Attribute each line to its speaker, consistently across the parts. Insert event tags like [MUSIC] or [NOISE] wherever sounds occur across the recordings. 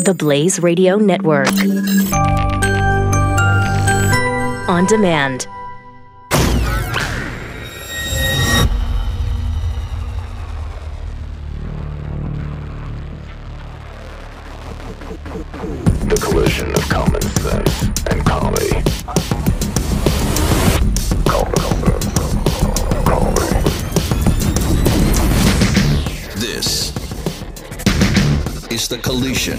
Speaker 1: The Blaze Radio Network. On demand.
Speaker 2: The collision of common sense and comedy.
Speaker 3: This is the collision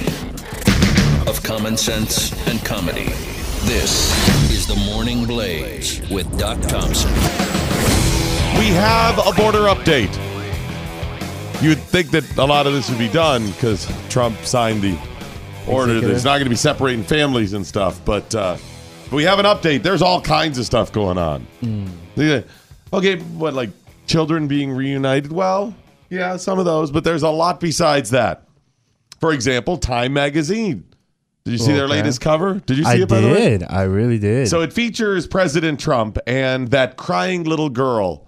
Speaker 3: of common sense and comedy. This is the Morning Blaze with Doc Thompson.
Speaker 4: We have a border update. You'd think that a lot of this would be done because Trump signed the order that he's not going to be separating families and stuff. But uh, we have an update. There's all kinds of stuff going on.
Speaker 5: Hmm.
Speaker 4: Yeah. Okay, what like children being reunited? Well, yeah, some of those, but there's a lot besides that. For example, Time Magazine. Did you see their
Speaker 5: Okay.
Speaker 4: latest cover? Did you see
Speaker 5: I
Speaker 4: it by the way?
Speaker 5: did. I really did.
Speaker 4: So it features President Trump and that crying little girl,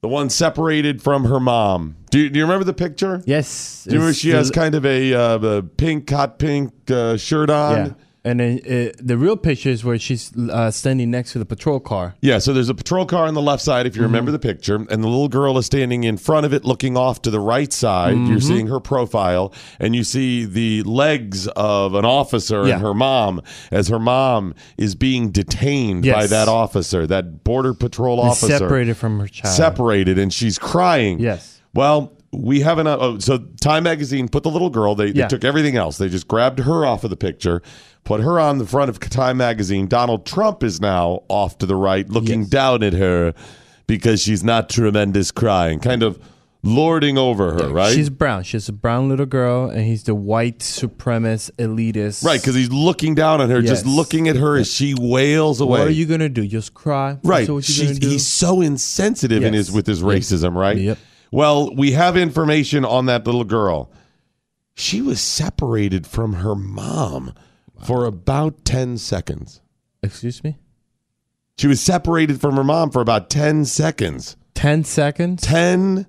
Speaker 4: the one separated from her mom. Do you, do you remember the picture?
Speaker 5: yes,
Speaker 4: Do you remember
Speaker 5: it's
Speaker 4: she
Speaker 5: the-
Speaker 4: has kind of a, uh, a pink, hot pink uh, shirt on?
Speaker 5: yeah. And then uh, the real picture is where she's uh, standing next to the patrol car.
Speaker 4: Yeah, so there's a patrol car on the left side, if
Speaker 5: Mm-hmm.
Speaker 4: you remember the picture, and the little girl is standing in front of it, looking off to the right side.
Speaker 5: Mm-hmm.
Speaker 4: You're seeing her profile, and you see the legs of an officer
Speaker 5: Yeah.
Speaker 4: and her mom as her mom is being detained by
Speaker 5: Yes.
Speaker 4: that officer, that border patrol
Speaker 5: It's
Speaker 4: officer.
Speaker 5: separated from her child.
Speaker 4: separated and she's crying.
Speaker 5: Uh, Yes.
Speaker 4: Well, we haven't. Uh, oh, so Time Magazine put the little girl, they, they
Speaker 5: Yeah.
Speaker 4: took everything else. They just grabbed her off of the picture, put her on the front of Time Magazine. Donald Trump is now off to the right looking down at her because she's not tremendous crying, kind of lording over her, right?
Speaker 5: She's brown. She's a brown little girl, and he's the white supremacist elitist.
Speaker 4: right, because he's looking down at her, just
Speaker 5: Yes.
Speaker 4: looking at her as she wails away.
Speaker 5: what are you gonna do? Just cry?
Speaker 4: Right.
Speaker 5: That's what
Speaker 4: She-
Speaker 5: you're gonna do?
Speaker 4: he's so insensitive in
Speaker 5: Yes.
Speaker 4: his with his
Speaker 5: Yep.
Speaker 4: racism, right?
Speaker 5: Yep.
Speaker 4: Well, we have information on that little girl. She was separated from her mom for about 10 seconds.
Speaker 5: Excuse me.
Speaker 4: She was separated from her mom for about 10 seconds.
Speaker 5: Ten seconds.
Speaker 4: 10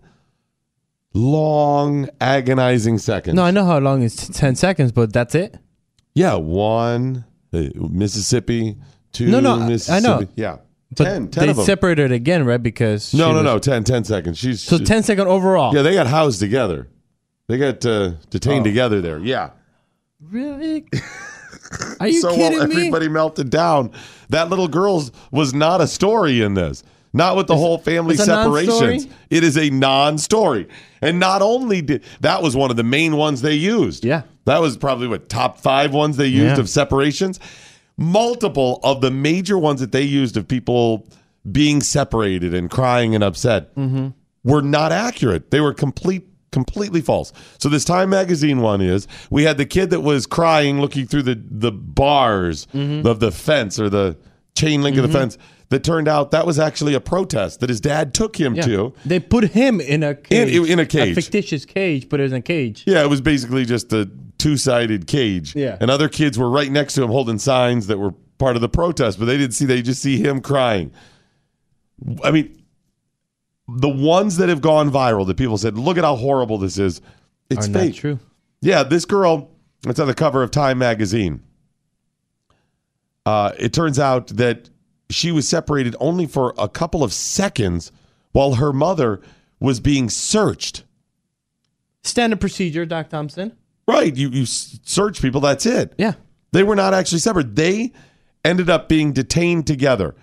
Speaker 4: long agonizing seconds.
Speaker 5: No, I know how long is t- ten seconds, but that's it.
Speaker 4: Yeah, one uh, Mississippi, two
Speaker 5: No, no, I- I know.
Speaker 4: Mississippi. Yeah.
Speaker 5: But
Speaker 4: 10, 10
Speaker 5: they
Speaker 4: of them.
Speaker 5: separated again, right? Because
Speaker 4: no,
Speaker 5: she
Speaker 4: no,
Speaker 5: was-
Speaker 4: no, 10, 10 seconds. She's
Speaker 5: So 10 second overall.
Speaker 4: Yeah, they got housed together. They got uh,
Speaker 5: Oh.
Speaker 4: detained together there. Yeah.
Speaker 5: Really?
Speaker 4: [LAUGHS]
Speaker 5: Are you
Speaker 4: so
Speaker 5: kidding
Speaker 4: while
Speaker 5: me?
Speaker 4: everybody melted down, that little girl's was not a story in this. Not with the whole family
Speaker 5: it's a
Speaker 4: separations.
Speaker 5: non-story?
Speaker 4: It is a non-story. And not only did that was one of the main ones they used.
Speaker 5: Yeah.
Speaker 4: That was probably what top 5 ones they used
Speaker 5: Yeah.
Speaker 4: of separations. Multiple of the major ones that they used of people being separated and crying and upset were not accurate. They were complete completely false. So this Time magazine one is we had the kid that was crying looking through the the bars of the fence or the chain link of the fence that turned out that was actually a protest that his dad took him
Speaker 5: Yeah.
Speaker 4: to.
Speaker 5: They put him in a cage.
Speaker 4: in a cage.
Speaker 5: fictitious cage, but it was in a cage.
Speaker 4: Yeah, it was basically just a two-sided cage.
Speaker 5: Yeah.
Speaker 4: And other kids were right next to him holding signs that were part of the protest, but they didn't see they just see him crying. I mean, the ones that have gone viral that people said, "Look at how horrible this is." It's
Speaker 5: Are
Speaker 4: fake.
Speaker 5: not true.
Speaker 4: Yeah, this girl that's on the cover of Time magazine. Uh, it turns out that she was separated only for a couple of seconds while her mother was being searched.
Speaker 5: Standard procedure, Doc Thompson.
Speaker 4: Right, you you s- search people. That's it.
Speaker 5: Yeah.
Speaker 4: They were not actually separate. They ended up being detained together.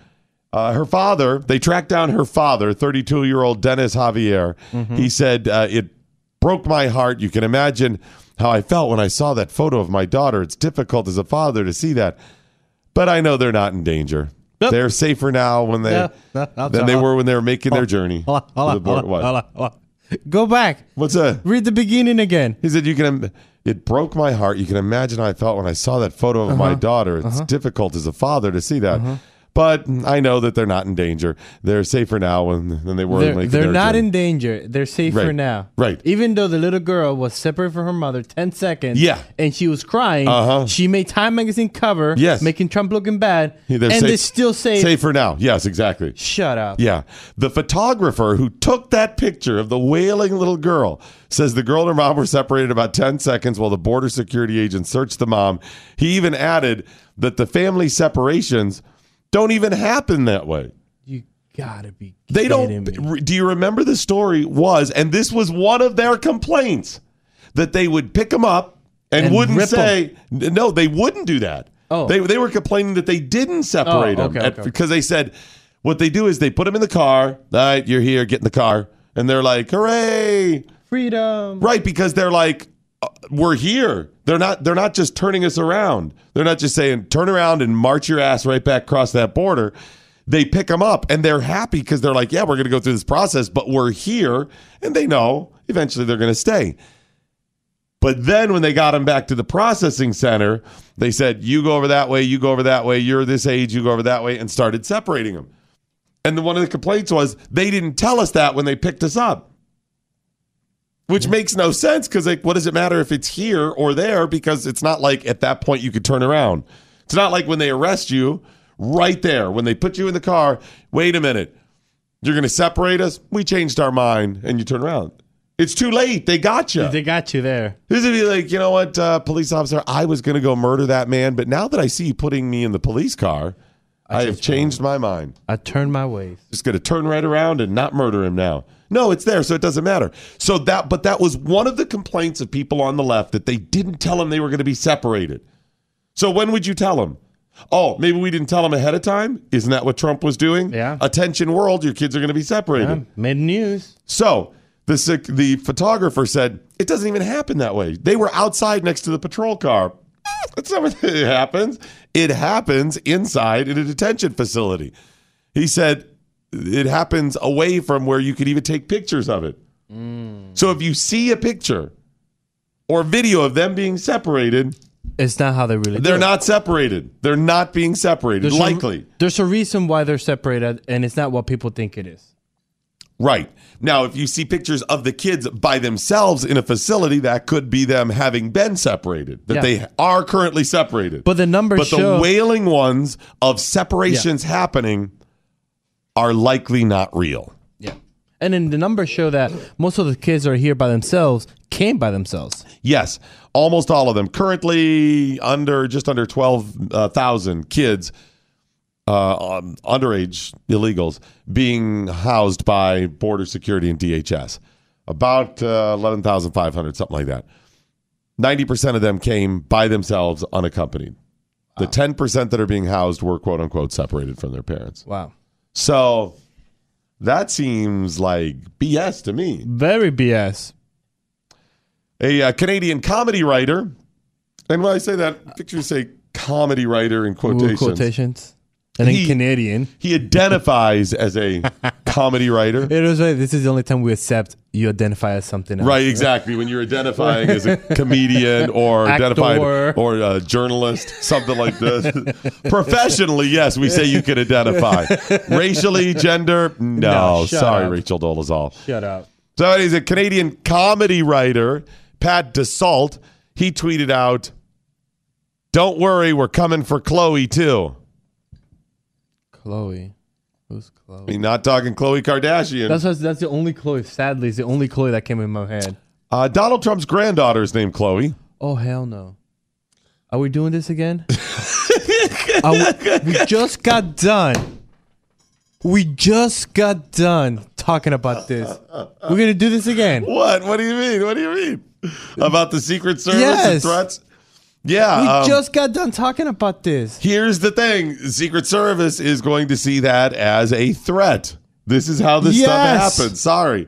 Speaker 4: Uh, her father, they tracked down her father, 32 year old Dennis Javier.
Speaker 5: Mm-hmm.
Speaker 4: He said, uh, It broke my heart. You can imagine how I felt when I saw that photo of my daughter. It's difficult as a father to see that, but I know they're not in danger.
Speaker 5: Yep.
Speaker 4: They're safer now when they
Speaker 5: Yeah, that- that's
Speaker 4: than
Speaker 5: a
Speaker 4: they
Speaker 5: lot.
Speaker 4: were when they were making their journey.
Speaker 5: Hold on, hold
Speaker 4: to
Speaker 5: on,
Speaker 4: the border.
Speaker 5: hold on,
Speaker 4: What?
Speaker 5: hold on, hold on. Go back.
Speaker 4: What's that?
Speaker 5: Read the beginning again.
Speaker 4: He said, "You can." im- It broke my
Speaker 5: Uh-huh.
Speaker 4: heart. You can imagine how I felt when I saw that photo of my daughter. It's difficult as a father to see that, But I know that they're not in danger. They're safer now than than they were. in
Speaker 5: They're,
Speaker 4: Lincoln
Speaker 5: they're not
Speaker 4: Territory.
Speaker 5: in danger. They're safe for
Speaker 4: Right.
Speaker 5: now.
Speaker 4: Right.
Speaker 5: Even though the little girl was separate from her mother 10 seconds
Speaker 4: Yeah.
Speaker 5: and she was crying,
Speaker 4: Uh-huh.
Speaker 5: she made Time Magazine cover,
Speaker 4: Yes.
Speaker 5: making Trump looking bad,
Speaker 4: Yeah,
Speaker 5: and
Speaker 4: safe-
Speaker 5: they still say,
Speaker 4: safer now. Yes, exactly.
Speaker 5: shut up.
Speaker 4: Yeah. The photographer who took that picture of the wailing little girl says the girl and her mom were separated about 10 seconds while the border security agent searched the mom. He even added that the family separations don't even happen that way.
Speaker 5: You gotta be
Speaker 4: They
Speaker 5: kidding
Speaker 4: don't.
Speaker 5: me.
Speaker 4: re- Do you remember the story was, and this was one of their complaints, that they would pick them up and,
Speaker 5: And
Speaker 4: wouldn't
Speaker 5: rip 'em.
Speaker 4: say, n- no, they wouldn't do that.
Speaker 5: Oh.
Speaker 4: They, they were complaining that they didn't separate
Speaker 5: Oh,
Speaker 4: them
Speaker 5: okay,
Speaker 4: at-
Speaker 5: okay, okay.
Speaker 4: because they said, what they do is they put them in the car. All right, you're here, get in the car. And they're like, hooray.
Speaker 5: Freedom.
Speaker 4: Right, because they're like, uh, we're here. They're not. They're not just turning us around. They're not just saying turn around and march your ass right back across that border. They pick them up and they're happy because they're like, yeah, we're going to go through this process, but we're here, and they know eventually they're going to stay. But then when they got them back to the processing center, they said, you go over that way, you go over that way, you're this age, you go over that way, and started separating them. And the, one of the complaints was they didn't tell us that when they picked us up which makes no sense because like what does it matter if it's here or there because it's not like at that point you could turn around it's not like when they arrest you right there when they put you in the car wait a minute you're going to separate us we changed our mind and you turn around it's too late they got you
Speaker 5: They got you there.
Speaker 4: this would be like you know what uh, police officer i was going to go murder that man but now that i see you putting me in the police car i, have changed my mind
Speaker 5: I turned my ways.
Speaker 4: just going to turn right around and not murder him now. No, it's there, so it doesn't matter. So that, but that was one of the complaints of people on the left that they didn't tell him they were going to be separated. So when would you tell him? Oh, maybe we didn't tell him ahead of time. Isn't that what Trump was doing?
Speaker 5: Yeah.
Speaker 4: Attention, world, your kids are going to be separated.
Speaker 5: Yeah, made news.
Speaker 4: So the sec- the photographer said it doesn't even happen that way. They were outside next to the patrol car. That's not what [LAUGHS] it happens. It happens inside in a detention facility. He said it happens away from where you could even take pictures of it. So if you see a picture or video of them being separated,
Speaker 5: It's not how they really
Speaker 4: they're
Speaker 5: do it.
Speaker 4: not separated. They're not being separated.
Speaker 5: There's a-
Speaker 4: likely.
Speaker 5: there's a reason why they're separated, and it's not what people think it is.
Speaker 4: Right. Now, if you see pictures of the kids by themselves in a facility, that could be them having been separated, that
Speaker 5: Yeah.
Speaker 4: they are currently separated.
Speaker 5: But the numbers
Speaker 4: But
Speaker 5: show-
Speaker 4: the wailing ones of separations happening are likely not real.
Speaker 5: Yeah. And then the numbers show that most of the kids are here by themselves, came by themselves.
Speaker 4: Yes, almost all of them. Currently, under just under 12,000 kids, uh, um, underage illegals, being housed by border security and DHS. About uh, 11,500, something like that. 90% of them came by themselves unaccompanied. The 10% that are being housed were quote unquote separated from their parents.
Speaker 5: Wow.
Speaker 4: So that seems like BS to me.
Speaker 5: Very BS.
Speaker 4: a uh, Canadian comedy writer. And when I say that, picture say comedy writer in
Speaker 5: Ooh,
Speaker 4: quotations.
Speaker 5: quotations. And in
Speaker 4: He-
Speaker 5: Canadian.
Speaker 4: He identifies as
Speaker 5: [LAUGHS]
Speaker 4: a comedy writer.
Speaker 5: It was like, this is the only time we accept you identify as something else.
Speaker 4: Right, exactly. When you're identifying as a comedian
Speaker 5: [LAUGHS]
Speaker 4: or identified
Speaker 5: Actor.
Speaker 4: or a journalist, something like
Speaker 5: [LAUGHS]
Speaker 4: this. Professionally, yes, we say you can identify. Racially, gender, no.
Speaker 5: No, shut
Speaker 4: sorry,
Speaker 5: up.
Speaker 4: Rachel Dolezal.
Speaker 5: Shut up.
Speaker 4: So he's a Canadian comedy writer, Pat DeSalt. He tweeted out, Don't worry, we're coming for Chloe too.
Speaker 5: Chloe. Who's
Speaker 4: I
Speaker 5: Chloe?
Speaker 4: mean, not talking Chloe Kardashian.
Speaker 5: That's, what's- that's the only Chloe, sadly, is the only Chloe that came in my head.
Speaker 4: Uh, Donald Trump's granddaughter is named Chloe.
Speaker 5: Oh, hell no. Are we doing
Speaker 4: [LAUGHS]
Speaker 5: this again? Are we, we just got done. We just got done talking about this. We're going to do this again.
Speaker 4: What? What do you mean? What do you mean? About the Secret Service and
Speaker 5: Yes.
Speaker 4: threats? Yeah.
Speaker 5: We
Speaker 4: um,
Speaker 5: just got done talking about this.
Speaker 4: here's the thing Secret Service is going to see that as a threat. This is how this
Speaker 5: Yes.
Speaker 4: stuff happens. Sorry.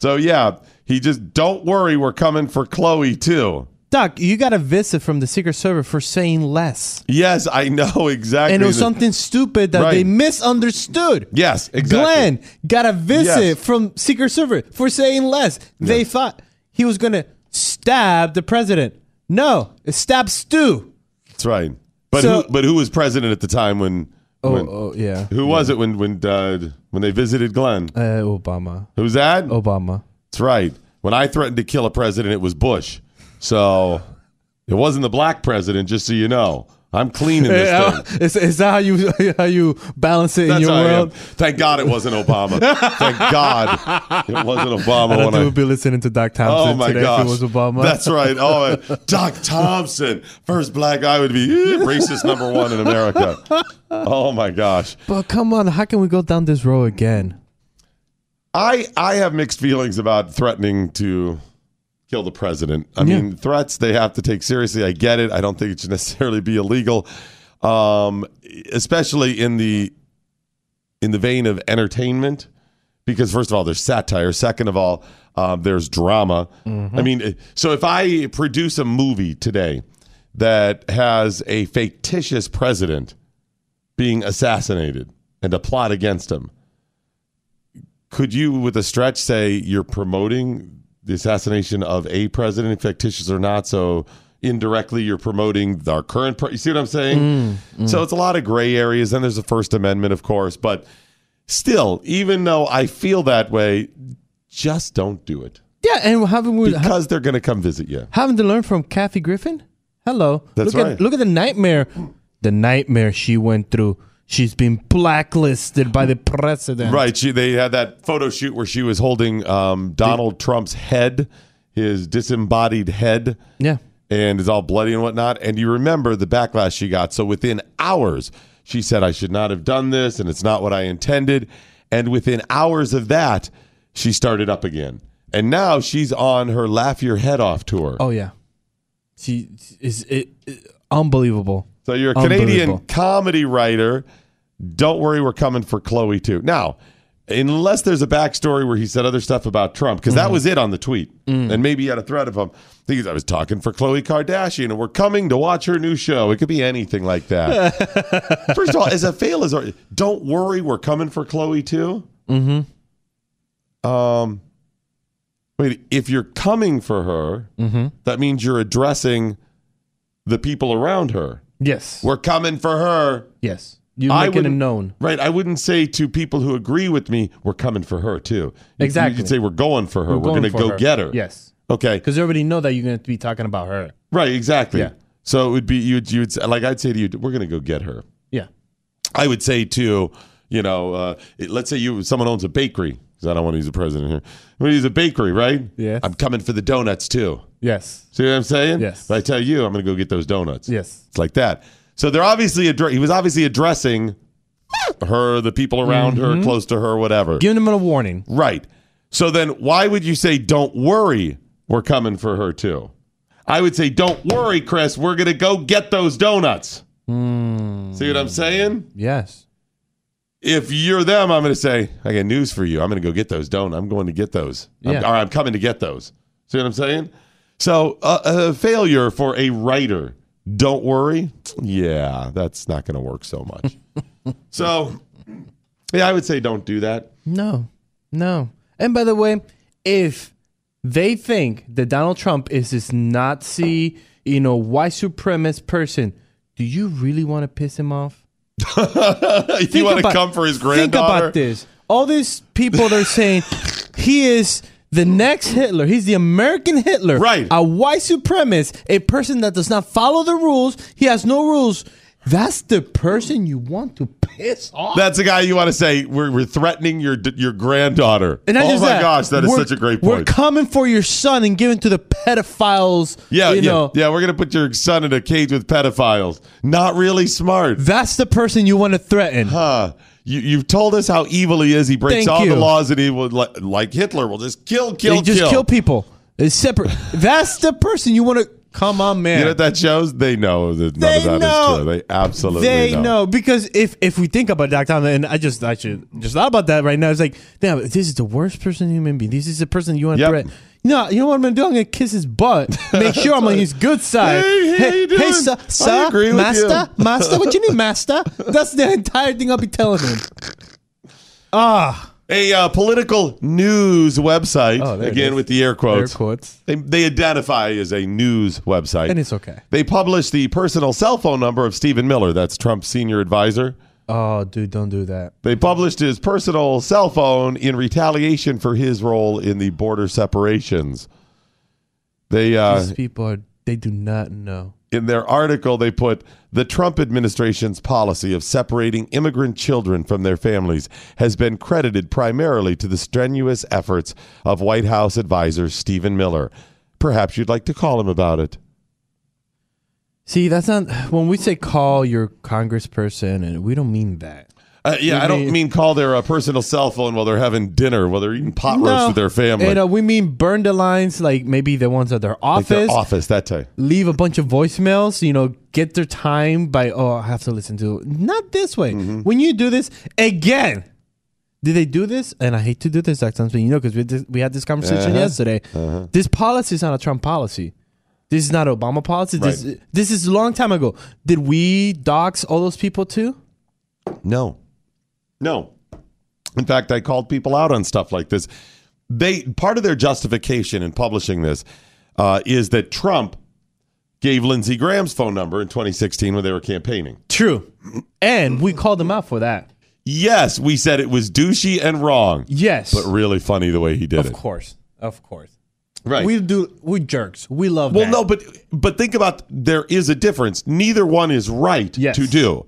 Speaker 4: So, yeah, he just, don't worry, we're coming for Chloe too.
Speaker 5: Doc, you got a visit from the Secret Service for saying less.
Speaker 4: Yes, I know [LAUGHS] exactly.
Speaker 5: And it was
Speaker 4: that-
Speaker 5: something stupid that they
Speaker 4: Right.
Speaker 5: misunderstood.
Speaker 4: Yes, exactly.
Speaker 5: Glenn got a visit
Speaker 4: Yes.
Speaker 5: from Secret Service for saying less. They thought he was going to stab the president. No, it stabbed Stu.
Speaker 4: That's right. But
Speaker 5: So-
Speaker 4: who, but who was president at the time when
Speaker 5: Oh,
Speaker 4: When-
Speaker 5: oh yeah.
Speaker 4: Who was it when when uh, when they visited Glenn?
Speaker 5: Uh, Obama.
Speaker 4: Who's that?
Speaker 5: Obama.
Speaker 4: That's right. When I threatened to kill a president, it was Bush. So it wasn't the black president. Just so you know, I'm clean in
Speaker 5: [LAUGHS]
Speaker 4: this thing.
Speaker 5: Is, is that how you [LAUGHS] how you balance it in your
Speaker 4: how I am.
Speaker 5: world?
Speaker 4: Thank God it wasn't Obama. Thank God it
Speaker 5: [LAUGHS]
Speaker 4: wasn't Obama.
Speaker 5: I don't
Speaker 4: when
Speaker 5: think
Speaker 4: I-
Speaker 5: we'll be listening to Doc Thompson
Speaker 4: Oh my
Speaker 5: today
Speaker 4: gosh!
Speaker 5: if it was Obama.
Speaker 4: That's right. Oh, uh,
Speaker 5: [LAUGHS]
Speaker 4: Doc Thompson, first black guy would be eh, racist number one in America. Oh my gosh!
Speaker 5: but come on, how can we go down this road again?
Speaker 4: I I have mixed feelings about threatening to kill the president. I
Speaker 5: Yeah.
Speaker 4: mean, threats they have to take seriously. I get it. I don't think it should [LAUGHS] necessarily be illegal, um, especially in the in the vein of entertainment. Because first of all, there's satire. Second of all, um, there's drama. I mean, so if I produce a movie today that has a fictitious president being assassinated and a plot against him, could you, with a stretch, say you're promoting the assassination of a president, fictitious or not? So indirectly, you're promoting our current. Pre- you see what I'm saying? So it's a lot of gray areas. Then there's the First Amendment, of course, but still, even though I feel that way, just don't do it
Speaker 5: Yeah, and haven't we ha-
Speaker 4: because they're going to come visit you.
Speaker 5: haven't they learned from Kathy Griffin? Hello.
Speaker 4: That's
Speaker 5: look
Speaker 4: right.
Speaker 5: At, look at the nightmare, the nightmare she went through. She's been blacklisted by the president.
Speaker 4: Right. She, they had that photo shoot where she was holding um, Donald Trump's head, his disembodied head.
Speaker 5: Yeah.
Speaker 4: and is all bloody and whatnot. And you remember the backlash she got. So within hours, she said, I should not have done this and it's not what I intended. And within hours of that, she started up again. And now she's on her laugh your head off tour.
Speaker 5: Oh yeah. She is it, it- unbelievable.
Speaker 4: so you're a
Speaker 5: Unbelievable.
Speaker 4: Canadian comedy writer. Don't worry, we're coming for Chloe too. Now, unless there's a backstory where he said other stuff about Trump, because that was it on the tweet. And maybe he had a threat of him. I think I was talking for Chloe Kardashian and we're coming to watch her new show. It could be anything like that. First of all, as a fail is, don't worry, we're coming for Chloe too. Mm-hmm. Um, wait, if you're coming for her, that means you're addressing the people around her.
Speaker 5: Yes.
Speaker 4: We're coming for her.
Speaker 5: Yes. You're
Speaker 4: I
Speaker 5: making it
Speaker 4: wouldn't-
Speaker 5: known.
Speaker 4: Right. I wouldn't say to people who agree with me, we're coming for her too. You- You
Speaker 5: Exactly.
Speaker 4: could say we're going for her. We're, going
Speaker 5: going
Speaker 4: to
Speaker 5: for
Speaker 4: go get her.
Speaker 5: Yes.
Speaker 4: Okay.
Speaker 5: Because they already know that you're going to be talking about her.
Speaker 4: Right. Exactly.
Speaker 5: Yeah.
Speaker 4: So it would be you'd you'd say- like I'd say to you, we're going to go get her.
Speaker 5: Yeah.
Speaker 4: I would say to you know, uh, it- let's say you someone owns a bakery 'cause I don't want to use a president here. We use a bakery, right?
Speaker 5: Yes.
Speaker 4: I'm coming for the donuts too.
Speaker 5: Yes.
Speaker 4: See what I'm saying?
Speaker 5: Yes.
Speaker 4: But I tell you, I'm going to go get those donuts.
Speaker 5: Yes.
Speaker 4: It's like that. So they're obviously addre- he was obviously addressing her, the people around her, close to her, whatever.
Speaker 5: Giving them a warning.
Speaker 4: Right. So then why would you say, don't worry, we're coming for her too? I would say, don't worry, Chris, we're going to go get those donuts. See what I'm saying?
Speaker 5: Yes.
Speaker 4: If you're them, I'm going to say, I got news for you. I'm going to go get those donuts. I'm going to get those. I'm-
Speaker 5: Yeah.
Speaker 4: or I'm coming to get those. See what I'm saying? So uh, a failure for a writer. Don't worry. Yeah, that's not going to work so much.
Speaker 5: [LAUGHS]
Speaker 4: so, yeah, I would say don't do that. [LAUGHS]
Speaker 5: No. No. And by the way, if they think that Donald Trump is this Nazi, you know, white supremacist person, do you really want to piss him off?
Speaker 4: if you want to come for his granddaughter.
Speaker 5: Think about this. All these people they're saying he is the next Hitler. He's the American Hitler.
Speaker 4: Right.
Speaker 5: A white supremacist, a person that does not follow the rules. He has no rules. That's the person you want to piss off.
Speaker 4: That's the guy you want to say we're, we're threatening your your granddaughter.
Speaker 5: And not
Speaker 4: oh
Speaker 5: just
Speaker 4: my
Speaker 5: that,
Speaker 4: gosh, that is
Speaker 5: we're-
Speaker 4: such a great
Speaker 5: We're
Speaker 4: point.
Speaker 5: coming for your son and giving to the pedophiles.
Speaker 4: yeah,
Speaker 5: you
Speaker 4: yeah,
Speaker 5: know.
Speaker 4: yeah. We're gonna put your son in a cage with pedophiles. Not really smart.
Speaker 5: That's the person you want to threaten.
Speaker 4: Huh. You, you've told us how evil he is. He breaks
Speaker 5: Thank
Speaker 4: all
Speaker 5: you.
Speaker 4: the laws, and he would li- like Hitler will just kill, kill,
Speaker 5: they just
Speaker 4: kill.
Speaker 5: kill. people. It's separate. That's the person you want to. Come on, man.
Speaker 4: you know what that shows? They know that none
Speaker 5: They
Speaker 4: of that is
Speaker 5: know.
Speaker 4: true. They absolutely
Speaker 5: they know. because if if we think about Doc Thompson, and I just I should just thought about that right now. It's like, damn, this is the worst person you can be. This is the person you want to
Speaker 4: Yep.
Speaker 5: threaten. No, you know what I'm gonna do? I'm gonna kiss his butt. Make sure I'm on
Speaker 4: [LAUGHS]
Speaker 5: his good side.
Speaker 4: Hey, how you doing?
Speaker 5: sir,
Speaker 4: I
Speaker 5: sir,
Speaker 4: agree with you.
Speaker 5: master, master, what you need, master? That's the entire thing I'll be telling him. Ah,
Speaker 4: A uh, political news website,
Speaker 5: Oh, there it
Speaker 4: again
Speaker 5: is.
Speaker 4: with the air quotes.
Speaker 5: air quotes,
Speaker 4: They, they identify as a news website.
Speaker 5: and it's okay.
Speaker 4: They published the personal cell phone number of Stephen Miller, that's Trump's senior advisor,
Speaker 5: Oh, dude, don't do that.
Speaker 4: They published his personal cell phone in retaliation for his role in the border separations. They uh,
Speaker 5: These people are, they do not know.
Speaker 4: in their article they put the Trump administration's policy of separating immigrant children from their families has been credited primarily to the strenuous efforts of White House advisor Stephen Miller. Perhaps you'd like to call him about it.
Speaker 5: See, that's not, when we say call your congressperson, and we don't mean that.
Speaker 4: Uh, yeah,
Speaker 5: We
Speaker 4: I don't
Speaker 5: mean-
Speaker 4: mean call their uh, personal cell phone while they're having dinner, while they're eating pot roast with their family.
Speaker 5: And, uh, we mean burn the lines, like maybe the ones at their
Speaker 4: like
Speaker 5: office.
Speaker 4: their office that time.
Speaker 5: leave a bunch of voicemails, you know, get their time by, oh, I have to listen to. Not this way.
Speaker 4: Mm-hmm.
Speaker 5: When you do this again, did they do this? And I hate to do this, Dr. Smith, you know, because we, did- we had this conversation
Speaker 4: Uh-huh.
Speaker 5: yesterday. This policy is not a Trump policy. This is not Obama policy. This,
Speaker 4: Right.
Speaker 5: this is a long time ago. Did we dox all those people too?
Speaker 4: No. No. In fact, I called people out on stuff like this. They part of their justification in publishing this uh, is that Trump gave Lindsey Graham's phone number in 2016 when they were campaigning.
Speaker 5: True. And we called them out for that.
Speaker 4: Yes, we said it was douchey and wrong,
Speaker 5: Yes.
Speaker 4: but really funny the way he did
Speaker 5: of
Speaker 4: it.
Speaker 5: course. Of course.
Speaker 4: Right.
Speaker 5: We do, we jerks. We love
Speaker 4: well,
Speaker 5: that.
Speaker 4: no, but but think about there is a difference. Neither one is right
Speaker 5: Yes.
Speaker 4: to do.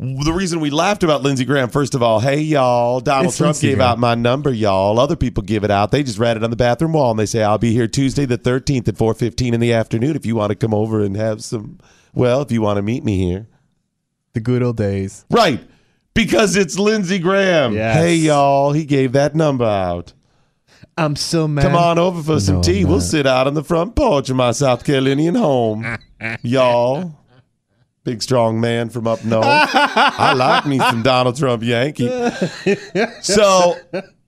Speaker 4: The reason we laughed about Lindsey Graham, first of all, hey y'all, Donald
Speaker 5: It's
Speaker 4: Trump
Speaker 5: Lindsey
Speaker 4: gave
Speaker 5: Graham.
Speaker 4: out my number, y'all. Other people give it out. They just read it on the bathroom wall and they say, I'll be here Tuesday the thirteenth at four fifteen in the afternoon if you want to come over and have some well, if you want to meet me here.
Speaker 5: The good old days.
Speaker 4: Right. Because it's Lindsey Graham.
Speaker 5: Yes.
Speaker 4: Hey y'all, he gave that number out.
Speaker 5: I'm so mad.
Speaker 4: Come on over for some
Speaker 5: No,
Speaker 4: tea.
Speaker 5: I'm
Speaker 4: We'll
Speaker 5: not.
Speaker 4: sit out on the front porch of my South Carolinian home. Y'all. Big strong man from up north. I like me some Donald Trump Yankee. So,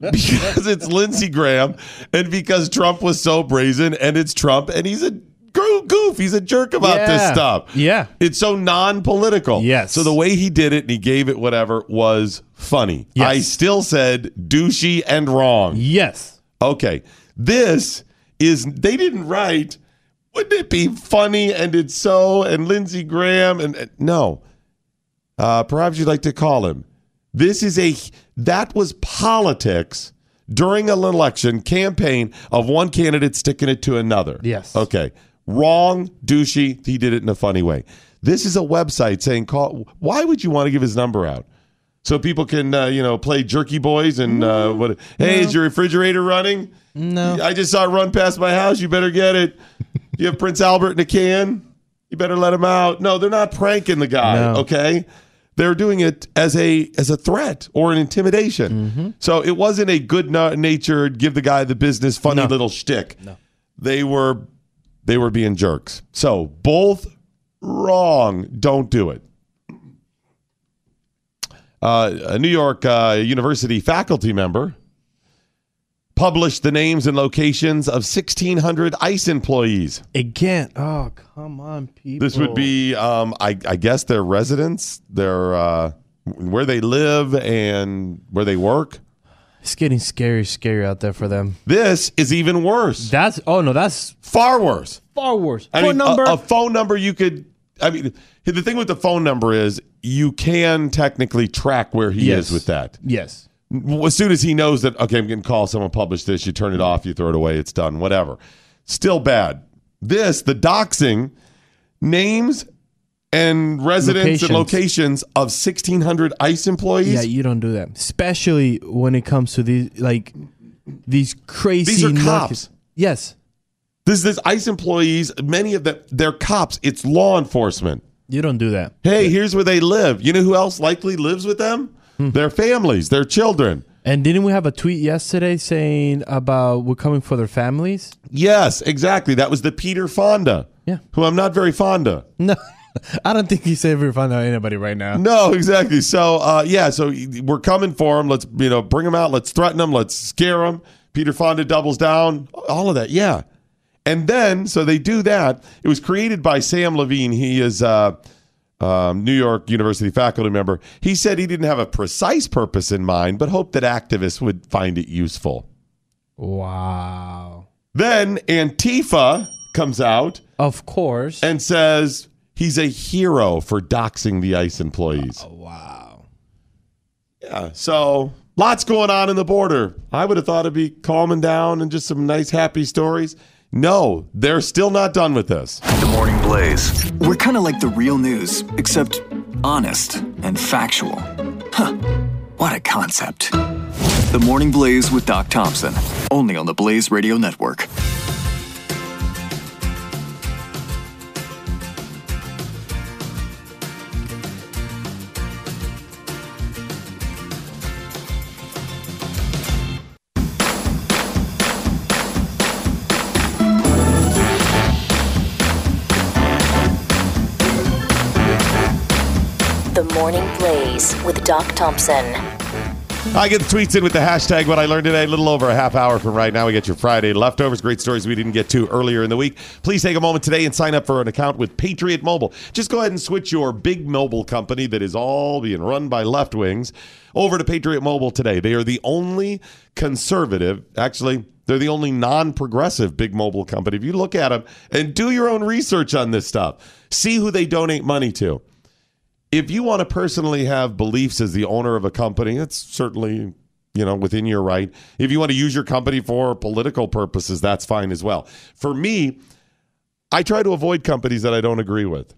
Speaker 4: because it's Lindsey Graham and because Trump was so brazen and it's Trump and he's a gro- goof, he's a jerk about this
Speaker 5: Yeah.
Speaker 4: stuff.
Speaker 5: Yeah.
Speaker 4: It's so non political.
Speaker 5: Yes.
Speaker 4: So, the way he did it and he gave it whatever was funny.
Speaker 5: Yes.
Speaker 4: I still said douchey and wrong.
Speaker 5: Yes.
Speaker 4: Okay. This is they didn't write. Wouldn't it be funny? And it's so. And Lindsey Graham. And, and- no. Uh, perhaps you'd like to call him. This is a that was politics during an election campaign of one candidate sticking it to another.
Speaker 5: Yes.
Speaker 4: Okay. Wrong, douchey. He did it in a funny way. This is a website saying call. Why would you want to give his number out? so people can uh, you know play jerky boys and uh, what? Hey, is your refrigerator running? No, I just saw it run past my house. You better get it. you have Prince Albert in a can. You better let him out. No, they're not pranking the guy.
Speaker 5: No.
Speaker 4: Okay, they're doing it as a as a threat or an intimidation. So it wasn't a good na- natured give the guy the business funny little shtick. No, they were they were being jerks. So both wrong. Don't do it uh, a New York uh, University faculty member published the names and locations of 1,600 ICE employees.
Speaker 5: Again. Oh, come on, people.
Speaker 4: This would be, um, I, I guess, their residence, their uh, where they live and where they work.
Speaker 5: It's getting scary, scary out there for them.
Speaker 4: This is even worse,
Speaker 5: That's. Oh no, that's
Speaker 4: far worse.
Speaker 5: far worse.
Speaker 4: I
Speaker 5: Phone
Speaker 4: mean, uh, a-
Speaker 5: number.
Speaker 4: A, phone number you could. I mean, the thing with the phone number is you can technically track where he
Speaker 5: Yes.
Speaker 4: is with that.
Speaker 5: yes.
Speaker 4: as soon as he knows that okay i'm getting called someone published this you turn it off you throw it away it's done whatever still bad this the doxing names and residents
Speaker 5: Locations.
Speaker 4: and locations of 1600 ice employees
Speaker 5: Yeah, you don't do that, especially when it comes to these like these crazy.
Speaker 4: These are
Speaker 5: knuckle-
Speaker 4: cops.
Speaker 5: Yes.
Speaker 4: this is ice employees many of them they're cops it's law enforcement
Speaker 5: You don't do that.
Speaker 4: hey here's where they live you know who else likely lives with them
Speaker 5: Hmm.
Speaker 4: their families their children
Speaker 5: And didn't we have a tweet yesterday saying about we're coming for their families?
Speaker 4: yes exactly that was the peter fonda
Speaker 5: Yeah.
Speaker 4: who i'm not very fond of
Speaker 5: No, I don't think he's ever found out anybody right now.
Speaker 4: No, exactly. So, uh, yeah, so we're coming for him. Let's, you know, bring him out. Let's threaten him. Let's scare him. Peter Fonda doubles down. All of that. Yeah. And then, so they do that. It was created by Sam Levine. He is a um, New York University faculty member. He said he didn't have a precise purpose in mind, but hoped that activists would find it useful.
Speaker 5: Wow.
Speaker 4: Then Antifa comes out
Speaker 5: Of course.
Speaker 4: and says he's a hero for doxing the ICE employees.
Speaker 5: wow.
Speaker 4: Yeah. So lots going on in the border. I would have thought it'd be calming down and just some nice, happy stories. No, they're still not done with this.
Speaker 6: The Morning Blaze. We're kind of like the real news, except honest and factual. Huh. What a concept. The Morning Blaze with Doc Thompson. Only on the Blaze Radio Network.
Speaker 1: The Morning Blaze with Doc Thompson.
Speaker 4: I get the tweets in with the hashtag what I learned today. A little over a half hour from right now. We get your Friday leftovers. Great stories we didn't get to earlier in the week. Please take a moment today and sign up for an account with Patriot Mobile. Just go ahead and switch your big mobile company that is all being run by left wings over to Patriot Mobile today. They are the only conservative, actually, they're the only non progressive big mobile company. If you look at them and do your own research on this stuff, see who they donate money to if you want to personally have beliefs as the owner of a company, that's certainly you know within your right. If you want to use your company for political purposes, that's fine as well. For me, I try to avoid companies that I don't agree with.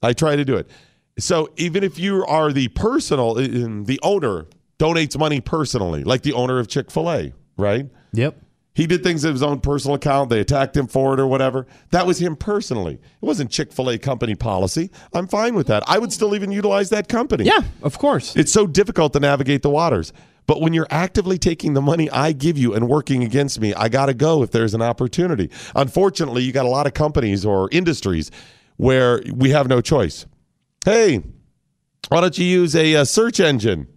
Speaker 4: I try to do it. So even if you are the personal, i- in- the owner donates money personally, like the owner of Chick Fil A, right?
Speaker 5: Yep.
Speaker 4: He did things in his own personal account. They attacked him for it or whatever. That was him personally. It wasn't Chick fil A company policy. I'm fine with that. I would still even utilize that company.
Speaker 5: Yeah, of course.
Speaker 4: It's so difficult to navigate the waters. But when you're actively taking the money I give you and working against me, I got to go if there's an opportunity. Unfortunately, you got a lot of companies or industries where we have no choice. Hey, why don't you use a, uh search engine?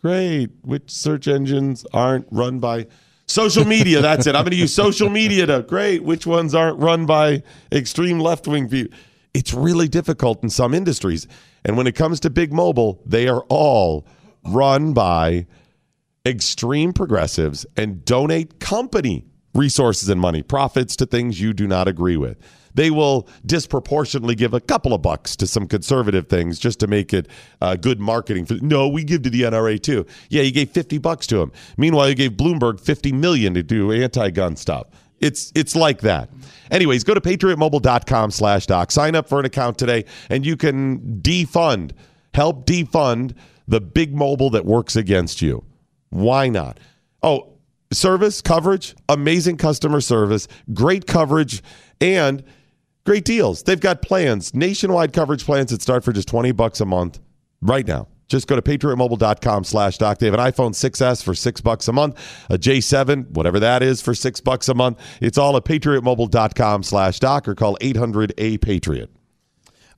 Speaker 4: Great. Which search engines aren't run by social media? That's it. I'm going to use social media to. Great. Which ones aren't run by extreme left wing view? It's really difficult in some industries. And when it comes to big mobile, they are all run by extreme progressives and donate company resources and money, profits to things you do not agree with. They will disproportionately give a couple of bucks to some conservative things just to make it uh, good marketing. For, no, we give to the NRA too. Yeah, you gave 50 bucks to him. Meanwhile, you gave Bloomberg 50 million to do anti-gun stuff. It's it's like that. Anyways, go to patriotmobile.com slash doc. Sign up for an account today and you can defund, help defund the big mobile that works against you. Why not? Oh, service, coverage, amazing customer service, great coverage, and great deals. They've got plans, nationwide coverage plans that start for just 20 bucks a month right now. Just go to patriotmobile.com slash doc. They have an iPhone 6S for six bucks a month, a J7, whatever that is, for six bucks a month. It's all at patriotmobile.com slash doc or call 800 A Patriot.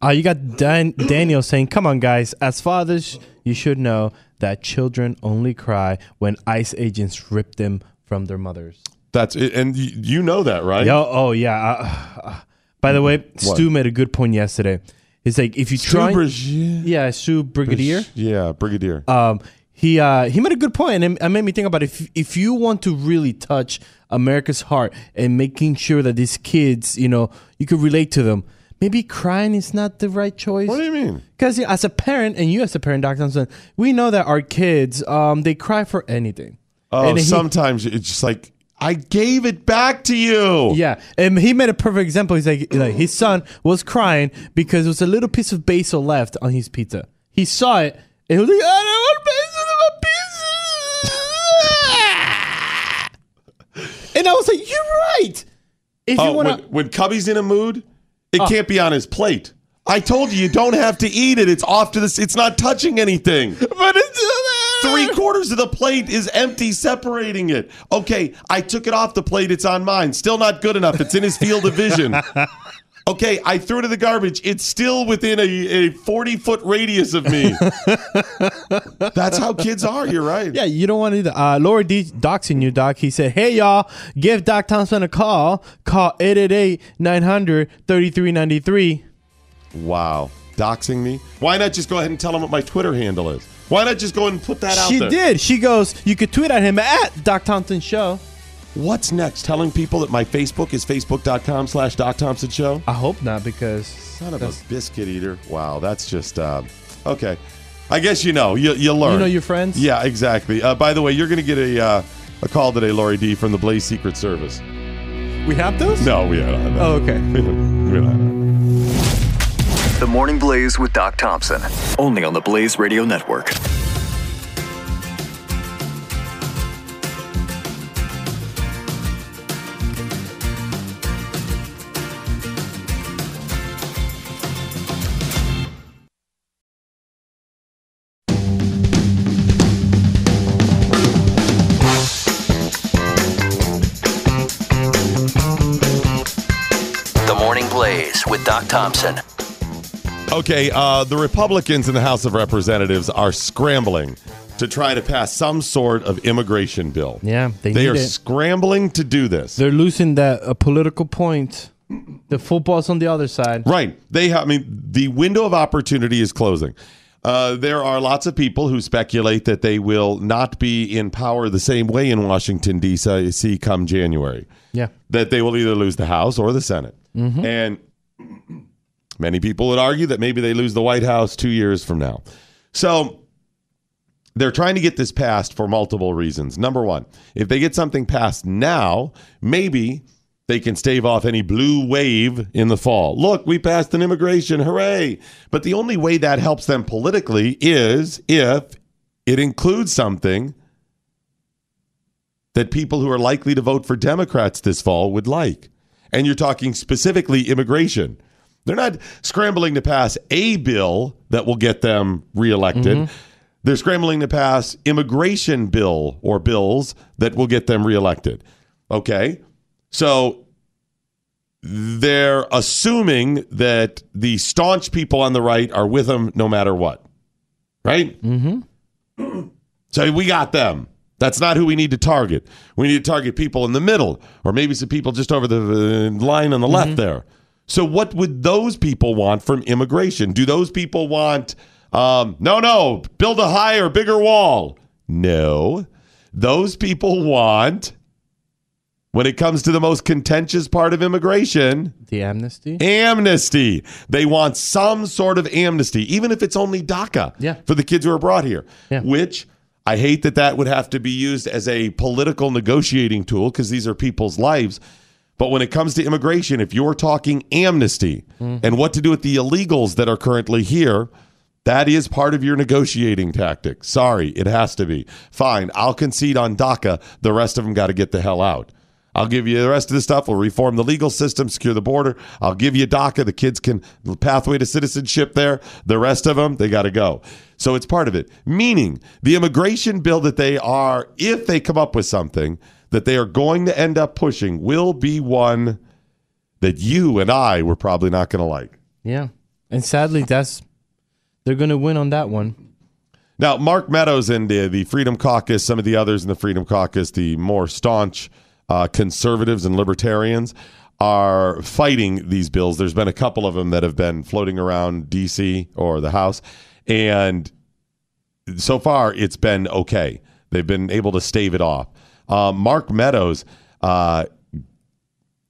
Speaker 5: Uh, you got Dan- Daniel saying, "Come on, guys. As fathers, you should know that children only cry when ICE agents rip them from their mothers."
Speaker 4: That's it. And y- you know that, right?
Speaker 5: Yo, oh yeah. Uh, uh, by the way, Stu made a good point yesterday. He's like, if you try,
Speaker 4: Brigadier.
Speaker 5: yeah, Stu Brigadier.
Speaker 4: Yeah, Brigadier.
Speaker 5: Um, he uh, he made a good point, and it made me think about if if you want to really touch America's heart and making sure that these kids, you know, you could relate to them. Maybe crying is not the right choice.
Speaker 4: what do you mean?
Speaker 5: Because as a parent, and you as a parent, Dr. Thompson, we know that our kids, um, they cry for anything.
Speaker 4: Oh,
Speaker 5: And he-
Speaker 4: sometimes it's just like I gave it back to you.
Speaker 5: Yeah, and he made a perfect example. He's like, like his son was crying because there was a little piece of basil left on his pizza. He saw it and he was like, "I don't want basil on my pizza." [LAUGHS] and I was like, "You're right. If
Speaker 4: Oh,
Speaker 5: you Oh. want
Speaker 4: when,
Speaker 5: to,
Speaker 4: when Cubby's in a mood, it can't be on his plate. I told you you don't have to eat it. It's off to this. It's not touching anything.
Speaker 5: [LAUGHS] but it's [LAUGHS]
Speaker 4: Three quarters of the plate is empty, separating it. Okay, I took it off the plate. It's on mine. Still not good enough. It's in his field of
Speaker 5: [LAUGHS]
Speaker 4: vision. Okay, I threw it in the garbage. It's still within a, a 40 foot radius of
Speaker 5: [LAUGHS]
Speaker 4: me. That's how kids are. You're right.
Speaker 5: Yeah, you don't want to. Uh, Laura D doxing you, Doc. He said, Hey, y'all, give Doc Thompson a call. Call 888 900 3393.
Speaker 4: Wow. Doxing me? Why not just go ahead and tell him what my Twitter handle is? Why not just go ahead and put that out
Speaker 5: She
Speaker 4: there?
Speaker 5: did. She goes, You could tweet at him at Doc Thompson Show.
Speaker 4: What's next? Telling people that my Facebook is facebook.com slash Doc Thompson Show?
Speaker 5: I hope not because
Speaker 4: Son of a biscuit eater. Wow, that's just, uh, okay. I guess you know. You, you learn.
Speaker 5: You know your friends?
Speaker 4: Yeah, exactly. Uh, by the way, you're going to get a uh, a call today, Lori D, from the Blaze Secret Service.
Speaker 5: We have those?
Speaker 4: No, [LAUGHS] we are not.
Speaker 5: Oh, okay.
Speaker 4: We're not.
Speaker 6: The Morning Blaze with Doc Thompson, only on the Blaze Radio Network.
Speaker 7: The Morning Blaze with Doc Thompson.
Speaker 4: Okay, uh, the Republicans in the House of Representatives are scrambling to try to pass some sort of immigration bill.
Speaker 5: Yeah, they,
Speaker 4: They
Speaker 5: need
Speaker 4: are
Speaker 5: it.
Speaker 4: scrambling to do this.
Speaker 5: They're losing that a political point. The football's on the other side.
Speaker 4: Right. They have. I mean, the window of opportunity is closing. Uh, there are lots of people who speculate that they will not be in power the same way in Washington D.C. come January.
Speaker 5: Yeah.
Speaker 4: That they will either lose the House or the Senate, and many people would argue that maybe they lose the White House two years from now. So they're trying to get this passed for multiple reasons. Number one, if they get something passed now, maybe they can stave off any blue wave in the fall. Look, we passed an immigration, hooray! But the only way that helps them politically is if it includes something that people who are likely to vote for Democrats this fall would like. And you're talking specifically immigration. They're not scrambling to pass a bill that will get them reelected. They're scrambling to pass immigration bill or bills that will get them reelected. Okay? So they're assuming that the staunch people on the right are with them no matter what. Right? So we got them. That's not who we need to target. We need to target people in the middle, or maybe some people just over the uh, line on the left there. So, what would those people want from immigration? Do those people want, um, no, no, build a higher, bigger wall? No. Those people want, when it comes to the most contentious part of immigration,
Speaker 5: The amnesty?
Speaker 4: amnesty. They want some sort of amnesty, even if it's only DACA
Speaker 5: Yeah.
Speaker 4: for the kids who are brought here,
Speaker 5: Yeah.
Speaker 4: which I hate that that would have to be used as a political negotiating tool because these are people's lives. But when it comes to immigration, if you're talking amnesty
Speaker 5: Mm-hmm.
Speaker 4: and what to do with the illegals that are currently here, that is part of your negotiating tactic. Sorry, it has to be. Fine, I'll concede on DACA. The rest of them got to get the hell out. I'll give you the rest of the stuff. We'll reform the legal system, secure the border. I'll give you DACA. The kids can the pathway to citizenship there. The rest of them, they got to go. So it's part of it. Meaning the immigration bill that they are, if they come up with something that they are going to end up pushing, will be one that you and I were probably not going to like.
Speaker 5: Yeah. And sadly, that's they're going to win on that one.
Speaker 4: Now, Mark Meadows and the, the Freedom Caucus, some of the others in the Freedom Caucus, the more staunch uh, conservatives and libertarians, are fighting these bills. There's been a couple of them that have been floating around D.C. or the House, and so far it's been okay. They've been able to stave it off. Uh, Mark Meadows uh,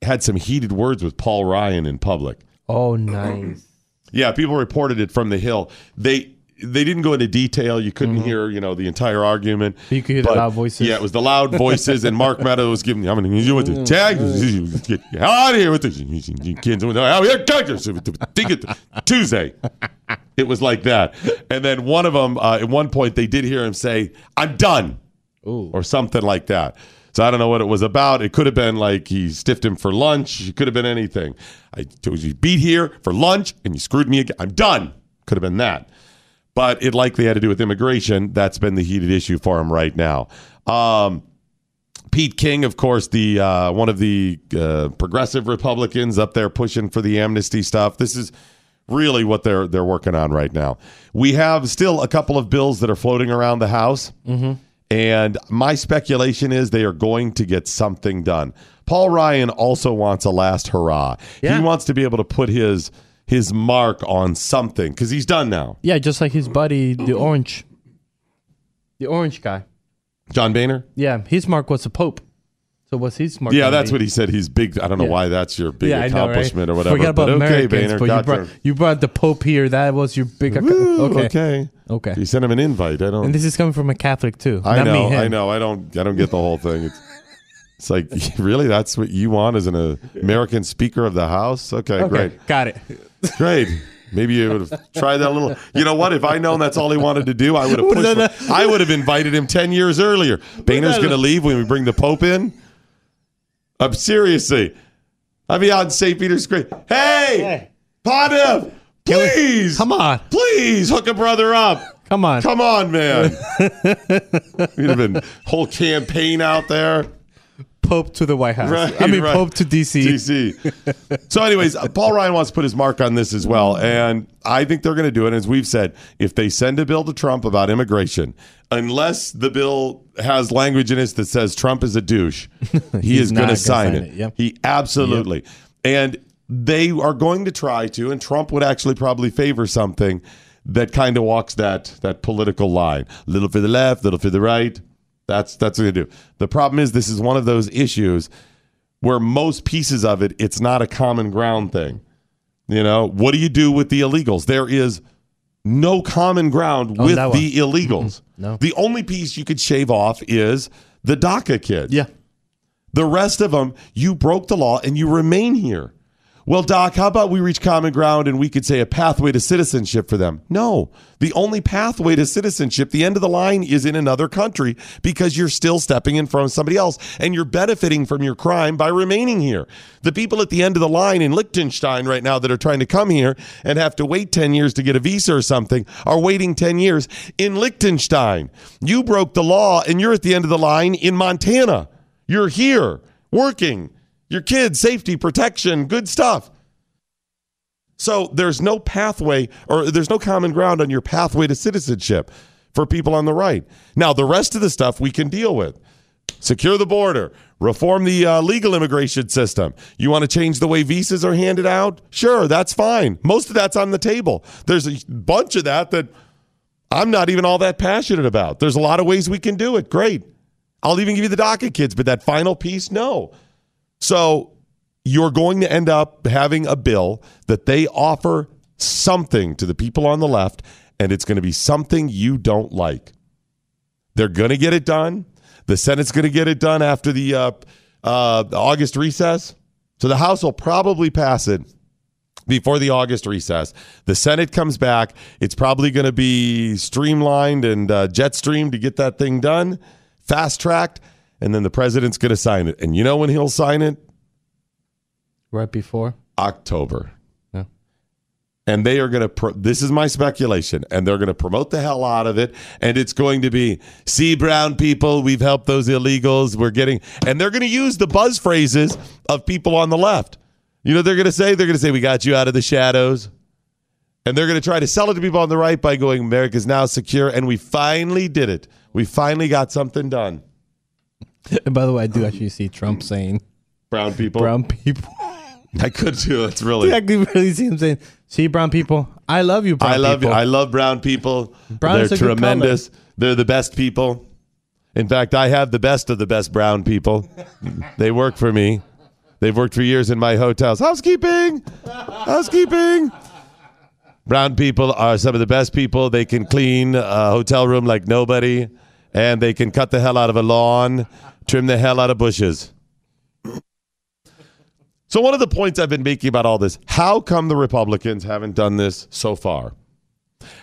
Speaker 4: had some heated words with Paul Ryan in public.
Speaker 5: Oh, nice.
Speaker 4: Yeah, people reported it from the hill. They they didn't go into detail. You couldn't hear, you know, the entire argument.
Speaker 5: But Mm-hmm. you could hear the loud voices. Mm,
Speaker 4: Yeah, it was the
Speaker 5: [LAUGHS]
Speaker 4: loud voices, and Mark Meadows was giving. I'm going to you with the tag. Get out of here with this. You kids "Oh, with the Tuesday. It was like that, and then one of them uh, at one point they did hear him say, "I'm done." or something like that. So I don't know what it was about. It could have been like he stiffed him for lunch. It could have been anything. I told you beat here for lunch and you screwed me again. I'm done. Could have been that. But it likely had to do with immigration. That's been the heated issue for him right now. Um, Pete King, of course, the uh, one of the uh, progressive Republicans up there pushing for the amnesty stuff. This is really what they're they're working on right now. We have still a couple of bills that are floating around the House, and my speculation is they are going to get something done. Paul Ryan also wants a last hurrah.
Speaker 5: Yeah.
Speaker 4: He wants to be able to put his his mark on something because he's done now.
Speaker 5: Yeah, just like his buddy, the orange. The orange guy.
Speaker 4: John Boehner.
Speaker 5: Yeah, his mark was the Pope. So what's he smart?
Speaker 4: Yeah,
Speaker 5: gonna
Speaker 4: that's
Speaker 5: be?
Speaker 4: what he said. He's big. I don't know
Speaker 5: Yeah.
Speaker 4: why that's your big
Speaker 5: yeah, I know, right?
Speaker 4: accomplishment or whatever.
Speaker 5: Forget about
Speaker 4: but okay,
Speaker 5: Americans,
Speaker 4: Boehner,
Speaker 5: but you
Speaker 4: got
Speaker 5: brought,
Speaker 4: there.
Speaker 5: you brought the Pope here. That was your big. acco-
Speaker 4: Woo,
Speaker 5: [LAUGHS] okay.
Speaker 4: okay,
Speaker 5: Okay.
Speaker 4: You sent him an invite. I don't.
Speaker 5: And this is coming from a Catholic too.
Speaker 4: I
Speaker 5: not
Speaker 4: know.
Speaker 5: Me, him.
Speaker 4: I know. I don't. I don't get the whole thing. It's, it's like [LAUGHS] really, that's what you want as an uh, American Speaker of the House. Okay,
Speaker 5: Okay,
Speaker 4: great,
Speaker 5: got it.
Speaker 4: great. Maybe you would have tried that little. You know what? If I known that's all he wanted to do, I would have. Pushed
Speaker 5: Would've
Speaker 4: him.
Speaker 5: done
Speaker 4: I would have invited him ten years earlier. Boehner's
Speaker 5: done
Speaker 4: going to
Speaker 5: that.
Speaker 4: leave when we bring the Pope in. I'm seriously. I'd be on St. Peter's Creek. Hey,
Speaker 5: Hey.
Speaker 4: Pontiff, please,
Speaker 5: Come on,
Speaker 4: please hook a brother up.
Speaker 5: come on.
Speaker 4: Come on, man. [LAUGHS] We'd have been whole campaign out there.
Speaker 5: Pope to the White House.
Speaker 4: Right,
Speaker 5: I mean,
Speaker 4: right.
Speaker 5: Pope to DC.
Speaker 4: DC. so, anyways, uh, Paul Ryan wants to put his mark on this as well. And I think they're going to do it. As we've said, if they send a bill to Trump about immigration, unless the bill has language in it that says Trump is a
Speaker 5: [LAUGHS]
Speaker 4: douche, he
Speaker 5: He's
Speaker 4: is going
Speaker 5: not
Speaker 4: to
Speaker 5: gonna
Speaker 4: sign
Speaker 5: sign
Speaker 4: it.
Speaker 5: it, yep.
Speaker 4: He absolutely. And they are going to try to, and Trump would actually probably favor something that kind of walks that that political line. Little for the left, little for the right. That's that's what they do. The problem is this is one of those issues where most pieces of it, it's not a common ground thing. You know, what do you do with the illegals? There is no common ground
Speaker 5: On
Speaker 4: with
Speaker 5: Oh, that one. Mm-hmm.
Speaker 4: the illegals.
Speaker 5: No.
Speaker 4: The only piece you could shave off is the DACA kid.
Speaker 5: Yeah.
Speaker 4: The rest of them, you broke the law and you remain here. Well, Doc, how about we reach common ground and we could say a pathway to citizenship for them? No. The only pathway to citizenship, the end of the line is in another country because you're still stepping in from somebody else and you're benefiting from your crime by remaining here. The people at the end of the line in Liechtenstein right now that are trying to come here and have to wait 10 years to get a visa or something are waiting 10 years in Liechtenstein. You broke the law and you're at the end of the line in Montana. You're here working, your kids, safety, protection, good stuff. So there's no pathway or there's no common ground on your pathway to citizenship for people on the right. Now, the rest of the stuff we can deal with secure the border, reform the uh, legal immigration system. You want to change the way visas are handed out? Sure, that's fine. Most of that's on the table. There's a bunch of that that I'm not even all that passionate about. There's a lot of ways we can do it. Great. I'll even give you the docket kids, but that final piece, no. So you're going to end up having a bill that they offer something to the people on the left, and it's going to be something you don't like. They're going to get it done. The Senate's going to get it done after the uh, uh, the August recess. So the House will probably pass it before the August recess. The Senate comes back. It's probably going to be streamlined and uh, jet streamed to get that thing done, fast tracked, and then the president's going to sign it. And you know when he'll sign it?
Speaker 5: Right before.
Speaker 4: October.
Speaker 5: Yeah.
Speaker 4: And they are going to, pro- this is my speculation, and they're going to promote the hell out of it. And it's going to be, see, brown people, we've helped those illegals. We're getting, and they're going to use the buzz phrases of people on the left. You know, what they're going to say, they're going to say, we got you out of the shadows. And they're going to try to sell it to people on the right by going, America's now secure. And we finally did it. We finally got something done.
Speaker 5: And [LAUGHS] by the way, I do actually see
Speaker 4: [LAUGHS]
Speaker 5: Trump saying
Speaker 4: Brown people.
Speaker 5: brown people. [LAUGHS]
Speaker 4: I could too. It's really.
Speaker 5: I can really see him saying, "See, brown people, I love you, brown
Speaker 4: I love
Speaker 5: people."
Speaker 4: I love brown people.
Speaker 5: Brown
Speaker 4: They're
Speaker 5: is a good
Speaker 4: tremendous. They're the best people. In fact, I have the best of the best brown people. they work for me. They've worked for years in my hotels. Housekeeping, housekeeping. Brown people are some of the best people. They can clean a hotel room like nobody, and they can cut the hell out of a lawn, trim the hell out of bushes. So, one of the points I've been making about all this how come the Republicans haven't done this so far?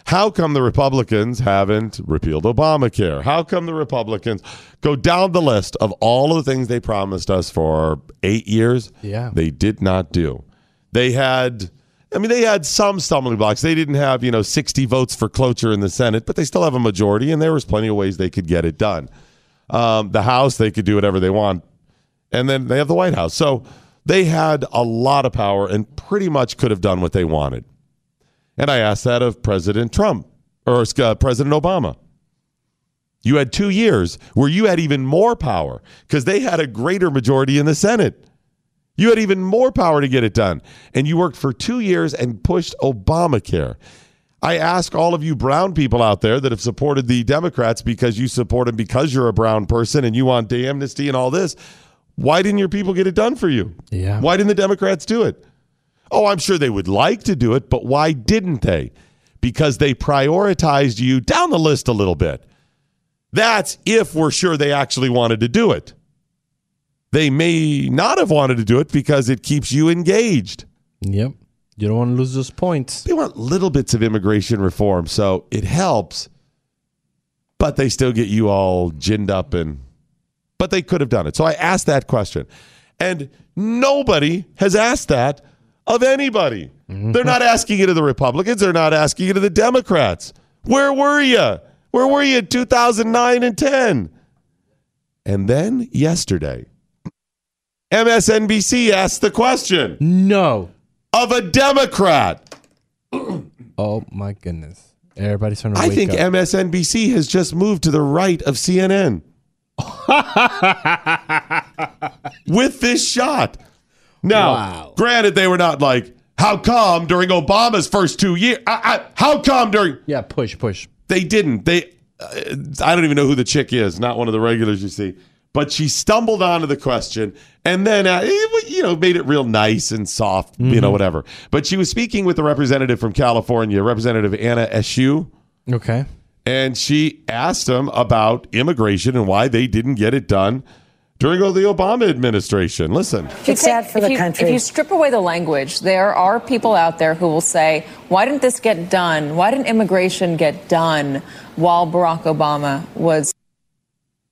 Speaker 4: How come the Republicans haven't repealed Obamacare? How come the Republicans go down the list of all of the things they promised us for eight years?
Speaker 5: Yeah.
Speaker 4: They did not do. They had, I mean, they had some stumbling blocks. They didn't have, you know, 60 votes for cloture in the Senate, but they still have a majority, and there was plenty of ways they could get it done. Um, the House, they could do whatever they want and then they have the White House. So they had a lot of power and pretty much could have done what they wanted. And I asked that of President Trump or uh, President Obama. You had two years where you had even more power because they had a greater majority in the Senate. You had even more power to get it done. And you worked for two years and pushed Obamacare. I ask all of you brown people out there that have supported the Democrats because you support them because you're a brown person and you want amnesty and all this Why didn't your people get it done for you?
Speaker 5: Yeah.
Speaker 4: Why didn't the Democrats do it? Oh, I'm sure they would like to do it, but why didn't they? Because they prioritized you down the list a little bit. That's if we're sure they actually wanted to do it. They may not have wanted to do it because it keeps you engaged.
Speaker 5: Yep. You don't want to lose those points.
Speaker 4: They want little bits of immigration reform, so it helps, but they still get you all ginned up and but they could have done it. So I asked that question. And nobody has asked that of anybody. They're not asking it of the Republicans. They're not asking it of the Democrats. Where were you? Where were you in 2009 and 10? And then yesterday, MSNBC asked the question
Speaker 5: No.
Speaker 4: of a Democrat.
Speaker 5: Oh my goodness. Everybody's trying to
Speaker 4: I
Speaker 5: wake
Speaker 4: think
Speaker 5: up.
Speaker 4: MSNBC has just moved to the right of
Speaker 5: [LAUGHS]
Speaker 4: CNN with this shot. Now,
Speaker 5: Wow.
Speaker 4: granted, they were not like, how come during Obama's first two years? I, I, how come during.
Speaker 5: yeah, push, push.
Speaker 4: They didn't. They. Uh, I don't even know who the chick is. Not one of the regulars you see. But she stumbled onto the question and then, uh, it wa- you know, made it real nice and soft, you
Speaker 5: Mm-hmm.
Speaker 4: know, whatever. But she was speaking with a representative from California, Representative Anna Eshoo
Speaker 5: Okay.
Speaker 4: and she asked him about immigration and why they didn't get it done during the Obama administration. Listen,
Speaker 8: you
Speaker 9: It's
Speaker 8: take-
Speaker 9: sad for
Speaker 8: if
Speaker 9: the
Speaker 8: you-
Speaker 9: country.
Speaker 8: If you strip away the language, there are people out there who will say, why didn't this get done? Why didn't immigration get done while Barack Obama was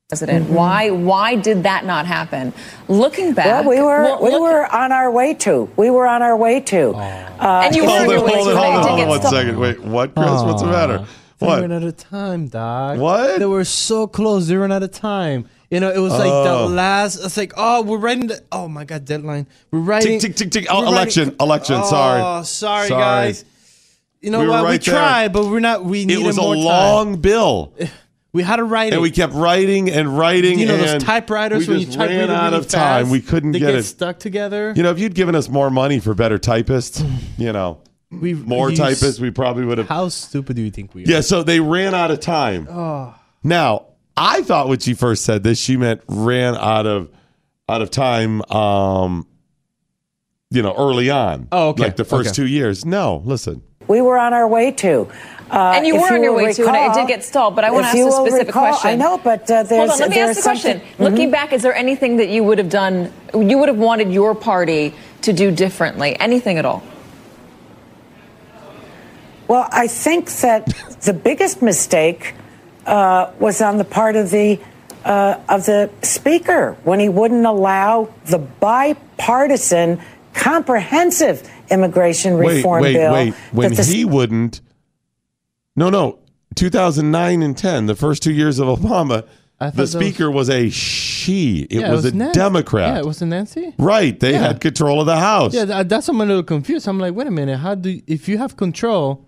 Speaker 8: president? Why why did that not happen? Looking back,
Speaker 9: Mm-hmm. Well, we were
Speaker 8: well,
Speaker 9: we
Speaker 8: look-
Speaker 9: were on our way to. We were on our way to. Uh,
Speaker 8: And you were
Speaker 4: hold
Speaker 8: on
Speaker 4: it,
Speaker 8: your way
Speaker 4: hold
Speaker 8: to
Speaker 4: it, Oh. hold
Speaker 8: it.
Speaker 4: it,
Speaker 8: They
Speaker 4: hold it
Speaker 8: did
Speaker 4: one
Speaker 8: stop-
Speaker 4: second. Wait, what, Chris? What's the matter?
Speaker 5: They ran
Speaker 4: What?
Speaker 5: out of time, dog.
Speaker 4: What?
Speaker 5: They were so close. They ran out of time. You know, it was like the last. It's like, oh, we're writing the. Oh my god, deadline. We're writing.
Speaker 4: tick, tick, tick. Oh,
Speaker 5: we're writing-
Speaker 4: election, election,
Speaker 5: Oh,
Speaker 4: sorry.
Speaker 5: sorry,
Speaker 4: Sorry.
Speaker 5: guys. You know
Speaker 4: We were
Speaker 5: what? we
Speaker 4: right there.
Speaker 5: tried, but we're not. We needed
Speaker 4: It was a
Speaker 5: more time.
Speaker 4: long bill,
Speaker 5: We had to write it.
Speaker 4: and we kept writing and writing.
Speaker 5: you know
Speaker 4: and
Speaker 5: those typewriters
Speaker 4: we
Speaker 5: when you
Speaker 4: just
Speaker 5: type
Speaker 4: ran
Speaker 5: really,
Speaker 4: out
Speaker 5: really
Speaker 4: of time.
Speaker 5: fast,
Speaker 4: We couldn't
Speaker 5: they
Speaker 4: get it.
Speaker 5: stuck together.
Speaker 4: You know, if you'd given us more money for better typists, you know,
Speaker 5: we
Speaker 4: more
Speaker 5: you s-
Speaker 4: typists, we probably would have
Speaker 5: How stupid do you think we are?
Speaker 4: Yeah, so they ran out of time. Now, I thought when she first said this, she meant ran out of out of time um you know, early on.
Speaker 5: Oh, okay,
Speaker 4: Like the first
Speaker 5: okay.
Speaker 4: two years. No, listen.
Speaker 9: we were on our way to. Uh,
Speaker 8: And you
Speaker 9: if
Speaker 8: were on your
Speaker 9: will
Speaker 8: way to, and it
Speaker 9: recall-
Speaker 8: did get stalled, but I wanna
Speaker 9: if
Speaker 8: ask a
Speaker 9: you will
Speaker 8: specific
Speaker 9: recall-
Speaker 8: question.
Speaker 9: I know, but uh, there's
Speaker 8: Hold on, let me
Speaker 9: there's
Speaker 8: ask the question.
Speaker 9: something- mm-hmm.
Speaker 8: Looking back, is there anything that you would have done you would have wanted your party to do differently? Anything at all?
Speaker 9: Well, I think that the biggest mistake uh, was on the part of the uh, of the speaker when he wouldn't allow the bipartisan, comprehensive immigration
Speaker 4: Wait,
Speaker 9: reform
Speaker 4: wait,
Speaker 9: bill.
Speaker 4: wait. When
Speaker 9: that the
Speaker 4: he wouldn't No, no. 2009 and 10, the first two years of Obama,
Speaker 5: I
Speaker 4: the
Speaker 5: thought that was-
Speaker 4: speaker was, a she. It,
Speaker 5: Yeah,
Speaker 4: was, a
Speaker 5: Nancy.
Speaker 4: Democrat.
Speaker 5: Yeah, it was a Nancy.
Speaker 4: right. They
Speaker 5: Yeah.
Speaker 4: had control of the House.
Speaker 5: Yeah, tha- that's I'm a little confused. I'm like, wait a minute, how do if you have control?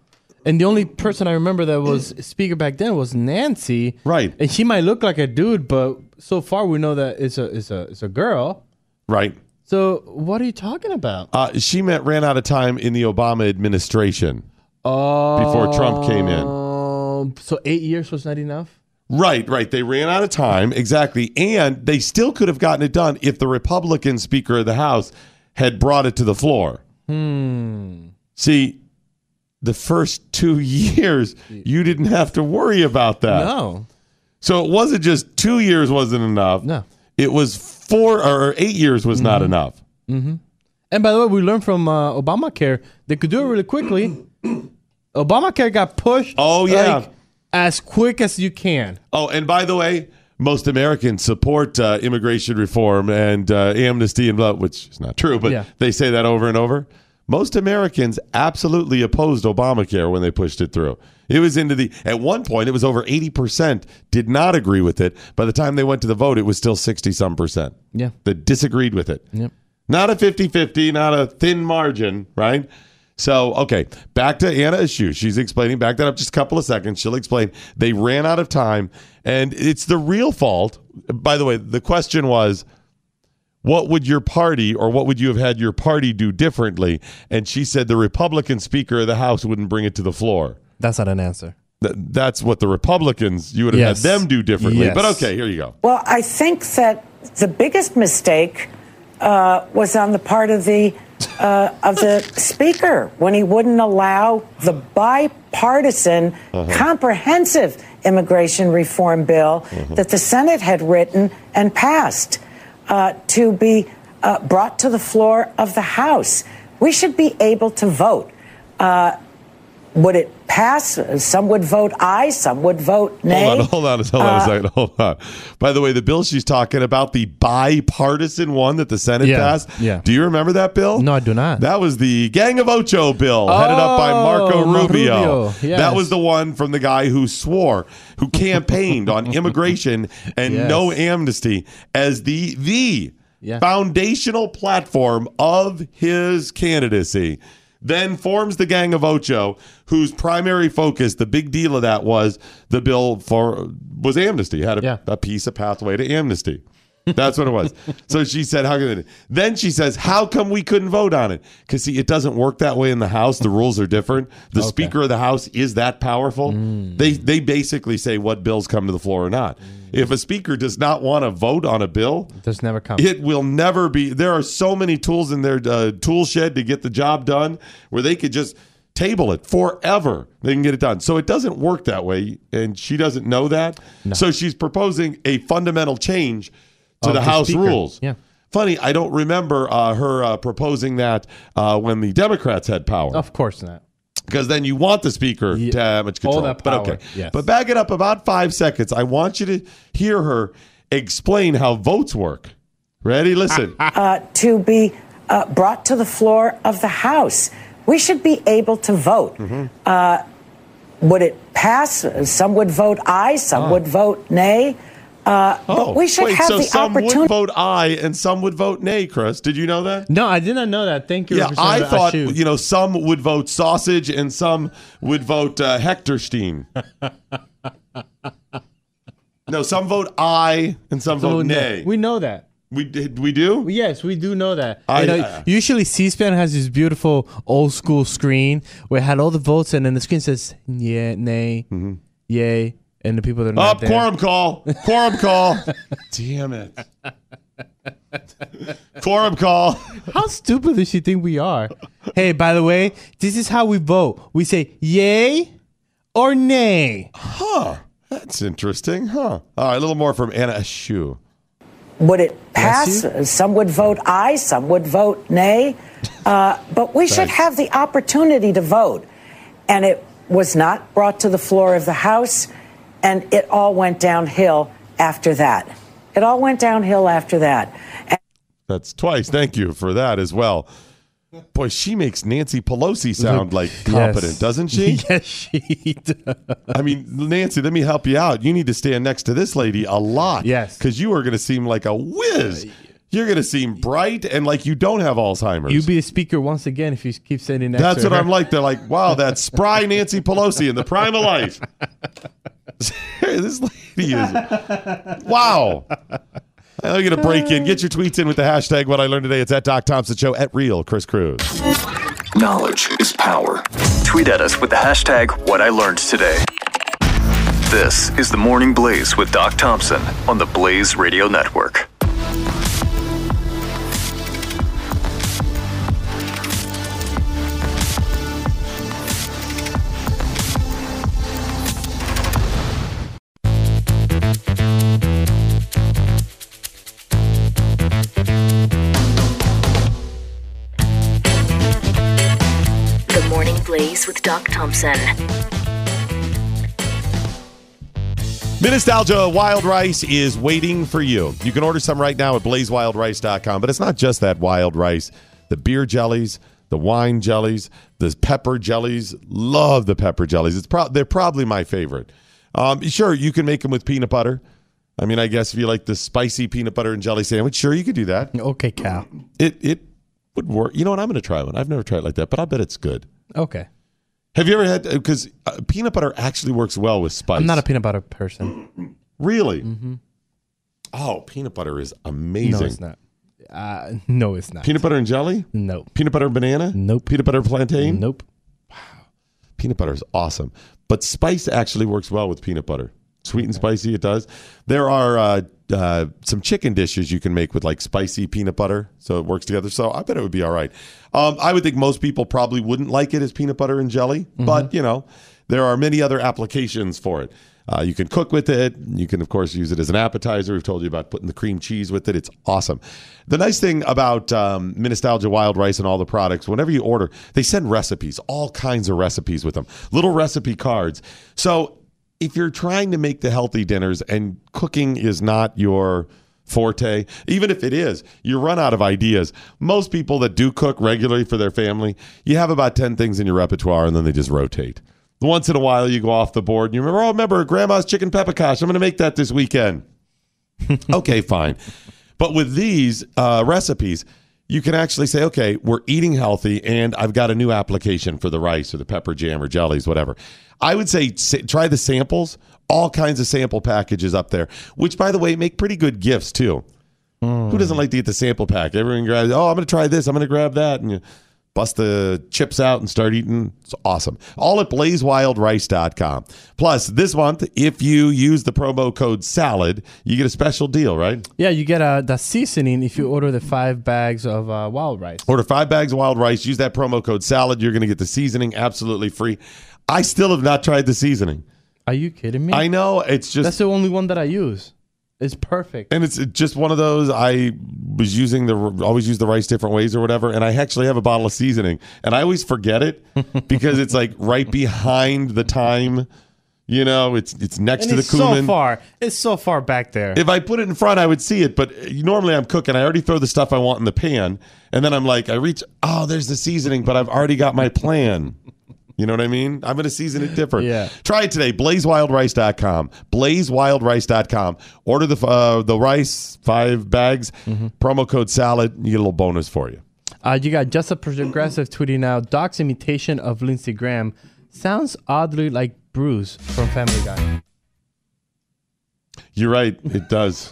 Speaker 5: And the only person I remember that was speaker back then was Nancy.
Speaker 4: Right.
Speaker 5: And she might look like a dude, but so far we know that it's a it's a it's a girl.
Speaker 4: Right.
Speaker 5: So what are you talking about?
Speaker 4: Uh, she meant ran out of time in the Obama administration.
Speaker 5: Oh,
Speaker 4: Uh, before Trump came in.
Speaker 5: Uh. Um, So eight years was not enough.
Speaker 4: Right, right. They ran out of time, exactly. And they still could have gotten it done if the Republican Speaker of the House had brought it to the floor.
Speaker 5: Hmm.
Speaker 4: See, the first two [LAUGHS] years, you didn't have to worry about that.
Speaker 5: No,
Speaker 4: So it wasn't just two years wasn't enough.
Speaker 5: No. Mm-hmm.
Speaker 4: It was four or eight years was not enough.
Speaker 5: And by the way, we learned from uh, Obamacare they could do it really
Speaker 4: [COUGHS]
Speaker 5: quickly. Obamacare got pushed.
Speaker 4: Oh, yeah.
Speaker 5: like, as quick as you can.
Speaker 4: Oh, and by the way, most Americans support uh, immigration reform and uh, amnesty and blah, which is not true, but
Speaker 5: Yeah.
Speaker 4: they say that over and over. Most Americans absolutely opposed Obamacare when they pushed it through. It was into the at one point it was over eighty percent did not agree with it. By the time they went to the vote, it was still sixty some percent
Speaker 5: Yeah.
Speaker 4: that disagreed with it.
Speaker 5: Yep.
Speaker 4: Not a 50-50, not a thin margin, right? So, okay, back to Anna Issue. She's explaining, back that up just a couple of seconds. She'll explain. They ran out of time, and it's the real fault. By the way, the question was, what would your party or what would you have had your party do differently? And she said the Republican Speaker of the House wouldn't bring it to the floor.
Speaker 5: That's not an answer.
Speaker 4: Th- that's what the Republicans, you would have
Speaker 5: Yes.
Speaker 4: had them do differently. But
Speaker 5: Yes.
Speaker 4: okay, here you go.
Speaker 9: Well, I think that the biggest mistake uh, was on the part of the uh, of
Speaker 4: [LAUGHS]
Speaker 9: the speaker when he wouldn't allow the bipartisan,
Speaker 4: Uh-huh.
Speaker 9: comprehensive immigration reform bill
Speaker 4: Mm-hmm.
Speaker 9: that the Senate had written and passed uh, to be uh, brought to the floor of the House. We should be able to vote. Uh, would it pass? Some would vote aye, some would vote nay.
Speaker 4: Hold on, hold on, hold on a second. Hold on. By the way, the bill she's talking about, the bipartisan one that the Senate
Speaker 5: Yeah,
Speaker 4: passed.
Speaker 5: yeah.
Speaker 4: Do you remember that bill?
Speaker 5: No, I do not.
Speaker 4: That was the Gang of Ocho bill, headed up by Marco
Speaker 5: Oh, Marco
Speaker 4: Rubio.
Speaker 5: Rubio, yes.
Speaker 4: That was the one from the guy who swore, who campaigned
Speaker 5: [LAUGHS]
Speaker 4: on immigration and
Speaker 5: Yes.
Speaker 4: no amnesty as the the
Speaker 5: Yeah.
Speaker 4: foundational platform of his candidacy. Then forms the Gang of Ocho, whose primary focus, the big deal of that was the bill for was amnesty, had a,
Speaker 5: Yeah.
Speaker 4: a piece of pathway to amnesty. That's what it was. so she said, "How can?" Then she says, "How come we couldn't vote on it?" Because see, it doesn't work that way in the House. The rules are different. The Speaker of the House is that powerful. They they basically say what bills come to the floor or not. If a Speaker does not want to vote on a bill,
Speaker 5: Does never come.
Speaker 4: it will never be. There are so many tools in their uh, tool shed to get the job done where they could just table it forever. They can get it done. So it doesn't work that way. And she doesn't know that. So she's proposing a fundamental change to
Speaker 5: Of
Speaker 4: the
Speaker 5: the
Speaker 4: House
Speaker 5: speaker.
Speaker 4: rules.
Speaker 5: Yeah.
Speaker 4: Funny, I don't remember uh, her uh, proposing that uh, when the Democrats had power
Speaker 5: of course not.
Speaker 4: because then you want the speaker to have much
Speaker 5: all
Speaker 4: control.
Speaker 5: that
Speaker 4: But
Speaker 5: power,
Speaker 4: okay,
Speaker 5: yes.
Speaker 4: but back it up about five seconds. I want you to hear her explain how votes work. Ready? Listen.
Speaker 9: uh, to be uh, brought to the floor of the House. We should be able to vote.
Speaker 4: Mm-hmm.
Speaker 9: Uh, would it pass? Some would vote aye, some would vote nay. Uh, but we should
Speaker 4: Ah. Oh, wait,
Speaker 9: have
Speaker 4: so
Speaker 9: the
Speaker 4: some
Speaker 9: opportunity.
Speaker 4: would vote aye and some would vote nay. Chris, did you know that?
Speaker 5: No, I did not know that. Thank you.
Speaker 4: Yeah, I
Speaker 5: Representative
Speaker 4: thought
Speaker 5: Ashu.
Speaker 4: you know some would vote sausage and some would vote uh,
Speaker 5: [LAUGHS]
Speaker 4: Hectorstein. no, some vote aye and some
Speaker 5: So,
Speaker 4: vote
Speaker 5: Oh, no,
Speaker 4: nay.
Speaker 5: We know that.
Speaker 4: we did we do.
Speaker 5: Yes, we do know that.
Speaker 4: I-
Speaker 5: And, uh,
Speaker 4: uh,
Speaker 5: usually, C-SPAN has this beautiful old school screen where it had all the votes, and then the screen says yeah, nay,
Speaker 4: Mm-hmm.
Speaker 5: yay, and the people that are not
Speaker 4: Up,
Speaker 5: there.
Speaker 4: Uh, quorum call. Quorum
Speaker 5: [LAUGHS]
Speaker 4: call. Damn it. quorum call.
Speaker 5: How stupid does she think we
Speaker 4: [LAUGHS]
Speaker 5: are? hey, by the way, this is how we vote. We say yay or nay.
Speaker 4: That's interesting, huh? All right, a little more from Anna Ashu.
Speaker 9: would it
Speaker 5: Bless
Speaker 9: pass? Some would vote aye, some would vote
Speaker 4: [LAUGHS]
Speaker 9: nay. Uh, but we should have the opportunity to vote. And it was not brought to the floor of the House, and it all went downhill after that. It all went downhill after that.
Speaker 4: That's twice. Thank you for that as well. Boy, she makes Nancy Pelosi sound
Speaker 5: [LAUGHS]
Speaker 4: like competent,
Speaker 5: Yes.
Speaker 4: doesn't she?
Speaker 5: [LAUGHS] yes, she
Speaker 4: [LAUGHS]
Speaker 5: does.
Speaker 4: I mean, Nancy, let me help you out. You need to stand next to this lady a lot.
Speaker 5: Yes. Uh,
Speaker 4: Because you are going to seem like a whiz. You're going to seem bright and like you don't have Alzheimer's.
Speaker 5: You be the speaker once again if you keep sending that.
Speaker 4: That's
Speaker 5: to
Speaker 4: what
Speaker 5: her.
Speaker 4: I'm like. They're like, wow, that spry Nancy Pelosi in the prime of life. [LAUGHS] this lady is wow. I'm gonna break in. Get your tweets in with the hashtag what I learned today. It's at Doc Thompson Show at Real Chris Cruz.
Speaker 6: Knowledge is power. Tweet at us with the hashtag what I learned today. This is the Morning Blaze with Doc Thompson on the Blaze Radio Network.
Speaker 1: The Morning Blaze with Doc Thompson.
Speaker 4: Minostalgia Wild Rice is waiting for you. You can order some right now at blazewildrice.com. But it's not just that wild rice. The beer jellies, the wine jellies, the pepper jellies. Love the pepper jellies. It's pro- they're probably my favorite. Um, sure, you can make them with peanut butter. I mean, I guess if you like the spicy peanut butter and jelly sandwich, sure you could do that.
Speaker 5: Okay, Cal.
Speaker 4: It it would work. You know what? I'm going to try one. I've never tried it like that, but I bet it's good.
Speaker 5: Okay.
Speaker 4: Have you ever had? Because uh, peanut butter actually works well with spice.
Speaker 5: I'm not a peanut butter person.
Speaker 4: Really? Mm-hmm. Oh, peanut butter is amazing.
Speaker 5: No, it's not. Uh, no, it's not.
Speaker 4: Peanut butter and jelly?
Speaker 5: no.
Speaker 4: Peanut butter and banana?
Speaker 5: Nope.
Speaker 4: Peanut butter and plantain?
Speaker 5: Nope.
Speaker 4: Peanut butter is awesome. But spice actually works well with peanut butter. Sweet and spicy, it does. There are uh, uh, some chicken dishes you can make with like spicy peanut butter, so it works together. So I bet it would be all right. Um, I would think most people probably wouldn't like it as peanut butter and jelly,
Speaker 5: Mm-hmm.
Speaker 4: but you know, there are many other applications for it. Uh, you can cook with it. You can, of course, use it as an appetizer. We've told you about putting the cream cheese with it. It's awesome. The nice thing about um, Minostalgia Wild Rice and all the products, whenever you order, they send recipes, all kinds of recipes with them, little recipe cards. So if you're trying to make the healthy dinners and cooking is not your forte, even if it is, you run out of ideas. Most people that do cook regularly for their family, you have about 10 things in your repertoire and then they just rotate. Once in a while, you go off the board and you remember, oh, remember grandma's chicken peppercash. I'm going to make that this weekend. okay, fine. But with these uh, recipes, you can actually say, okay, we're eating healthy, and I've got a new application for the rice or the pepper jam or jellies, whatever. I would say sa- try the samples, all kinds of sample packages up there, which, by the way, make pretty good gifts too. Who doesn't like to get the sample pack? Everyone grabs, oh, I'm going to try this, I'm going to grab that, and you bust the chips out and start eating. It's awesome. All at blazewildrice.com. Plus, this month, if you use the promo code SALAD, you get a special deal, right?
Speaker 5: Yeah, you get uh, the seasoning if you order the five bags of uh, wild rice.
Speaker 4: Order five bags of wild rice. Use that promo code salad. You're going to get the seasoning absolutely free. I still have not tried the seasoning.
Speaker 5: Are you kidding me?
Speaker 4: I know it's just
Speaker 5: That's the only one that I use. It's perfect.
Speaker 4: and it's just one of those. I was using the always use the rice different ways or whatever, and I actually have a bottle of seasoning, and I always forget
Speaker 5: [LAUGHS]
Speaker 4: it because it's like right behind the time. You know, it's it's next
Speaker 5: And
Speaker 4: to the
Speaker 5: it's so
Speaker 4: cumin.
Speaker 5: far. It's so far back there.
Speaker 4: If I put it in front, I would see it. But uh, normally, I'm cooking. I already throw the stuff I want in the pan, and then I'm like, I reach. Oh, there's the seasoning, but I've already got my plan. You know what I mean? I'm going to season it different.
Speaker 5: Yeah.
Speaker 4: Try it today. BlazeWildRice.com. BlazeWildRice.com. Order the uh, the rice five bags. Promo code salad. You get a little bonus for you.
Speaker 5: Uh, you got just a progressive tweeting now. Doc's imitation of Lindsey Graham sounds oddly like Bruce from Family Guy,
Speaker 4: You're right. It does.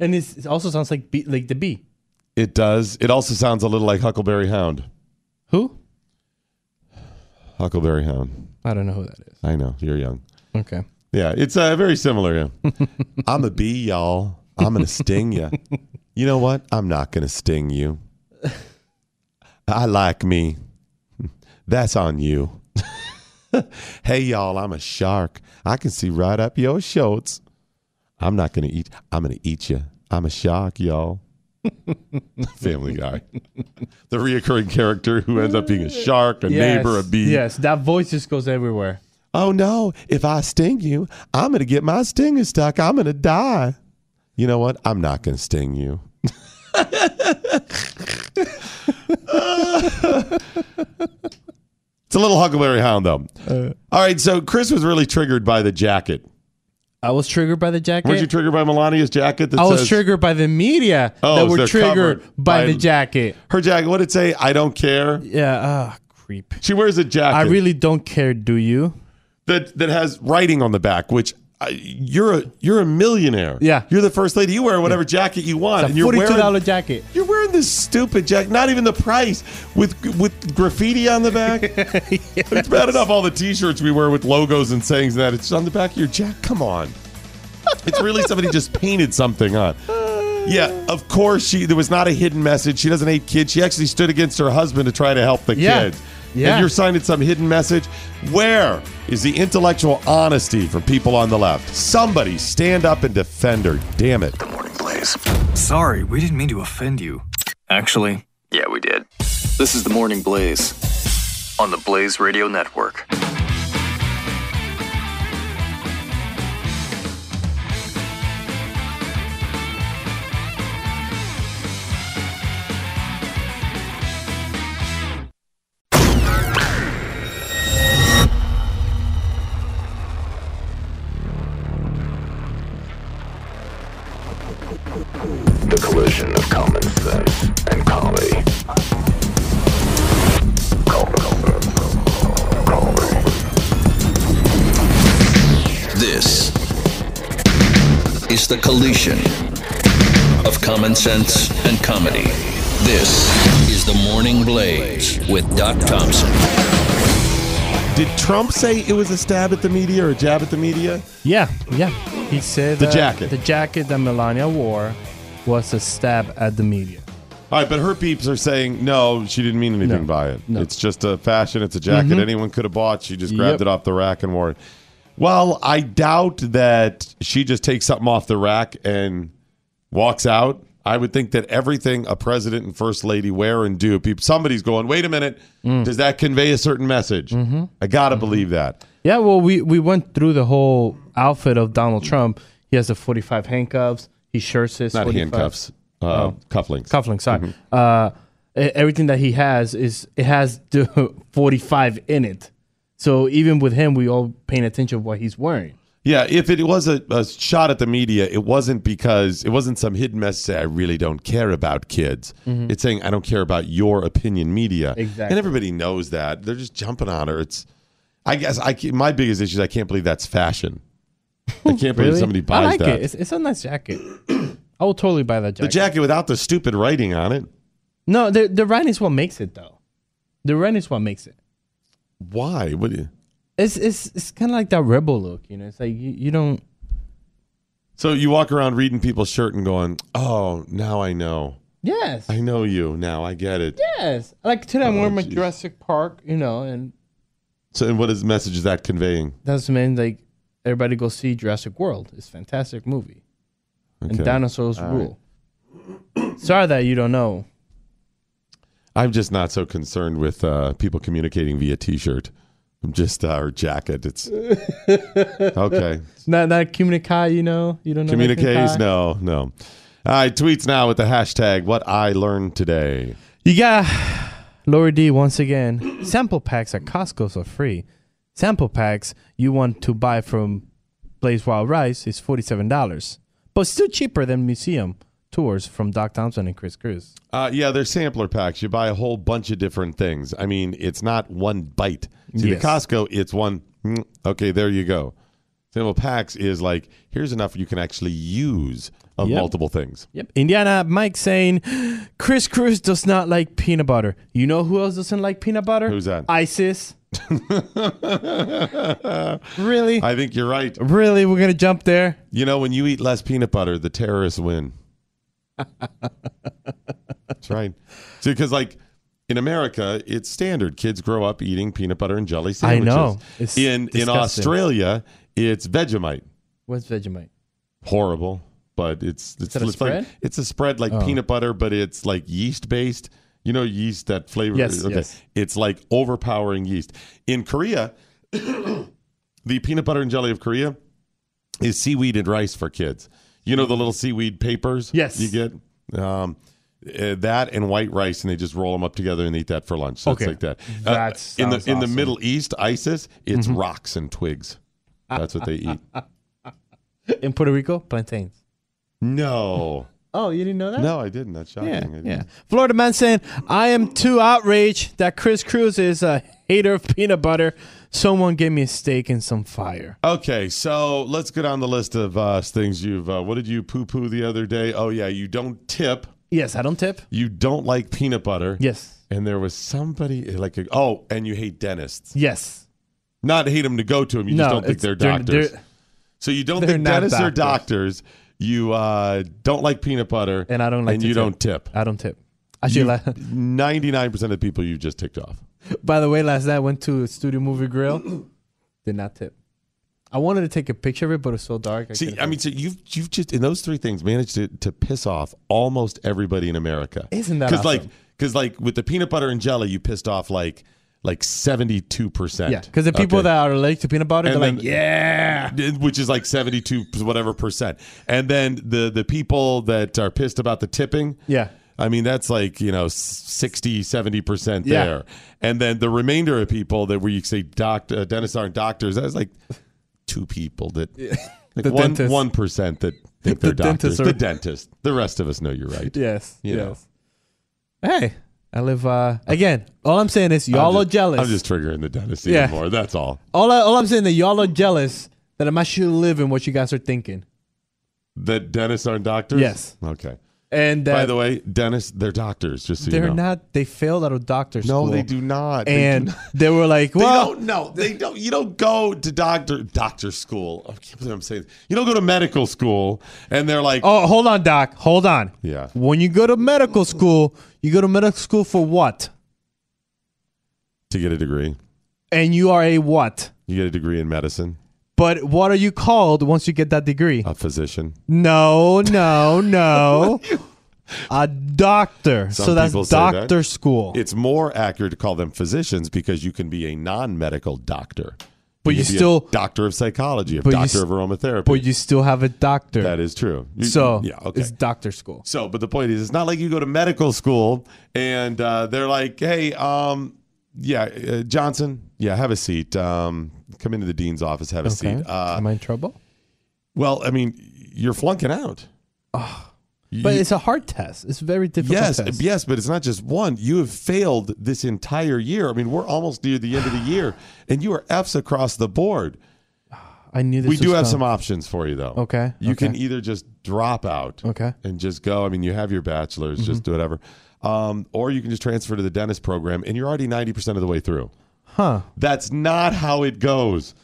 Speaker 5: and it's, it also sounds like B, like the bee.
Speaker 4: it does. It also sounds a little like Huckleberry Hound.
Speaker 5: Who?
Speaker 4: Huckleberry Hound.
Speaker 5: I don't know who that is.
Speaker 4: I know you're young.
Speaker 5: Okay.
Speaker 4: Yeah, it's uh, very similar. [LAUGHS] Yeah. I'm a bee, y'all. I'm gonna sting you. You know what? I'm not gonna sting you. I like me. That's on you. [LAUGHS] hey, y'all. I'm a shark. I can see right up your shorts. I'm not gonna eat. I'm gonna eat you. I'm a shark, y'all. [LAUGHS] Family Guy, the reoccurring character who ends up being a shark, a neighbor, a bee.
Speaker 5: Yes, that voice just goes everywhere.
Speaker 4: Oh no, if I sting you, I'm going to get my stinger stuck. I'm going to die. You know what? I'm not going to sting you. it's a little Huckleberry Hound, though.
Speaker 5: Uh.
Speaker 4: All right, so Chris was really triggered by the jacket.
Speaker 5: I was triggered by the jacket.
Speaker 4: Weren't you triggered by Melania's jacket? That
Speaker 5: I was
Speaker 4: says-
Speaker 5: triggered by the media
Speaker 4: Oh,
Speaker 5: that
Speaker 4: so
Speaker 5: were
Speaker 4: they're
Speaker 5: triggered
Speaker 4: covered
Speaker 5: by,
Speaker 4: by-
Speaker 5: the jacket.
Speaker 4: Her jacket, what did it say? I don't care.
Speaker 5: Yeah, ah, creep.
Speaker 4: She wears a jacket.
Speaker 5: I really don't care, do you?
Speaker 4: that that has writing on the back, which uh, you're a you're a millionaire.
Speaker 5: Yeah.
Speaker 4: you're the first lady. You wear whatever jacket you want,
Speaker 5: It's a
Speaker 4: and Uh, you're
Speaker 5: forty-two dollar
Speaker 4: wearing
Speaker 5: jacket.
Speaker 4: you're wearing this stupid jacket. Not even the price with with graffiti on the
Speaker 5: [LAUGHS]
Speaker 4: back. It's bad enough all the T-shirts we wear with logos and sayings and that it's on the back of your jacket. Come on, it's really somebody just
Speaker 5: [LAUGHS]
Speaker 4: painted something on. Yeah, of course she. There was not a hidden message. She doesn't hate kids. She actually stood against her husband to try to help the
Speaker 5: Yeah.
Speaker 4: kids.
Speaker 5: Yeah.
Speaker 4: And you're signing some hidden message. Where is the intellectual honesty from people on the left? Somebody stand up and defend her. Damn it.
Speaker 6: Morning Blaze. Sorry, we didn't mean to offend you. Actually, yeah, we did. This is the Morning Blaze on the Blaze Radio Network.
Speaker 2: The collision of common sense and comedy.
Speaker 3: This is the collision of common sense and comedy. This is the Morning Blaze with Doc Thompson.
Speaker 4: Did Trump say it was a stab at the media or a jab at the media?
Speaker 5: Yeah, yeah. He said
Speaker 4: The jacket.
Speaker 5: The jacket that Melania wore was a stab at the media.
Speaker 4: All right, but her peeps are saying no, Mm-hmm. she didn't mean anything
Speaker 5: No,
Speaker 4: by it.
Speaker 5: no.
Speaker 4: It's just a fashion. It's a jacket anyone could have bought. She just grabbed
Speaker 5: Yep.
Speaker 4: it off the rack and wore it. Well, I doubt that she just takes something off the rack and walks out. I would think that everything a president and first lady wear and do, people, somebody's going, wait a minute, does that convey a certain message? I gotta believe that.
Speaker 5: Yeah, well, we, we went through the whole outfit of Donald Trump. He has the 45 handcuffs. He shirts his
Speaker 4: Not
Speaker 5: 45
Speaker 4: handcuffs, uh, cufflinks.
Speaker 5: Cufflinks, sorry.
Speaker 4: Mm-hmm.
Speaker 5: Uh, e- everything that he has is it has the [LAUGHS] 45 in it. So even with him, we all paying attention to what he's wearing.
Speaker 4: Yeah, if it was a, a shot at the media, it wasn't because it wasn't some hidden message. saying, I really don't care about kids. It's saying I don't care about your opinion media,
Speaker 5: Mm-hmm. Exactly.
Speaker 4: and everybody knows that. They're just jumping on her. It's, I guess, I ca- my biggest issue is I can't believe that's fashion. I
Speaker 5: [LAUGHS]
Speaker 4: can't believe somebody buys
Speaker 5: I like
Speaker 4: that.
Speaker 5: it. It's, it's a nice jacket. [CLEARS THROAT] I will totally buy that
Speaker 4: the
Speaker 5: jacket.
Speaker 4: jacket without the stupid writing on it.
Speaker 5: no, the the rent is what makes it though. The rent is what makes it.
Speaker 4: Why? What? do you-
Speaker 5: It's it's it's kind of like that rebel look, you know. It's like you, you don't.
Speaker 4: So you walk around reading people's shirt and going, "Oh, now I know.
Speaker 5: Yes,
Speaker 4: I know you. Now I get it."
Speaker 5: yes. Like today, I'm
Speaker 4: Oh,
Speaker 5: wearing my
Speaker 4: jeez.
Speaker 5: Jurassic Park, you know, and
Speaker 4: So, and what is message is that conveying?
Speaker 5: that's mean like everybody go see Jurassic World. It's a fantastic movie, and
Speaker 4: Okay.
Speaker 5: dinosaurs rule. [CLEARS THROAT] Sorry that you don't know.
Speaker 4: I'm just not so concerned with uh, people communicating via T-shirt. I'm just uh, or jacket.
Speaker 5: [LAUGHS]
Speaker 4: It's okay.
Speaker 5: Not not communicate, you know. You don't know. that
Speaker 4: Communiques? No, no. All right. Tweets now with the hashtag What I Learned Today.
Speaker 5: You got [SIGHS] Lori D once again. Sample packs at Costco's are free. Sample packs you want to buy from Blaze Wild Rice is forty-seven dollars, but still cheaper than museum tours from Doc Thompson and Chris Cruz.
Speaker 4: Uh, yeah, they're sampler packs. You buy a whole bunch of different things. I mean, it's not one bite. See,
Speaker 5: Yes.
Speaker 4: the Costco, it's one. mm, Okay, there you go. Sample packs is like here's enough you can actually use of
Speaker 5: Yep.
Speaker 4: multiple things.
Speaker 5: Yep. Indiana Mike saying, Chris Cruz does not like peanut butter. You know who else doesn't like peanut butter?
Speaker 4: Who's that? [LAUGHS]
Speaker 5: ISIS. really?
Speaker 4: I think you're right.
Speaker 5: really? We're gonna jump there?
Speaker 4: You know, when you eat less peanut butter, the terrorists win. That's right. See, because like in America, it's standard. Kids grow up eating peanut butter and jelly
Speaker 5: I
Speaker 4: sandwiches.
Speaker 5: know. It's
Speaker 4: in in
Speaker 5: disgusting.
Speaker 4: Australia, it's Vegemite.
Speaker 5: What's Vegemite?
Speaker 4: Horrible, but it's it's,
Speaker 5: that a
Speaker 4: it's like
Speaker 5: spread? Oh.
Speaker 4: it's a spread like peanut butter, but it's like yeast based. You know, yeast that flavor.
Speaker 5: Yes, yes.
Speaker 4: It's like overpowering yeast. In Korea, [COUGHS] the peanut butter and jelly of Korea is seaweed and rice for kids. You know the little seaweed papers.
Speaker 5: Yes.
Speaker 4: you get um, uh, that and white rice, and they just roll them up together and eat that for lunch. So
Speaker 5: Okay.
Speaker 4: it's like that. Uh,
Speaker 5: That
Speaker 4: in the
Speaker 5: sounds
Speaker 4: in the
Speaker 5: awesome. Mm-hmm.
Speaker 4: Middle East, ISIS, it's rocks and twigs. That's what they
Speaker 5: [LAUGHS]
Speaker 4: eat.
Speaker 5: In Puerto Rico, plantains.
Speaker 4: No,
Speaker 5: Oh, you didn't know that?
Speaker 4: no, I didn't. That's shocking. I
Speaker 5: Yeah,
Speaker 4: didn't.
Speaker 5: yeah. Florida man saying, I am too outraged that Chris Cruz is a hater of peanut butter. Someone give me a steak and some fire.
Speaker 4: Okay, so let's go down the list of uh, things you've. Uh, what did you poo poo the other day? Oh yeah, you don't tip.
Speaker 5: Yes, I don't tip.
Speaker 4: You don't like peanut butter.
Speaker 5: Yes.
Speaker 4: And there was somebody like, a, oh, and you hate dentists.
Speaker 5: Yes.
Speaker 4: Not hate them to go to them. You just don't think
Speaker 5: it's-
Speaker 4: they're doctors.
Speaker 5: they're-
Speaker 4: so you don't
Speaker 5: they're
Speaker 4: think
Speaker 5: not
Speaker 4: dentists are
Speaker 5: doctors.
Speaker 4: doctors. You uh, don't like peanut butter,
Speaker 5: and I don't like
Speaker 4: and
Speaker 5: to
Speaker 4: you
Speaker 5: tip.
Speaker 4: don't tip.
Speaker 5: I don't tip.
Speaker 4: [LAUGHS]
Speaker 5: Actually, la
Speaker 4: Ninety-nine percent of the people you just ticked off.
Speaker 5: [LAUGHS] by the way, last night I went to Studio Movie
Speaker 4: [COUGHS]
Speaker 5: Grill. Did not tip. I wanted to take a picture of it, but it was so dark. I
Speaker 4: See,
Speaker 5: couldn't-
Speaker 4: I mean, so you've you've just in those three things managed to, to piss off almost everybody in America.
Speaker 5: Isn't that
Speaker 4: because
Speaker 5: awesome?
Speaker 4: like because like with the peanut butter and jelly, you pissed off like like seventy-two percent.
Speaker 5: yeah, because the people that are allergic to peanut butter,
Speaker 4: And
Speaker 5: they're
Speaker 4: then-
Speaker 5: like, yeah.
Speaker 4: which is like 72 whatever percent and then the the people that are pissed about the tipping
Speaker 5: Yeah.
Speaker 4: i mean that's like you know 60 70 percent
Speaker 5: Yeah.
Speaker 4: there and then the remainder of people that where you say doctor uh, dentists aren't doctors that's like two people that like
Speaker 5: The
Speaker 4: one
Speaker 5: dentist.
Speaker 4: one percent that think they're
Speaker 5: [LAUGHS] The
Speaker 4: doctors
Speaker 5: dentists are-
Speaker 4: the dentist the rest of us know you're right
Speaker 5: Yes.
Speaker 4: You know.
Speaker 5: yes. Hey, I live. uh Again, all I'm saying is y'all
Speaker 4: I'm
Speaker 5: are
Speaker 4: just-
Speaker 5: jealous.
Speaker 4: i'm just triggering the dentist even
Speaker 5: Yeah.
Speaker 4: more that's all
Speaker 5: all, I, all I'm saying that y'all are jealous that I'm actually living what you guys are thinking.
Speaker 4: that dentists aren't doctors
Speaker 5: Yes.
Speaker 4: okay
Speaker 5: and
Speaker 4: By
Speaker 5: that
Speaker 4: the way, Dennis, they're doctors. Just so
Speaker 5: they're
Speaker 4: you know.
Speaker 5: not. They failed out of doctor's
Speaker 4: No,
Speaker 5: school.
Speaker 4: they do not. They do
Speaker 5: And
Speaker 4: not.
Speaker 5: they were
Speaker 4: [LAUGHS]
Speaker 5: like,
Speaker 4: They
Speaker 5: [LAUGHS] well,
Speaker 4: don't know. They don't. You don't go to doctor doctor school. I can't believe I'm saying. This. You don't go to medical school, and they're like,
Speaker 5: oh, hold on, doc, hold on.
Speaker 4: Yeah.
Speaker 5: When you go to medical school, you go to medical school for what?
Speaker 4: to get a degree,
Speaker 5: And you are a what?
Speaker 4: you get a degree in medicine,
Speaker 5: But what are you called once you get that degree?
Speaker 4: a physician.
Speaker 5: No,
Speaker 4: [LAUGHS]
Speaker 5: no, no. a doctor. so
Speaker 4: Some
Speaker 5: that's
Speaker 4: people say that.
Speaker 5: doctor school.
Speaker 4: It's more accurate to call them physicians because you can be a non-medical doctor,
Speaker 5: But you
Speaker 4: can be a
Speaker 5: still-
Speaker 4: doctor of psychology, a
Speaker 5: But you
Speaker 4: doctor
Speaker 5: s-
Speaker 4: of aromatherapy.
Speaker 5: but you still have a doctor.
Speaker 4: that is true. You-
Speaker 5: so
Speaker 4: yeah, okay.
Speaker 5: it's doctor school.
Speaker 4: So, but the point is, it's not like you go to medical school and uh, they're like, "Hey, um, yeah, uh, Johnson, yeah, have a seat. Um, come into the dean's office, have a
Speaker 5: Okay.
Speaker 4: seat." Uh,
Speaker 5: Am I in trouble?
Speaker 4: well, I mean, you're flunking out.
Speaker 5: But it's a hard test. It's a very difficult
Speaker 4: Yes,
Speaker 5: test.
Speaker 4: yes, but it's not just one. You have failed this entire year. I mean, we're almost near the end of the year, and you are F's across the board.
Speaker 5: I knew this
Speaker 4: we do
Speaker 5: was
Speaker 4: have
Speaker 5: coming.
Speaker 4: some options for you, though.
Speaker 5: Okay,
Speaker 4: You can
Speaker 5: okay.
Speaker 4: either just drop out.
Speaker 5: Okay. Mm-hmm.
Speaker 4: And just go. I mean, you have your bachelor's, just do whatever. Um, or you can just transfer to the dentist program, and you're already 90% of the way through.
Speaker 5: Huh.
Speaker 4: That's not how it goes.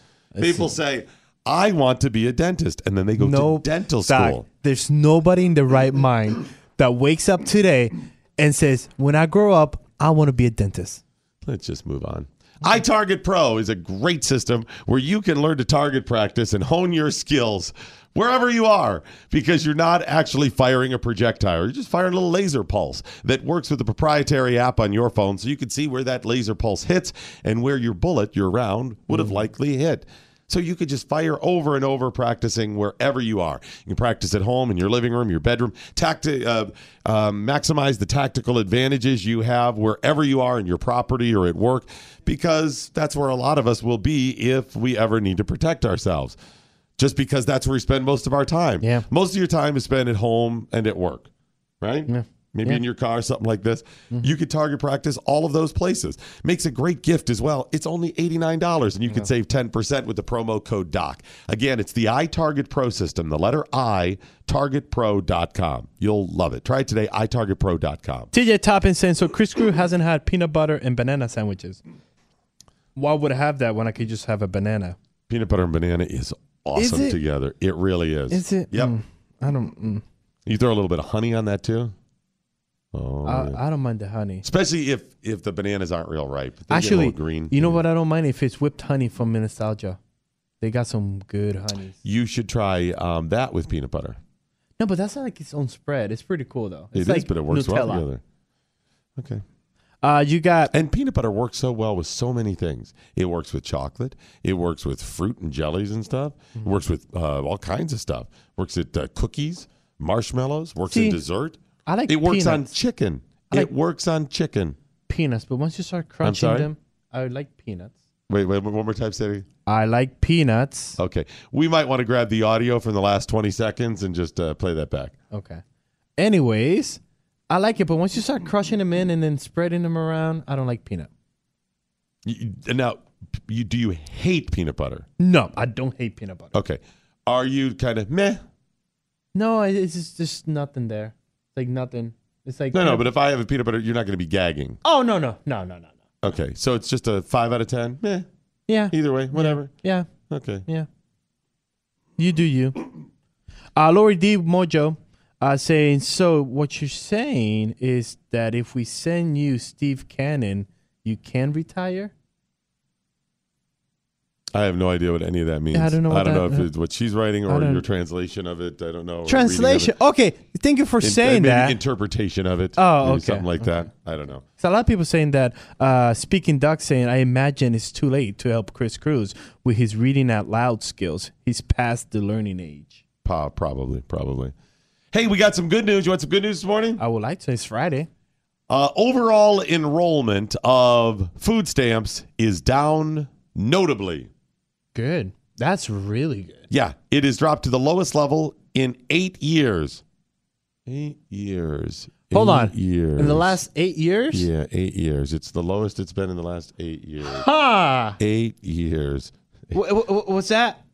Speaker 4: People say, I want to be a dentist, and then they go
Speaker 5: no
Speaker 4: to dental
Speaker 5: doc,
Speaker 4: school.
Speaker 5: There's nobody in the right mind that wakes up today and says, "When I grow up, I want to be a dentist."
Speaker 4: Let's just move on. iTarget Pro is a great system where you can learn to target practice and hone your skills wherever you are because you're not actually firing a projectile. You're just firing a little laser pulse that works with the proprietary app on your phone so you can see where that laser pulse hits and where your bullet, your round, would have likely hit. So you could just fire over and over, practicing wherever you are. You can practice at home, in your living room, your bedroom. Tacti- uh, uh, maximize the tactical advantages you have wherever you are in your property or at work, because that's where a lot of us will be if we ever need to protect ourselves. Just because that's where we spend most of our time.
Speaker 5: Yeah.
Speaker 4: Most of your time is spent at home and at work, right? Maybe
Speaker 5: Yeah. Mm-hmm.
Speaker 4: in your car, something like this. You could target practice all of those places. Makes a great gift as well. It's only $89 and you can save 10% with the promo code DOC. Again, it's the iTarget Pro system, the letter I, targetpro.com. You'll love it. Try it today, itargetpro.com.
Speaker 5: TJ Toppin saying, "So Chris Crew hasn't had peanut butter and banana sandwiches. Why would I have that when I could just have a banana?"
Speaker 4: Peanut butter and banana is awesome
Speaker 5: it-
Speaker 4: together. It really is.
Speaker 5: Is it?
Speaker 4: Yep.
Speaker 5: Mm, I don't. Mm,
Speaker 4: You throw a little bit of honey on that too. Oh, yeah.
Speaker 5: I, I don't mind the honey.
Speaker 4: especially if if the bananas aren't real ripe. They get a
Speaker 5: Actually,
Speaker 4: little green.
Speaker 5: you know what? I don't mind if it's whipped honey from Nostalgia. They got some good honeys.
Speaker 4: You should try um, that with peanut butter.
Speaker 5: No, but that's not like its own spread. It's pretty cool though.
Speaker 4: It's
Speaker 5: It's like
Speaker 4: but it works well
Speaker 5: Nutella.
Speaker 4: together. Okay.
Speaker 5: Uh, you got
Speaker 4: And peanut butter works so well with so many things. It works with chocolate. It works with fruit and jellies and stuff. It
Speaker 5: Mm-hmm.
Speaker 4: works with uh, all kinds of stuff. Works at uh, cookies, marshmallows. Works
Speaker 5: See,
Speaker 4: in dessert.
Speaker 5: I like
Speaker 4: it works on
Speaker 5: peanuts.
Speaker 4: chicken.
Speaker 5: I like-
Speaker 4: it works on chicken.
Speaker 5: peanuts, but once you start crunching
Speaker 4: sorry?
Speaker 5: them, I like peanuts.
Speaker 4: Wait, wait, one more time, Sadie.
Speaker 5: I like peanuts.
Speaker 4: Okay, we might want to grab the audio from the last twenty seconds and just uh, play that back.
Speaker 5: Okay. Anyways, I like it, but once you start crushing them in and then spreading them around, I don't like peanut.
Speaker 4: You, you- now, you, do you hate peanut butter?
Speaker 5: No, I don't hate peanut butter.
Speaker 4: Okay. Are you kind of meh?
Speaker 5: No, it- it's just, just nothing there. Like nothing. It's like
Speaker 4: No, no.
Speaker 5: peanut-
Speaker 4: But if I have a peanut butter, you're not going to be gagging.
Speaker 5: oh no no no no no no.
Speaker 4: Okay. So it's just a five out of ten. Meh.
Speaker 5: Yeah
Speaker 4: Either way, whatever.
Speaker 5: yeah
Speaker 4: Okay.
Speaker 5: yeah. You do you. Uh, Lori D Mojo uh, saying so. What you're saying is that if we send you Steve Cannon, you can retire.
Speaker 4: I have no idea what any of that means.
Speaker 5: Yeah, I don't know
Speaker 4: I
Speaker 5: what
Speaker 4: don't know
Speaker 5: that-
Speaker 4: if it's what she's writing
Speaker 5: I
Speaker 4: or
Speaker 5: don't-
Speaker 4: your translation of it. I don't know. or reading of it.
Speaker 5: Translation. Okay, thank you for
Speaker 4: In-
Speaker 5: saying
Speaker 4: maybe
Speaker 5: that.
Speaker 4: interpretation of it.
Speaker 5: Oh,
Speaker 4: Maybe
Speaker 5: okay,
Speaker 4: Something like that. I don't know.
Speaker 5: So a lot of people saying that uh, speaking duck saying I imagine it's too late to help Chris Cruz with his reading out loud skills. He's past the learning age.
Speaker 4: Pa, probably, probably. Hey, we got some good news. You want some good news this morning?
Speaker 5: I would like to. It's Friday.
Speaker 4: Uh, overall enrollment of food stamps is down notably.
Speaker 5: Good. That's really good.
Speaker 4: Yeah, it has dropped to the lowest level in eight years. Eight years.
Speaker 5: Hold
Speaker 4: Eight
Speaker 5: on.
Speaker 4: Years.
Speaker 5: In the last eight years?
Speaker 4: Yeah, eight years. It's the lowest it's been in the last eight years.
Speaker 5: Ha!
Speaker 4: eight years.
Speaker 5: Wha- wha- wha- what's that?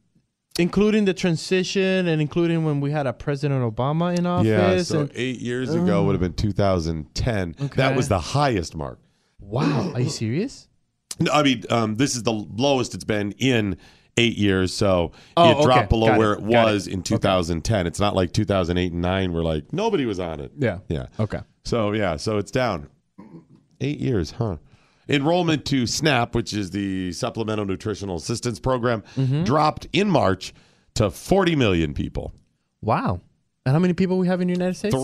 Speaker 5: including the transition and including when we had a President Obama in office.
Speaker 4: Yeah, so
Speaker 5: and- Uh-huh.
Speaker 4: eight years ago would have been 2010. That
Speaker 5: Okay.
Speaker 4: was the highest mark.
Speaker 5: wow, are you serious?
Speaker 4: No, I mean, um, this is the lowest it's been in eight years. So
Speaker 5: Oh,
Speaker 4: it dropped
Speaker 5: okay.
Speaker 4: below
Speaker 5: Got
Speaker 4: where
Speaker 5: it.
Speaker 4: it
Speaker 5: Got
Speaker 4: was in 2010. It's not like 2008 and 9 were like, nobody was on it.
Speaker 5: Yeah.
Speaker 4: Yeah.
Speaker 5: Okay.
Speaker 4: So, yeah, so it's down. Eight years, huh? Enrollment to SNAP, which is the Supplemental Nutritional Assistance Program, dropped in March to 40 million people,
Speaker 5: Wow. And how many people we have in the United States?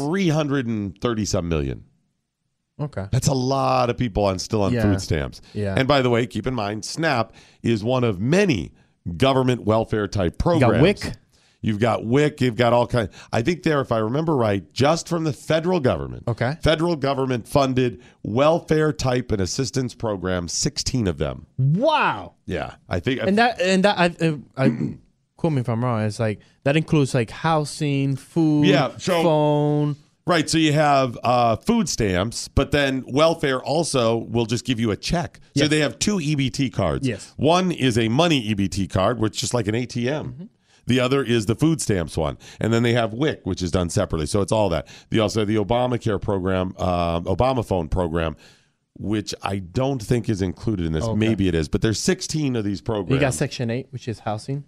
Speaker 4: 330 some million.
Speaker 5: Okay.
Speaker 4: That's a lot of people on still on
Speaker 5: Yeah.
Speaker 4: food stamps.
Speaker 5: Yeah.
Speaker 4: And by the way, keep in mind, SNAP is one of many government welfare type
Speaker 5: got
Speaker 4: programs.
Speaker 5: WIC?
Speaker 4: You've got WIC. You've got all kind. I think there, if I remember right, just from the federal government.
Speaker 5: Okay.
Speaker 4: Federal government funded welfare type and assistance programs, sixteen of them.
Speaker 5: Wow.
Speaker 4: Yeah, I think.
Speaker 5: And that and that I, uh, I, [CLEARS THROAT] I quote me if I'm wrong. It's like that includes like housing, food,
Speaker 4: Yeah, so-
Speaker 5: phone.
Speaker 4: Right. So you have uh, food stamps, but then welfare also will just give you a check. So
Speaker 5: Yes.
Speaker 4: they have two EBT cards.
Speaker 5: Yes.
Speaker 4: One is a money EBT card, which is just like an ATM.
Speaker 5: Mm-hmm.
Speaker 4: The other is the food stamps one. And then they have WIC, which is done separately. So it's all that. They also have the Obamacare program, um, Obama phone program, which I don't think is included in this. Maybe it is, but there's 16 of these programs.
Speaker 5: You got Section Eight, which is housing.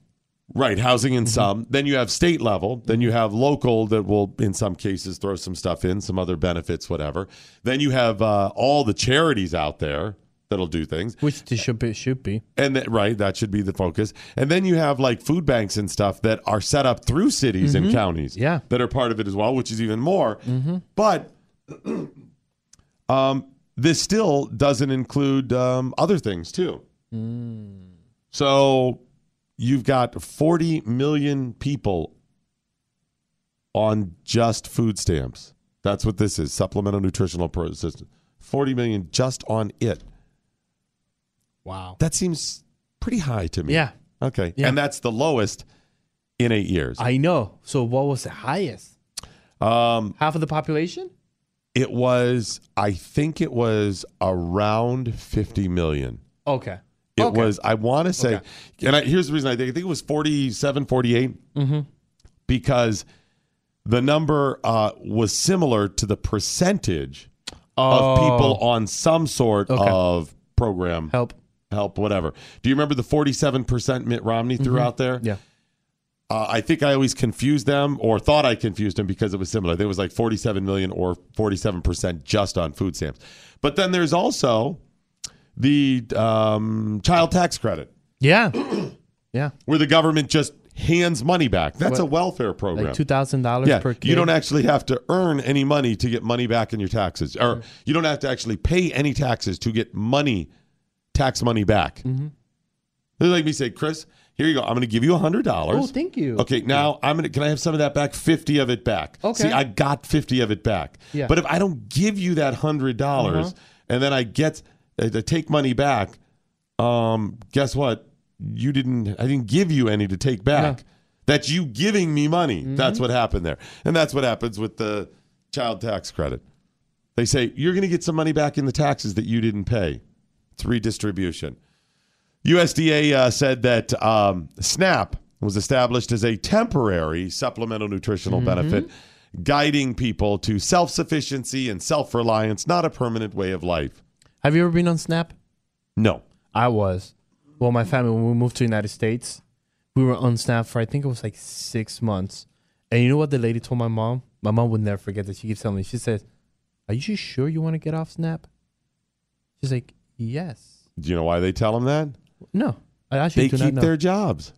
Speaker 4: Right, housing in some. Then you have state level. Then you have local that will, in some cases, throw some stuff in, some other benefits, whatever. Then you have uh, all the charities out there that'll do things,
Speaker 5: Which it should be, it should be.
Speaker 4: and that, right, that should be the focus. And then you have like food banks and stuff that are set up through cities and counties,
Speaker 5: Mm-hmm. Yeah. Mm-hmm.
Speaker 4: that are part of it as well, which is even more. But [CLEARS THROAT] um, this still doesn't include um, other things too.
Speaker 5: Mm.
Speaker 4: So you've got 40 million people on just food stamps. That's what this is supplemental nutritional pro- assistance. 40 million just on it.
Speaker 5: Wow.
Speaker 4: That seems pretty high to me.
Speaker 5: Yeah.
Speaker 4: Okay.
Speaker 5: Yeah.
Speaker 4: And that's the lowest in eight years.
Speaker 5: I know. So what was the highest?
Speaker 4: um,
Speaker 5: Half of the population?
Speaker 4: it was, I think it was around 50 million.
Speaker 5: Okay.
Speaker 4: It
Speaker 5: Okay.
Speaker 4: was, I want to say,
Speaker 5: Okay.
Speaker 4: and I, here's the reason I think, I think it was 47, 48,
Speaker 5: Mm-hmm.
Speaker 4: because the number uh, was similar to the percentage of people on some sort
Speaker 5: Oh. Okay.
Speaker 4: of program, help.
Speaker 5: help.
Speaker 4: whatever. Do you remember the 47% Mitt Romney threw out there?
Speaker 5: Mm-hmm. Yeah.
Speaker 4: Uh, I think I always confused them or thought I confused them because it was similar. I think It was like 47 million or 47% just on food stamps. But then there's also the um, child tax credit [COUGHS]
Speaker 5: Yeah. yeah.
Speaker 4: where the government just hands money back. That's a welfare program.
Speaker 5: Like two thousand dollars
Speaker 4: yeah,
Speaker 5: per kid.
Speaker 4: you don't actually have to earn any money to get money back in your taxes,
Speaker 5: Mm-hmm.
Speaker 4: or you don't have to actually pay any taxes to get money, tax money back.
Speaker 5: Mm-hmm.
Speaker 4: They're like me say, Chris, here you go. I'm going to give you a hundred dollars.
Speaker 5: Oh, thank you.
Speaker 4: Okay, now I'm gonna. Can I have some of that back? Fifty of it back.
Speaker 5: Okay.
Speaker 4: See, I got fifty of it back.
Speaker 5: Yeah. Uh-huh.
Speaker 4: But if I don't give you that hundred dollars, and then I get I I take money back, um, guess what? You didn't. I didn't give you any to take back. That's you giving me money.
Speaker 5: Mm-hmm.
Speaker 4: That's what happened there, and that's what happens with the child tax credit. They say you're going to get some money back in the taxes that you didn't pay. It's redistribution. USDA uh, said that um, SNAP was established as a temporary supplemental nutritional
Speaker 5: Mm-hmm.
Speaker 4: benefit, guiding people to self sufficiency and self reliance, not a permanent way of life.
Speaker 5: Have you ever been on Snap?
Speaker 4: No.
Speaker 5: I was. Well, my family when we moved to the United States, we were on Snap for I think it was like six months. And you know what the lady told my mom? My mom would never forget this. She keeps telling me. She says, "Are you sure you want to get off Snap?" She's like, "Yes."
Speaker 4: Do you know why they tell them that?
Speaker 5: No, I actually
Speaker 4: They
Speaker 5: do
Speaker 4: keep
Speaker 5: not know.
Speaker 4: their jobs.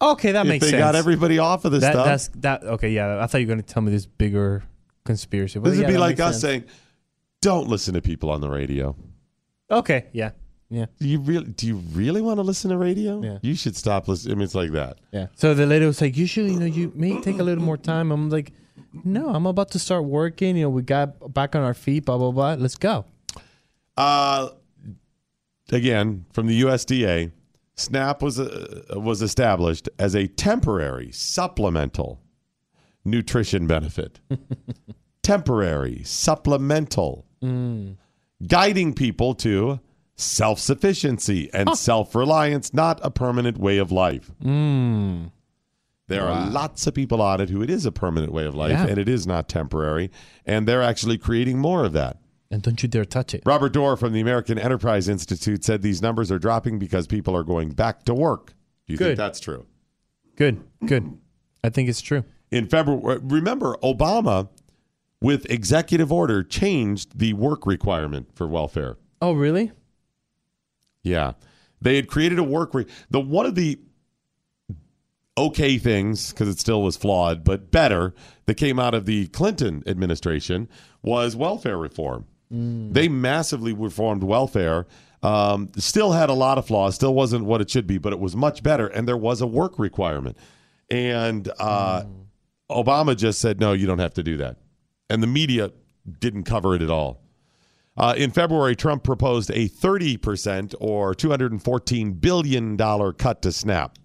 Speaker 5: okay, that
Speaker 4: If
Speaker 5: makes
Speaker 4: they
Speaker 5: sense.
Speaker 4: got everybody off of this
Speaker 5: that,
Speaker 4: stuff.
Speaker 5: that's that. Okay, yeah. I thought you were gonna tell me this bigger conspiracy. Well,
Speaker 4: this would
Speaker 5: yeah,
Speaker 4: be
Speaker 5: that
Speaker 4: like
Speaker 5: makes
Speaker 4: us
Speaker 5: sense.
Speaker 4: saying, "Don't listen to people on the radio."
Speaker 5: Okay, yeah, yeah,
Speaker 4: Do you really? Do you really want to listen to radio?
Speaker 5: Yeah.
Speaker 4: You should stop listening. I mean, it's like that.
Speaker 5: yeah. So the lady was like, "You should, you know, you may take a little more time." I'm like, "No, I'm about to start working. You know, we got back on our feet. Blah blah blah. Let's go."
Speaker 4: Uh, again, from the USDA, SNAP was uh, was established as a temporary supplemental nutrition benefit. temporary supplemental, guiding people to self sufficiency and self reliance, not a permanent way of life. There are lots of people on it who it is a permanent way of life
Speaker 5: Yeah.
Speaker 4: and it is not temporary. And they're actually creating more of that.
Speaker 5: And don't you dare touch it.
Speaker 4: Robert Dorr from the American Enterprise Institute said these numbers are dropping because people are going back to work. Do you think
Speaker 5: Good.
Speaker 4: that's true?
Speaker 5: Good, good. I think it's true.
Speaker 4: in February. uh, Remember, Obama, with executive order, changed the work requirement for welfare.
Speaker 5: Oh, really?
Speaker 4: Yeah, they had created a work re- the one of the okay things because it still was flawed, but better that came out of the Clinton administration was welfare reform. They massively reformed welfare. Um, still had a lot of flaws. Still wasn't what it should be, but it was much better. And there was a work requirement. And uh, Obama just said, "No, you don't have to do that." And the media didn't cover it at all. Uh, in February, Trump proposed a 30% or $214 billion cut to SNAP.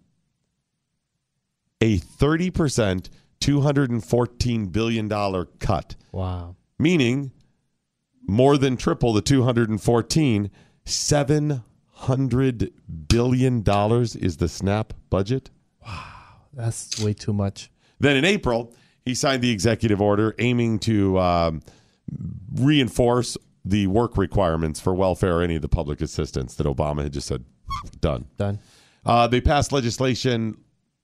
Speaker 4: A 30%, $214 billion cut,
Speaker 5: Wow.
Speaker 4: meaning more than triple the 214. $700 billion is the SNAP budget.
Speaker 5: That's way too much.
Speaker 4: Then in April, he signed the executive order aiming to um, reinforce the work requirements for welfare or any of the public assistance that Obama had just said, done.
Speaker 5: Done.
Speaker 4: Uh, they passed legislation,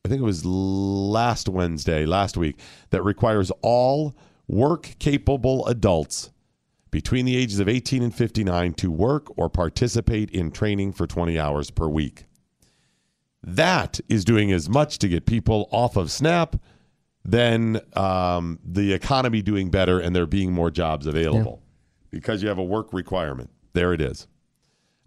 Speaker 4: I think it was last Wednesday, last week, that requires all work capable adults between the ages of 18 and 59 to work or participate in training for 20 hours per week. That is doing as much to get people off of SNAP than um, the economy doing better and there being more jobs available because you have a work requirement. There it is.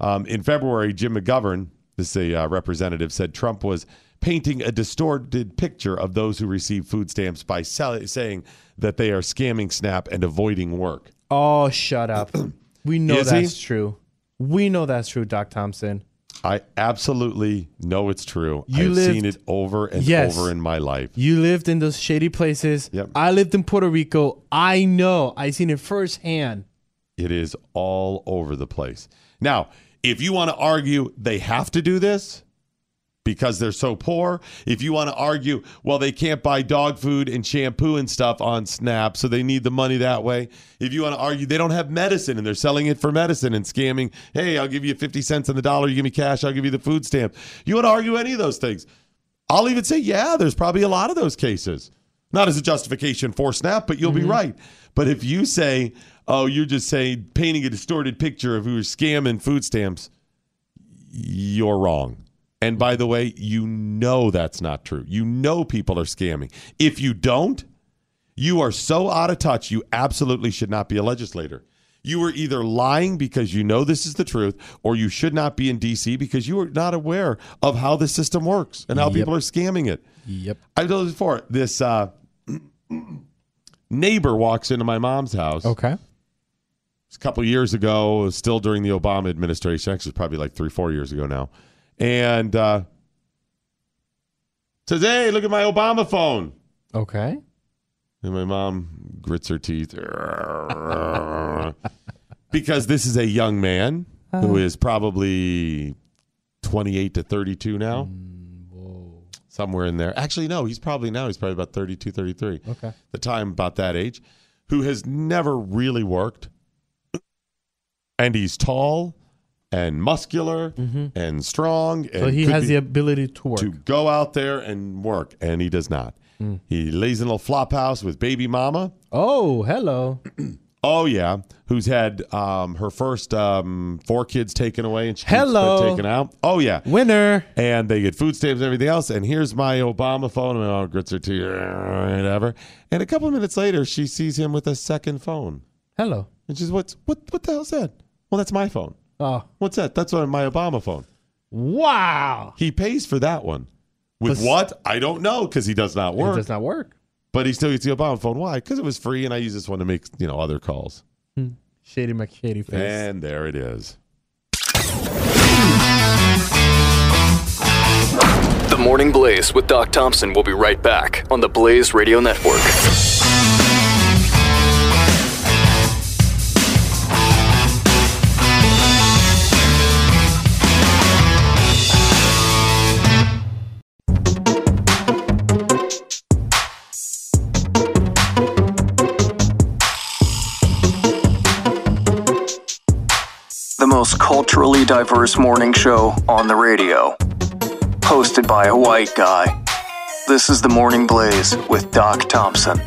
Speaker 4: Um, in February, Jim McGovern, this is a uh, representative, said Trump was painting a distorted picture of those who receive food stamps by sell- saying that they are scamming SNAP and avoiding work.
Speaker 5: Oh, shut up. [CLEARS THROAT] We know
Speaker 4: Is he?
Speaker 5: that's true. We know that's true, Doc Thompson.
Speaker 4: I absolutely know it's true.
Speaker 5: You
Speaker 4: I've
Speaker 5: lived-
Speaker 4: seen it over and
Speaker 5: Yes.
Speaker 4: over in my life.
Speaker 5: You lived in those shady places.
Speaker 4: Yep.
Speaker 5: I lived in Puerto Rico. I know. I seen it firsthand.
Speaker 4: It is all over the place. Now, if you want to argue they have to do this because they're so poor, if you want to argue, well, they can't buy dog food and shampoo and stuff on Snap, so they need the money that way. If you want to argue they don't have medicine and they're selling it for medicine and scamming, hey, I'll give you 50 cents on the dollar, you give me cash, I'll give you the food stamp. You want to argue any of those things? I'll even say, yeah, there's probably a lot of those cases. Not as a justification for SNAP, but you'll be right. But if you say, oh, you're just saying painting a distorted picture of who's scamming food stamps, you're wrong. And by the way, you know that's not true. You know people are scamming. If you don't, you are so out of touch, you absolutely should not be a legislator. You are either lying because you know this is the truth, or you should not be in DC because you are not aware of how the system works and how people are scamming it.
Speaker 5: Yep.
Speaker 4: I've told this before. This uh, neighbor walks into my mom's house
Speaker 5: Okay.
Speaker 4: a couple years ago, still during the Obama administration. Actually, it's probably like three, four years ago now. And uh, says, "Hey, look at my Obama phone."
Speaker 5: Okay.
Speaker 4: And my mom grits her teeth because this is a young man who is probably 28 to 32 now.
Speaker 5: Mm,
Speaker 4: Somewhere in there. Actually, no, he's probably now, he's probably about 32, 33.
Speaker 5: Okay.
Speaker 4: The time about that age, who has never really worked. And he's tall and muscular and strong. And
Speaker 5: Mm-hmm. So he
Speaker 4: could
Speaker 5: has
Speaker 4: be-
Speaker 5: the ability to work.
Speaker 4: to go out there and work, and he does not. He lays in a little flop house with baby mama.
Speaker 5: Oh, hello.
Speaker 4: Oh yeah, who's had um, her first um, four kids taken away and she's
Speaker 5: Hello.
Speaker 4: taken out. Oh yeah,
Speaker 5: Winner.
Speaker 4: and they get food stamps and everything else. And here's my Obama phone, and all grits her teeth, whatever. And a couple of minutes later, she sees him with a second phone,
Speaker 5: Hello.
Speaker 4: and she's what's what? What the hell's that? Well, that's my phone.
Speaker 5: Oh.
Speaker 4: What's that? That's on my Obama phone.
Speaker 5: Wow.
Speaker 4: He pays for that one. With
Speaker 5: But-
Speaker 4: what? I don't know because he does not work.
Speaker 5: It does not work.
Speaker 4: But he still gets the Obama phone. Why? Because it was free, and I use this one to make you know other calls.
Speaker 5: Shady McShady face.
Speaker 4: And there it is.
Speaker 6: The Morning Blaze with Doc Thompson will be right back on the Blaze Radio Network. culturally diverse morning show on the radio. Hosted by a white guy. This is The Morning Blaze with Doc Thompson.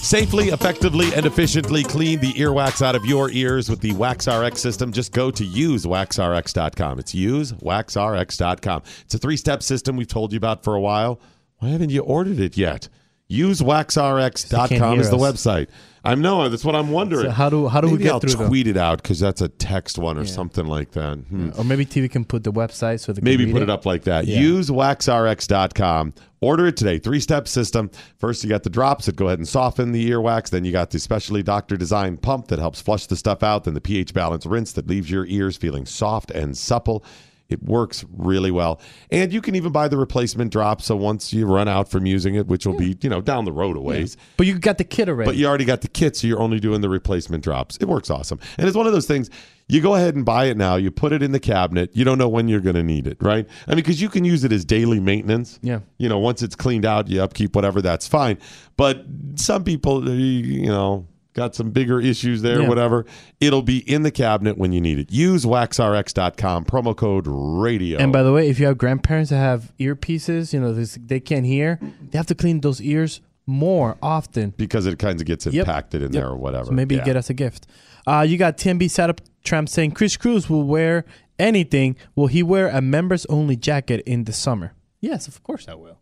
Speaker 4: Safely, effectively, and efficiently clean the earwax out of your ears with the WaxRx system. Just go to usewaxrx.com. It's usewaxrx.com. It's a three step system we've told you about for a while. Why haven't you ordered it yet?
Speaker 5: They can't
Speaker 4: Usewaxrx.com
Speaker 5: hear
Speaker 4: is the
Speaker 5: us.
Speaker 4: website. I know. That's what I'm wondering.
Speaker 5: So how do- how do we
Speaker 4: Maybe
Speaker 5: get
Speaker 4: I'll
Speaker 5: through them?
Speaker 4: tweet it out because that's a text one or something like that. Hmm.
Speaker 5: Or maybe TV can put the website so they can
Speaker 4: Maybe
Speaker 5: read
Speaker 4: put it up like that.
Speaker 5: Yeah.
Speaker 4: Use waxrx.com. Order it today. Three step system. First, you got the drops that go ahead and soften the earwax. Then, you got the specially doctor designed pump that helps flush the stuff out. Then, the pH balance rinse that leaves your ears feeling soft and supple. It works really well. And you can even buy the replacement drop. So, once you run out from using it, which will be, you know, down the road a ways,
Speaker 5: But you got the kid already.
Speaker 4: but you already got the kit, so you're only doing the replacement drops. It works awesome. And it's one of those things you go ahead and buy it now, you put it in the cabinet, you don't know when you're going to need it, right? I mean, because you can use it as daily maintenance.
Speaker 5: Yeah.
Speaker 4: You know, once it's cleaned out, you upkeep whatever, that's fine. But some people, you know, got some bigger issues there,
Speaker 5: Yeah.
Speaker 4: whatever. It'll be in the cabinet when you need it. Use waxrx.com, promo code radio.
Speaker 5: and by the way, if you have grandparents that have earpieces, you know this, they can't hear. They have to clean those ears more often.
Speaker 4: because it kind of gets
Speaker 5: Yep.
Speaker 4: impacted in
Speaker 5: Yep.
Speaker 4: there or whatever.
Speaker 5: So maybe
Speaker 4: Yeah.
Speaker 5: you get us a gift. Uh, you got TMB setup tramp saying Chris Cruz will wear anything. Will he wear a members only jacket in the summer? Yes, of course I will.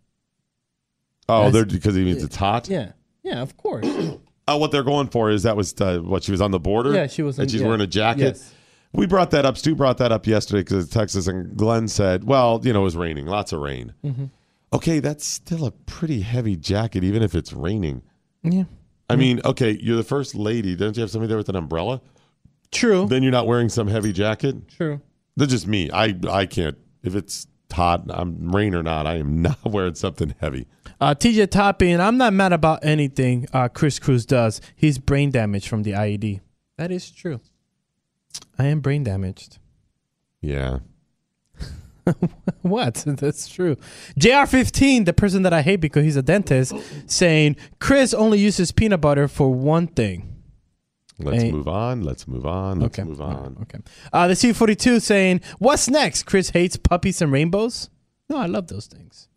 Speaker 4: Oh,
Speaker 5: Yes.
Speaker 4: they're, because he means it's hot?
Speaker 5: Yeah, yeah, of course.
Speaker 4: Oh, what they're going for is that was uh, what she was on the border.
Speaker 5: Yeah, she was
Speaker 4: And
Speaker 5: on-
Speaker 4: she's
Speaker 5: yeah.
Speaker 4: wearing a jacket.
Speaker 5: Yes.
Speaker 4: We brought that up. Stu brought that up yesterday because Texas and Glenn said, "Well, you know, it was raining, lots of rain."
Speaker 5: Mm-hmm.
Speaker 4: Okay, that's still a pretty heavy jacket, even if it's raining.
Speaker 5: yeah,
Speaker 4: I mean, okay, you're the first lady. Don't you have somebody there with an umbrella?
Speaker 5: true,
Speaker 4: Then you're not wearing some heavy jacket.
Speaker 5: true.
Speaker 4: That's just me. I I can't. If it's hot, I'm rain or not, I am [LAUGHS] not wearing something heavy.
Speaker 5: Uh, TJ Topping, I'm not mad about anything uh, Chris Cruz does. He's brain damaged from the IED. That is true. I am brain damaged.
Speaker 4: Yeah.
Speaker 5: What? [LAUGHS] That's true. JR15, the person that I hate because he's a dentist, saying Chris only uses peanut butter for one thing.
Speaker 4: Let's
Speaker 5: Hey.
Speaker 4: move on. Let's move on. Let's
Speaker 5: okay.
Speaker 4: move on.
Speaker 5: Okay. Uh, the C42 saying, What's next? Chris hates puppies and rainbows? No, I love those things.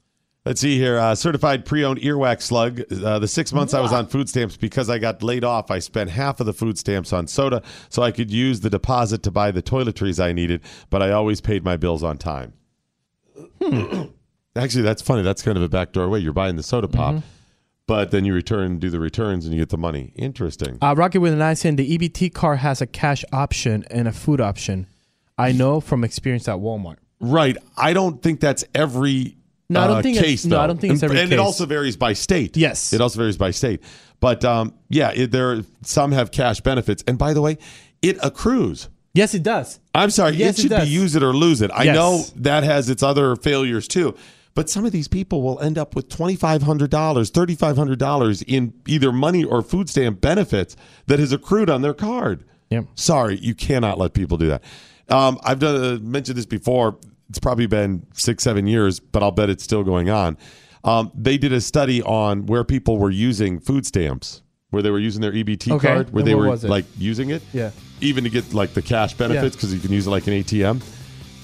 Speaker 4: Let's see here. Uh, certified pre-owned earwax slug. Uh, the six months I was on food stamps because I got laid off. I spent half of the food stamps on soda, so I could use the deposit to buy the toiletries I needed. But I always paid my bills on time. [COUGHS] Actually, that's funny. That's kind of a backdoor way. You're buying the soda pop, but then you return, do the returns, and you get the money. Interesting.
Speaker 5: Uh, Rocket with an eye saying the EBT car has a cash option and a food option. I know from experience at Walmart.
Speaker 4: Right. I don't think that's every
Speaker 5: No, I don't
Speaker 4: uh,
Speaker 5: think it's-
Speaker 4: case.
Speaker 5: no, I
Speaker 4: though.
Speaker 5: don't think it's
Speaker 4: and,
Speaker 5: every
Speaker 4: and it
Speaker 5: case.
Speaker 4: also varies by state.
Speaker 5: Yes.
Speaker 4: it also varies by state. But um, yeah, it, there some have cash benefits, and by the way, it accrues.
Speaker 5: Yes, it does.
Speaker 4: I'm sorry,
Speaker 5: Yes,
Speaker 4: it
Speaker 5: it
Speaker 4: should be
Speaker 5: does.
Speaker 4: use it or lose it. I
Speaker 5: Yes.
Speaker 4: know that has its other failures too. But some of these people will end up with twenty five hundred dollars, thirty five hundred dollars in either money or food stamp benefits that has accrued on their card.
Speaker 5: Yep.
Speaker 4: Sorry, you cannot let people do that. Um, I've done, uh, mentioned this before. It's probably been six, seven years, but I'll bet it's still going on. Um, they did a study on where people were using food stamps, where they were using their EBT
Speaker 5: Okay.
Speaker 4: card, where
Speaker 5: And
Speaker 4: they
Speaker 5: what
Speaker 4: were
Speaker 5: was it?
Speaker 4: like using it,
Speaker 5: Yeah.
Speaker 4: even to get like the cash benefits because you can use it like an ATM.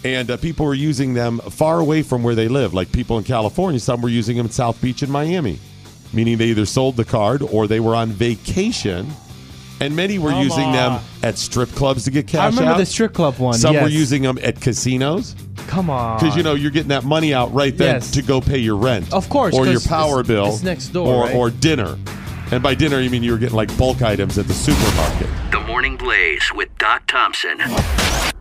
Speaker 4: And uh, people were using them far away from where they live. Like people in California, some were using them in South Beach and Miami, meaning they either sold the card or they were on vacation and many were
Speaker 5: Come
Speaker 4: using them
Speaker 5: on.
Speaker 4: at strip clubs to get cash
Speaker 5: I remember
Speaker 4: out.
Speaker 5: the strip club one.
Speaker 4: Some were
Speaker 5: yes.
Speaker 4: using them at casinos
Speaker 5: Come on.
Speaker 4: because you know you're getting that money out right then
Speaker 5: Yes.
Speaker 4: to go pay your rent,
Speaker 5: Of course,
Speaker 4: or your
Speaker 5: 'cause
Speaker 4: power
Speaker 5: it's-
Speaker 4: bill,
Speaker 5: it's next door,
Speaker 4: or,
Speaker 5: right?
Speaker 4: or dinner. And by dinner, you mean you were getting like bulk items at the supermarket.
Speaker 7: The Morning Blaze with Doc Thompson.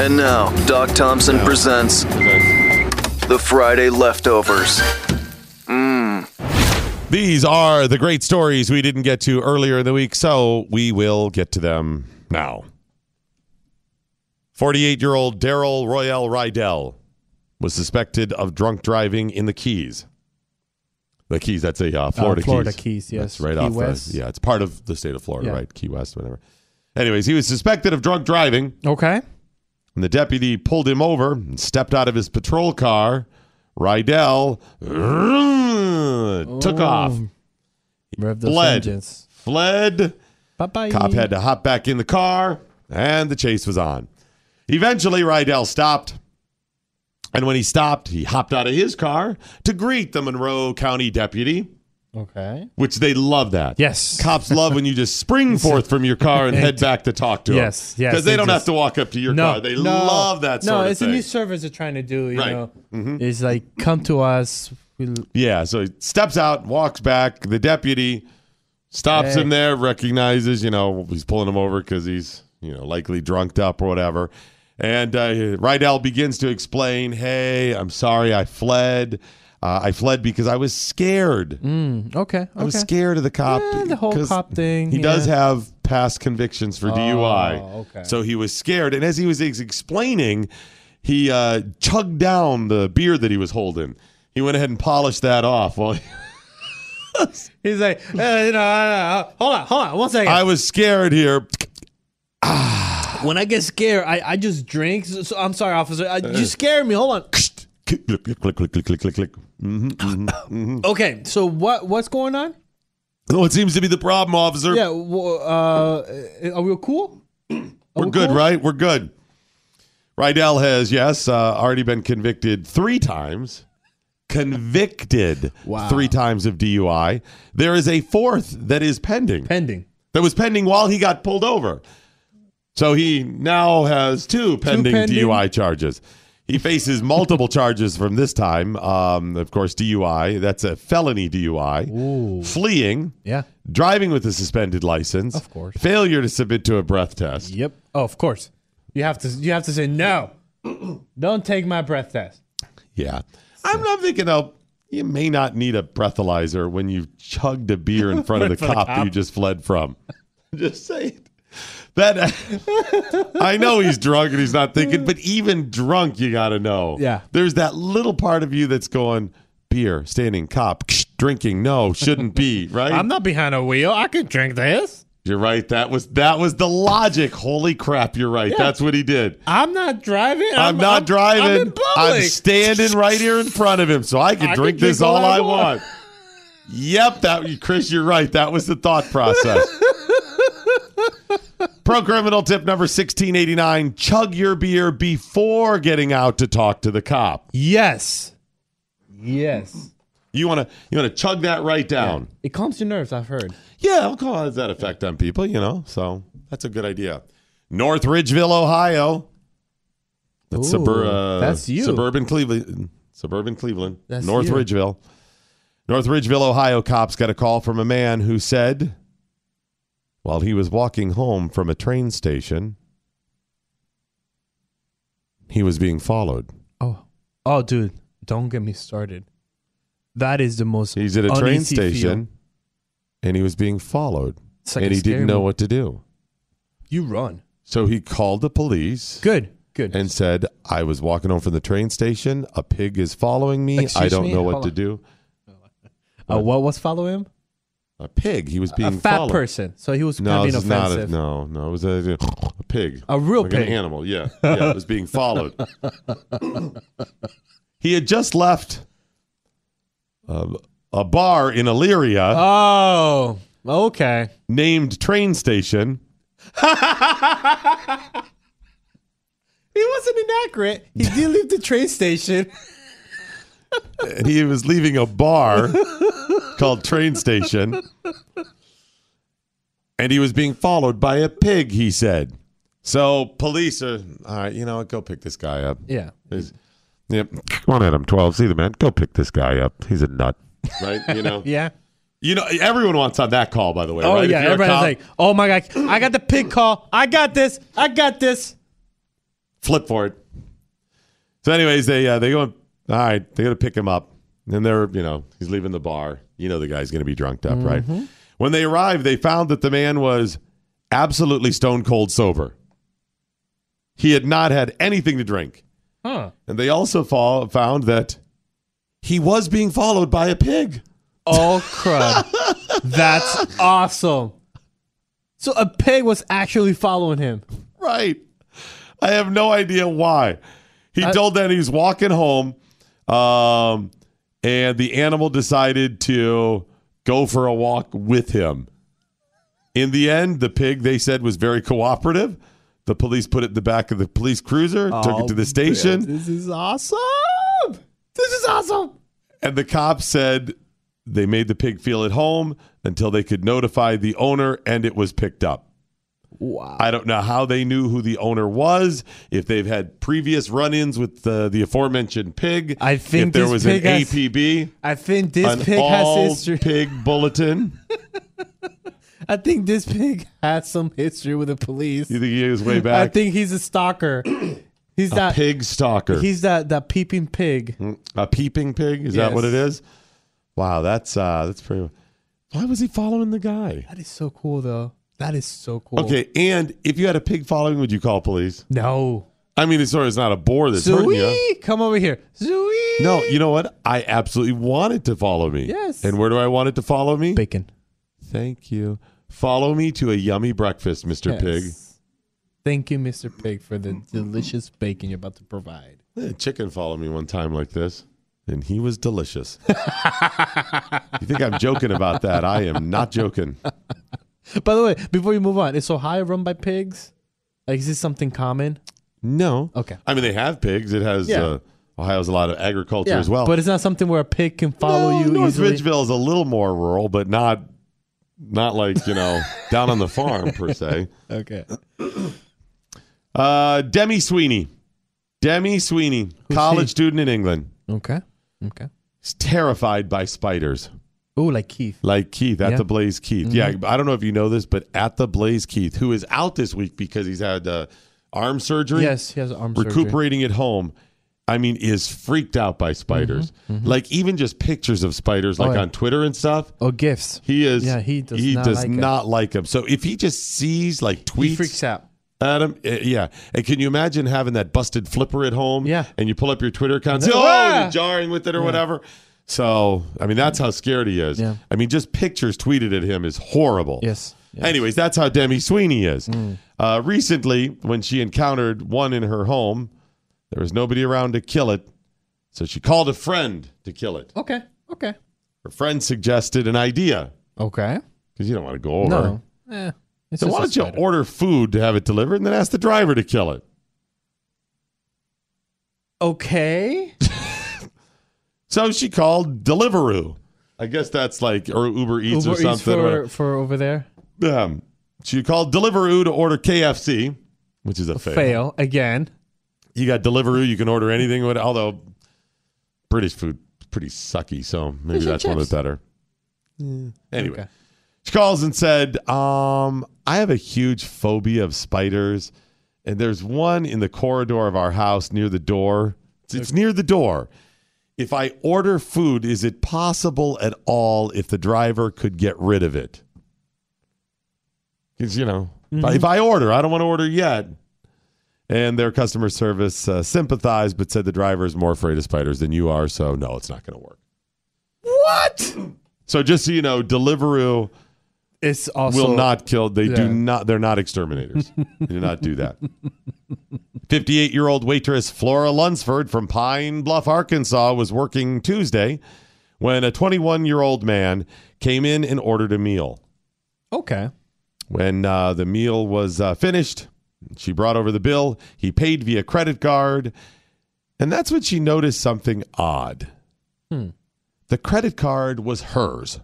Speaker 6: And now, Doc Thompson presents The Friday Leftovers.
Speaker 4: These are the great stories we didn't get to earlier in the week, so we will get to them now. 48 year old Daryl Royale Rydell was suspected of drunk driving in the Keys. The Keys, that's a uh, Florida Keys.
Speaker 5: Florida Keys, yes.
Speaker 4: That's right
Speaker 5: Key
Speaker 4: off. uh,
Speaker 5: West.
Speaker 4: yeah, it's part of the state of Florida,
Speaker 5: Yeah.
Speaker 4: right? Key West, whatever. Anyways, he was suspected of drunk driving.
Speaker 5: Okay.
Speaker 4: And the deputy pulled him over and stepped out of his patrol car. Rydell [SNIFFS] took
Speaker 5: Oh
Speaker 4: off,
Speaker 5: Rev those
Speaker 4: bled,
Speaker 5: engines.
Speaker 4: fled.
Speaker 5: Bye bye.
Speaker 4: Cop had to hop back in the car, and the chase was on. Eventually, Rydell stopped. And when he stopped, he hopped out of his car to greet the Monroe County deputy,
Speaker 5: Okay.
Speaker 4: which they love that.
Speaker 5: Yes.
Speaker 4: Cops love when you just
Speaker 5: [LAUGHS]
Speaker 4: spring forth from your car and head back to talk to them.
Speaker 5: Yes, yes,
Speaker 4: Because they,
Speaker 5: they
Speaker 4: don't have
Speaker 5: just-
Speaker 4: to walk up to your car. They love that
Speaker 5: No,
Speaker 4: sort of
Speaker 5: it's
Speaker 4: thing.
Speaker 5: a new service they're trying to do. You
Speaker 4: Right. Mm-hmm.
Speaker 5: know, it's like come to us. We,
Speaker 4: Yeah, so he steps out, walks back. The deputy stops
Speaker 5: Hey.
Speaker 4: him there, recognizes, you know, he's pulling him over because he's, you know, likely drunked up or whatever. And uh, Rydell begins to explain, hey, I'm sorry, I fled. Uh, I fled because I was scared.
Speaker 5: okay.
Speaker 4: I was
Speaker 5: Mm, okay.
Speaker 4: scared of the cop.
Speaker 5: Yeah, the whole
Speaker 4: 'cause
Speaker 5: cop thing,
Speaker 4: He does
Speaker 5: yeah. Oh,
Speaker 4: have past convictions for DUI.
Speaker 5: okay.
Speaker 4: So he was scared. And as he was ex- explaining, he uh, chugged down the beer that he was holding. He went ahead and polished that off. Well,
Speaker 5: He's like, uh, you know, uh, hold on, hold on, one second.
Speaker 4: I was scared here.
Speaker 5: when I get scared, I, I just drink. So, so- I'm sorry, officer. I,
Speaker 4: Uh.
Speaker 5: you scared me. Hold on.
Speaker 4: Click, click, click, click, click, click, click, click.
Speaker 5: Okay. So what what's going on?
Speaker 4: Oh, it seems to be the problem, officer.
Speaker 5: Yeah. wh- Uh, are we cool?
Speaker 4: We're good, right? We're good. Rydell has, yes, uh, already been convicted three times. Convicted
Speaker 5: Wow.
Speaker 4: three times of DUI. There is a fourth that is pending,
Speaker 5: Pending.
Speaker 4: that was pending while he got pulled over. So he now has two pending,
Speaker 5: pending.
Speaker 4: DUI charges. He faces multiple charges from this time. Um, of course, DUI, that's a felony DUI. Fleeing,
Speaker 5: Yeah.
Speaker 4: driving with a suspended license,
Speaker 5: Of course.
Speaker 4: failure to submit to a breath test.
Speaker 5: Yep. Oh, of course. You have to. You have to say no. [CLEARS THROAT] Don't take my breath test.
Speaker 4: Yeah. I'm not thinking of you may not need a breathalyzer when you've chugged a beer [LAUGHS] in front of the cop that you just fled from. [LAUGHS] just say it. That [LAUGHS] I know he's drunk and he's not thinking, but even drunk, you got to know.
Speaker 5: Yeah.
Speaker 4: There's that little part of you that's going beer, standing cop, drinking. No, shouldn't be [LAUGHS] right.
Speaker 5: I'm not behind a wheel. I can drink this.
Speaker 4: you're right. That was that was the logic. Holy crap! You're right. That's what he did.
Speaker 5: I'm not driving.
Speaker 4: I'm, not driving.
Speaker 5: I'm in
Speaker 4: I'm
Speaker 5: public.
Speaker 4: standing right here in front of him, so I can
Speaker 5: I can
Speaker 4: drink
Speaker 5: drink
Speaker 4: this all,
Speaker 5: all I
Speaker 4: I want. yep, that Chris, you're right. That was the thought [LAUGHS] process. Pro criminal tip number 1689 chug your beer before getting out to talk to the cop.
Speaker 5: Yes. Yes.
Speaker 4: You want to you want to chug that right down.
Speaker 5: It calms your nerves. I've heard.
Speaker 4: Yeah, alcohol has that effect on people, you know, so that's a good idea. North Ridgeville, Ohio. That's,
Speaker 5: Ooh,
Speaker 4: suburb, uh,
Speaker 5: that's you.
Speaker 4: Suburban Cleveland. Suburban Cleveland.
Speaker 5: That's
Speaker 4: North
Speaker 5: you.
Speaker 4: Ridgeville. North Ridgeville, Ohio cops got a call from a man who said while he was walking home from a train station, he was being followed.
Speaker 5: Oh. Oh, dude. Don't get me started. That is the most.
Speaker 4: He's at a train
Speaker 5: uneasy feel.
Speaker 4: station and he was being followed.
Speaker 5: It's like
Speaker 4: and
Speaker 5: a
Speaker 4: he
Speaker 5: scary
Speaker 4: didn't know
Speaker 5: movie.
Speaker 4: what to do.
Speaker 5: You run.
Speaker 4: So he called the police.
Speaker 5: Good. Good.
Speaker 4: and said, I was walking home from the train station. A pig is following me. I
Speaker 5: Excuse
Speaker 4: don't
Speaker 5: me?
Speaker 4: know what
Speaker 5: Hold
Speaker 4: to
Speaker 5: on.
Speaker 4: do.
Speaker 5: uh, what was following him?
Speaker 4: A pig. He was being
Speaker 5: a fat
Speaker 4: followed.
Speaker 5: person. So he was
Speaker 4: No,
Speaker 5: kind
Speaker 4: this
Speaker 5: of
Speaker 4: is not
Speaker 5: offensive.
Speaker 4: a, no, no. It was a, a pig.
Speaker 5: A real
Speaker 4: like
Speaker 5: pig.
Speaker 4: An animal. Yeah, yeah. It was being
Speaker 5: [LAUGHS]
Speaker 4: followed. he had just left um, a bar in Illyria
Speaker 5: Oh, okay.
Speaker 4: named Train Station.
Speaker 5: He wasn't inaccurate. He did leave the train station.
Speaker 4: and he was leaving a
Speaker 5: [LAUGHS]
Speaker 4: bar called Train Station. And he was being followed by a pig, he said. So police are, all right, you know what? Go pick this guy up.
Speaker 5: [LAUGHS] Yeah.
Speaker 4: He's- yep. Come on at him, 12. See the man. Go pick this guy up. He's a nut. Right?
Speaker 5: [LAUGHS]
Speaker 4: You know?
Speaker 5: Yeah.
Speaker 4: You know, everyone wants on that call, by the way.
Speaker 5: Oh
Speaker 4: right? If
Speaker 5: yeah.
Speaker 4: you're a
Speaker 5: Everybody's
Speaker 4: cop,
Speaker 5: like, oh my god, I got the pig call. I got this. I got this.
Speaker 4: flip for it. So, anyways, they uh, they go. All right, they go to pick him up, and they're you know he's leaving the bar. You know the guy's going to be drunked up, right? When they arrived, they found that the man was absolutely stone cold sober. He had not had anything to drink.
Speaker 5: Huh.
Speaker 4: And they also fo- found that he was being followed by a pig.
Speaker 5: Oh crap! [LAUGHS] That's awesome. So a pig was actually following him.
Speaker 4: Right. I have no idea why. He told that he was walking home, um, and the animal decided to go for a walk with him. In the end, the pig they said was very cooperative. The police put it in the back of the police cruiser, took it to the station,
Speaker 5: Oh, This is awesome. This is awesome.
Speaker 4: and the cops said they made the pig feel at home until they could notify the owner and it was picked up.
Speaker 5: Wow.
Speaker 4: I don't know how they knew who the owner was, if they've had previous run-ins with the, the aforementioned pig.
Speaker 5: I think
Speaker 4: if there
Speaker 5: this
Speaker 4: was
Speaker 5: pig
Speaker 4: an
Speaker 5: has-
Speaker 4: APB,
Speaker 5: I think this
Speaker 4: an
Speaker 5: pig has
Speaker 4: all
Speaker 5: history.
Speaker 4: pig bulletin. [LAUGHS]
Speaker 5: I think this pig has some history with the police.
Speaker 4: You think he was way
Speaker 5: I
Speaker 4: back?
Speaker 5: think he's a stalker. [CLEARS THROAT] He's
Speaker 4: a
Speaker 5: that
Speaker 4: pig stalker,
Speaker 5: he's that that peeping pig.
Speaker 4: a peeping pig. Is that what it
Speaker 5: Yes.
Speaker 4: is? Wow, that's uh, that's pretty. Why was he following the guy?
Speaker 5: That is so cool though. That is so cool.
Speaker 4: Okay, and if you had a pig following, would you call police?
Speaker 5: No.
Speaker 4: I mean, it's sort of it's not a boar that's hurting you.
Speaker 5: Zooey, come over here. Zooey.
Speaker 4: No, you know what? I absolutely want it to follow me.
Speaker 5: Yes.
Speaker 4: And where do I want it to follow me?
Speaker 5: bacon.
Speaker 4: Thank you. Follow me to a yummy breakfast, Mr. Pig.
Speaker 5: Yes. Thank you, Mr. Pig, for the delicious bacon you're about to provide.
Speaker 4: Yeah, Eh, chicken followed me one time like this, and he was
Speaker 5: [LAUGHS]
Speaker 4: delicious. you think I'm joking about that? I am not joking.
Speaker 5: By the way, before you move on, is Ohio run by pigs? Like, is this something common?
Speaker 4: No.
Speaker 5: Okay.
Speaker 4: I mean, they have pigs. It has,
Speaker 5: Yeah.
Speaker 4: uh, Ohio's a lot of agriculture as well.
Speaker 5: But it's not something where a pig can follow
Speaker 4: No,
Speaker 5: you
Speaker 4: North
Speaker 5: easily.
Speaker 4: Ridgeville is a little more rural, but not not like, you know, down on the farm per se.
Speaker 5: Okay.
Speaker 4: Uh, Demi Sweeney. Demi Sweeney, college
Speaker 5: she?
Speaker 4: student in England.
Speaker 5: Okay. Okay.
Speaker 4: is terrified by spiders.
Speaker 5: Oh, like Keith.
Speaker 4: Like Keith at
Speaker 5: Yeah. Mm-hmm.
Speaker 4: the Blaze Keith. Yeah, I don't know if you know this, but at the Blaze Keith, who is out this week because he's had uh, arm surgery.
Speaker 5: Yes, he has arm surgery.
Speaker 4: recuperating at home. I mean, is freaked out by spiders.
Speaker 5: Mm-hmm,
Speaker 4: Like even just pictures of spiders, like
Speaker 5: yeah.
Speaker 4: on Twitter and stuff.
Speaker 5: Oh, gifts.
Speaker 4: He is.
Speaker 5: Yeah, he does
Speaker 4: he
Speaker 5: not
Speaker 4: does
Speaker 5: like it.
Speaker 4: not like him. So if he just sees like tweets,
Speaker 5: He freaks out.
Speaker 4: Adam, uh, yeah. And can you imagine having that busted flipper at home?
Speaker 5: Yeah.
Speaker 4: And you pull up your Twitter account, and say, oh,
Speaker 5: Ah!
Speaker 4: you're jarring with it or whatever. So, I mean, that's how scared he is.
Speaker 5: Yeah.
Speaker 4: I mean, just pictures tweeted at him is horrible.
Speaker 5: Yes, yes. Mm.
Speaker 4: Anyways, that's how Demi Sweeney is. Uh, recently, when she encountered one in her home, there was nobody around to kill it. So she called a friend to kill it.
Speaker 5: Okay. Okay.
Speaker 4: Her friend suggested an idea
Speaker 5: Okay.
Speaker 4: because you don't want to go over.
Speaker 5: No. Eh, it's
Speaker 4: So
Speaker 5: just
Speaker 4: why
Speaker 5: a
Speaker 4: don't you
Speaker 5: spider.
Speaker 4: order food to have it delivered and then ask the driver to kill it?
Speaker 5: Okay.
Speaker 4: So she called Deliveroo. I guess that's like or Uber Eats
Speaker 5: Uber
Speaker 4: or
Speaker 5: Eats
Speaker 4: something.
Speaker 5: for, for over there.
Speaker 4: whatever. Um, she called Deliveroo to order KFC, which is a fail.
Speaker 5: Fail. again.
Speaker 4: You got Deliveroo, you can order anything. With, although British food is pretty sucky, so maybe
Speaker 5: Fish and
Speaker 4: that's one of
Speaker 5: chips.
Speaker 4: the better. Anyway,
Speaker 5: Okay.
Speaker 4: she calls and said, um, "I have a huge phobia of spiders, and there's one in the corridor of our house near the door. It's, it's near the door." If I order food, is it possible at all if the driver could get rid of it? Because, you know, if I- if I order, I don't want to order yet. And their customer service uh, sympathized, but said the driver is more afraid of spiders than you are. So, no, it's not going to work. What? So, just so you know, Deliveroo
Speaker 5: It's also
Speaker 4: will not kill. They do
Speaker 5: yeah.
Speaker 4: not. They're not exterminators. they do not do that. Fifty-eight-year-old waitress Flora Lunsford from Pine Bluff, Arkansas, was working Tuesday when a 21-year-old man came in and ordered a meal.
Speaker 5: Okay.
Speaker 4: When uh, the meal was uh, finished, she brought over the bill. He paid via credit card. And that's when she noticed something odd. The credit card was hers.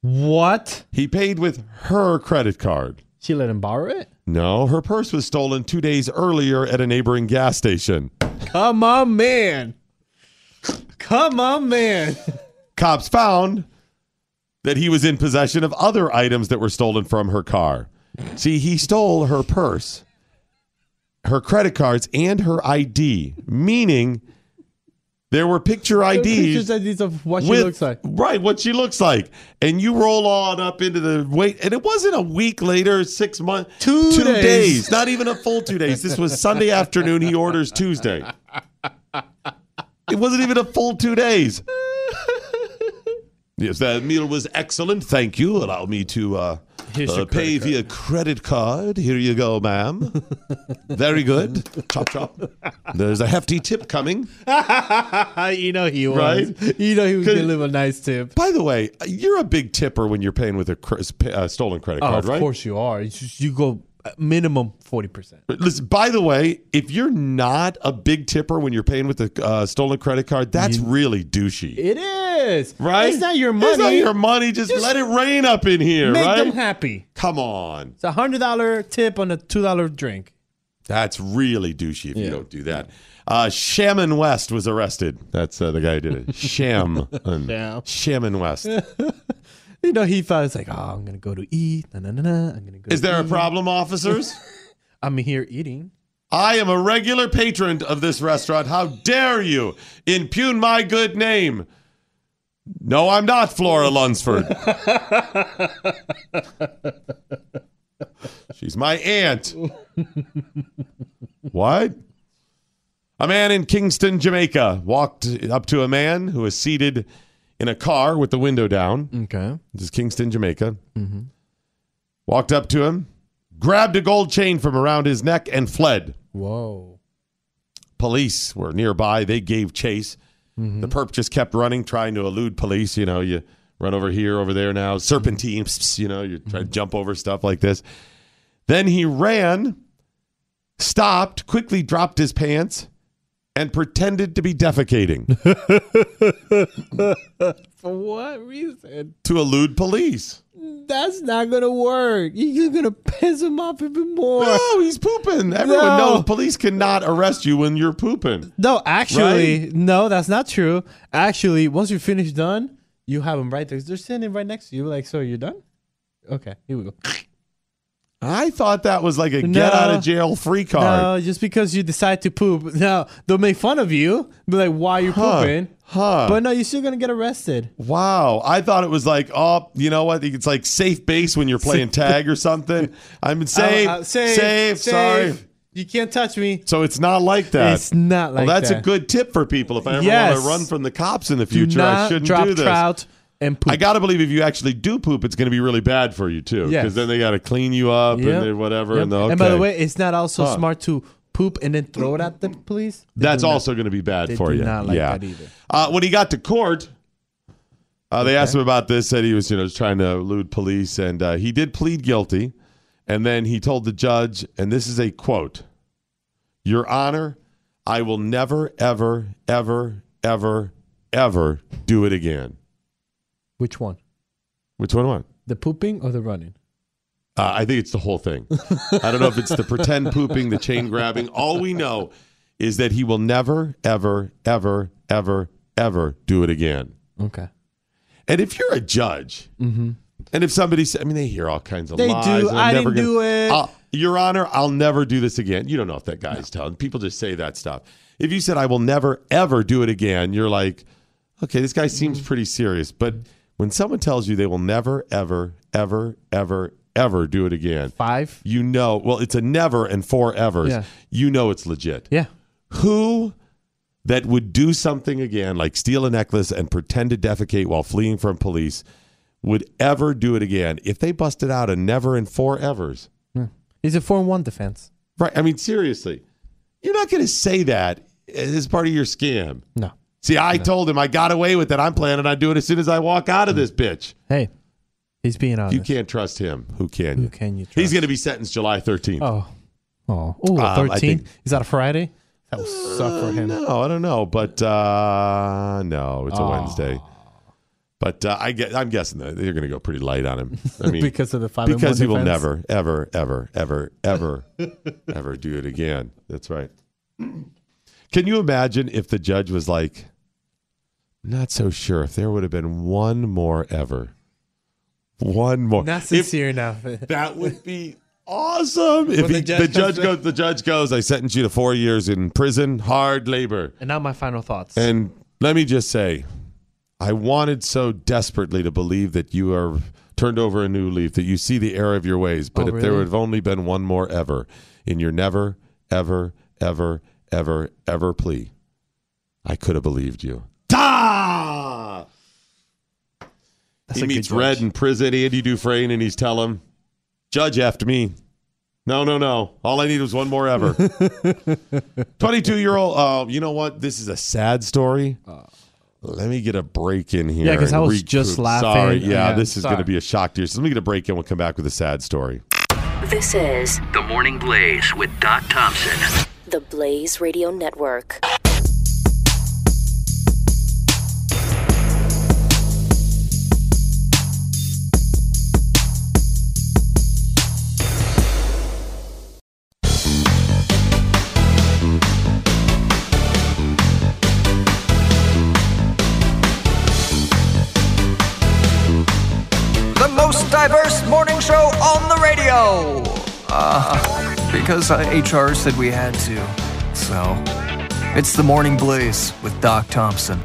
Speaker 5: What?
Speaker 4: He paid with her credit card.
Speaker 5: She let him borrow it?
Speaker 4: No, her purse was stolen two days earlier at a neighboring gas station.
Speaker 5: Come on, man. Come on, man. [LAUGHS]
Speaker 4: Cops found that he was in possession of other items that were stolen from her car. See, he stole her purse, her credit cards, and her ID, meaning There were picture IDs.
Speaker 5: Pictures IDs of what she
Speaker 4: with- [LAUGHS]
Speaker 5: looks like.
Speaker 4: Right, what she looks like. And you roll on up into the wait, and it wasn't a week later, six months,
Speaker 5: Two
Speaker 4: [LAUGHS]
Speaker 5: days.
Speaker 4: not even a full two days. This was Sunday afternoon. He orders Tuesday. It wasn't even a full two days. Yes, that meal was excellent. Thank you. Allow me to uh,
Speaker 5: Here's
Speaker 4: uh,
Speaker 5: your credit
Speaker 4: pay
Speaker 5: card.
Speaker 4: via credit card. Here you go, ma'am. Very good. chop chop. There's a hefty tip coming.
Speaker 5: you know he was.
Speaker 4: Right?
Speaker 5: You know he was
Speaker 4: Could-
Speaker 5: gonna live a nice tip.
Speaker 4: By the way, uh, you're a big tipper when you're paying with a cr- uh, stolen credit
Speaker 5: Oh,
Speaker 4: card,
Speaker 5: of
Speaker 4: right?
Speaker 5: course you are. It's just- you go uh, minimum forty percent.
Speaker 4: But Listen, by the way, if you're not a big tipper when you're paying with a uh, stolen credit card, that's really douchey.
Speaker 5: It is
Speaker 4: right?
Speaker 5: It's not your money.
Speaker 4: It's not your money. Just,
Speaker 5: Just
Speaker 4: let it rain up in here,
Speaker 5: Make
Speaker 4: right?
Speaker 5: them happy.
Speaker 4: Come on.
Speaker 5: It's a hundred dollar tip on a two dollar drink.
Speaker 4: That's really douchey if you don't do that. Uh, Shaman West was arrested. That's uh, the guy who did it. Sham.
Speaker 5: [LAUGHS] Sham.
Speaker 4: Shaman West.
Speaker 5: You know he thought it's like, oh, I'm gonna go to eat. Na na na. na. I'm gonna go.
Speaker 4: Is there a
Speaker 5: eat.
Speaker 4: problem, officers?
Speaker 5: I'm here eating.
Speaker 4: I am a regular patron of this restaurant. How dare you impugn my good name? No, I'm not Flora Lunsford. She's my aunt. what? A man in Kingston, Jamaica walked up to a man who was seated in a car with the window down.
Speaker 5: Okay.
Speaker 4: This is Kingston, Jamaica. Walked up to him, grabbed a gold chain from around his neck, and fled.
Speaker 5: Whoa.
Speaker 4: Police were nearby. They gave chase.
Speaker 5: Mm-hmm.
Speaker 4: The perp just kept running, trying to elude police. You know, you run over here, over there now, serpentine, you know, you
Speaker 5: Mm-hmm.
Speaker 4: try to jump over stuff like this. Then he ran, stopped, quickly dropped his pants, and pretended to be
Speaker 5: [LAUGHS]
Speaker 4: defecating
Speaker 5: For what reason?
Speaker 4: to elude police.
Speaker 5: That's not gonna work. You're gonna piss him off even more.
Speaker 4: No, he's pooping. Everyone
Speaker 5: No.
Speaker 4: knows police cannot arrest you when you're pooping.
Speaker 5: No, actually, no, that's not true. Actually, once you finish done, you have them right there. They're sitting right next to you. Like, so you're done? Okay, here we go.
Speaker 4: I thought that was like a
Speaker 5: No.
Speaker 4: get out of jail free card.
Speaker 5: No, just because you decide to poop, now they'll make fun of you. Be like, why you
Speaker 4: Huh.
Speaker 5: pooping?
Speaker 4: Huh.
Speaker 5: But no, you're still gonna get arrested.
Speaker 4: wow. I thought it was like, oh, you know what? It's like safe base when you're playing tag or something.
Speaker 5: [LAUGHS]
Speaker 4: I'm safe,
Speaker 5: Uh, uh,
Speaker 4: safe, sorry.
Speaker 5: You can't touch me.
Speaker 4: So it's not like that.
Speaker 5: It's not like
Speaker 4: Well, that's a
Speaker 5: that.
Speaker 4: good tip for people. If I ever
Speaker 5: Yes.
Speaker 4: want to run from the cops in the
Speaker 5: Do
Speaker 4: future, I
Speaker 5: not
Speaker 4: shouldn't
Speaker 5: drop
Speaker 4: do this.
Speaker 5: trout and poop.
Speaker 4: I got to believe if you actually do poop, it's going to be really bad for you too, because
Speaker 5: Yes.
Speaker 4: then they got to clean you up
Speaker 5: Yep.
Speaker 4: and they whatever.
Speaker 5: Yep.
Speaker 4: And, the, okay.
Speaker 5: And by the way, it's not also
Speaker 4: Huh.
Speaker 5: smart to poop and then throw it at them, please.
Speaker 4: That's also going to be bad
Speaker 5: they
Speaker 4: for
Speaker 5: do
Speaker 4: you.
Speaker 5: not like
Speaker 4: yeah.
Speaker 5: that either.
Speaker 4: Uh, when he got to court, uh, they asked him about this. Said he was, you know, trying to elude police, and uh, he did plead guilty. And then he told the judge, and this is a quote: "Your Honor, I will never, ever, ever, ever, ever do it again."
Speaker 5: Which one?
Speaker 4: Which one? What?
Speaker 5: The pooping or the running?
Speaker 4: Uh, I think it's the whole thing. I don't know if it's the pretend pooping, the chain grabbing. All we know is that he will never, ever, ever, ever, ever do it again.
Speaker 5: Okay.
Speaker 4: And if you're a judge, and if somebody says, I mean, they hear all kinds of
Speaker 5: Mm-hmm. They
Speaker 4: lies.
Speaker 5: do.
Speaker 4: and I'm
Speaker 5: I
Speaker 4: never
Speaker 5: didn't do it.
Speaker 4: I'll- Your Honor, I'll never do this again. You don't know if that guy's telling. People just say that stuff. If you said, I will never, ever do it again, you're like, okay, this guy seems
Speaker 5: Mm-hmm.
Speaker 4: pretty serious. But when someone tells you they will never, ever, ever, ever, ever do it again,
Speaker 5: Five?
Speaker 4: you know, well, it's a never and four evers.
Speaker 5: Yeah.
Speaker 4: You know it's legit
Speaker 5: Yeah.
Speaker 4: who that would do something again, like steal a necklace and pretend to defecate while fleeing from police, would ever do it again if they busted out a never and four evers?
Speaker 5: He's a 4 1 defense.
Speaker 4: Right. I mean, seriously, you're not going to say that as part of your scam.
Speaker 5: No.
Speaker 4: See, I told him I got away with it. I'm planning on doing it as soon as I walk out of this bitch.
Speaker 5: Hey, he's being
Speaker 4: You
Speaker 5: honest.
Speaker 4: can't trust him. Who can?
Speaker 5: Who can you
Speaker 4: He's
Speaker 5: trust?
Speaker 4: going to be sentenced July 13th.
Speaker 5: Oh. Oh. Ooh,
Speaker 4: Um, I
Speaker 5: 13?
Speaker 4: think-
Speaker 5: Is that a Friday? That will suck for him.
Speaker 4: No, I don't know, but uh, no, it's a Wednesday. But uh, I get, I'm guessing that they're going to go pretty light on him.
Speaker 5: [LAUGHS]
Speaker 4: I mean,
Speaker 5: because of the 5 and
Speaker 4: because he
Speaker 5: one
Speaker 4: will
Speaker 5: defense?
Speaker 4: never, ever, ever, ever, ever, [LAUGHS] ever do it again. That's right. [CLEARS THROAT] Can you imagine if the judge was like, not so sure if there would have been one more ever, one more?
Speaker 5: Not
Speaker 4: If-
Speaker 5: sincere enough. [LAUGHS]
Speaker 4: that would be awesome. If
Speaker 5: When the
Speaker 4: he-
Speaker 5: judge
Speaker 4: the judge
Speaker 5: comes back.
Speaker 4: goes, the judge goes, I sentence you to four years in prison, hard labor.
Speaker 5: and now my final thoughts.
Speaker 4: And Let me just say, I wanted so desperately to believe that you are turned over a new leaf, that you see the error of your ways. But
Speaker 5: Oh,
Speaker 4: if there
Speaker 5: really?
Speaker 4: would have only been one more ever in your never, ever, ever, ever, ever plea, I could have believed you. Ta! he
Speaker 5: a good
Speaker 4: meets
Speaker 5: judge.
Speaker 4: Red in prison, Andy Dufresne, and he's telling him, Judge after me. No, no, no. All I need was one more
Speaker 5: [LAUGHS]
Speaker 4: ever. 22 year old. Uh, you know what? This is a sad story. Let me get a break in here.
Speaker 5: Yeah, 'cause
Speaker 4: and
Speaker 5: I was just
Speaker 4: recoup.
Speaker 5: laughing.
Speaker 4: Sorry. Yeah,
Speaker 5: Yeah,
Speaker 4: this is
Speaker 5: sorry.
Speaker 4: going to be a shock to you. So let me get a break in. We'll come back with a sad story.
Speaker 1: This is
Speaker 7: The Morning Blaze with Doc Thompson.
Speaker 1: the Blaze Radio Network.
Speaker 7: The most diverse morning show on the radio. Uh, because uh, HR said we had to. So, it's The Morning Blaze with Doc Thompson.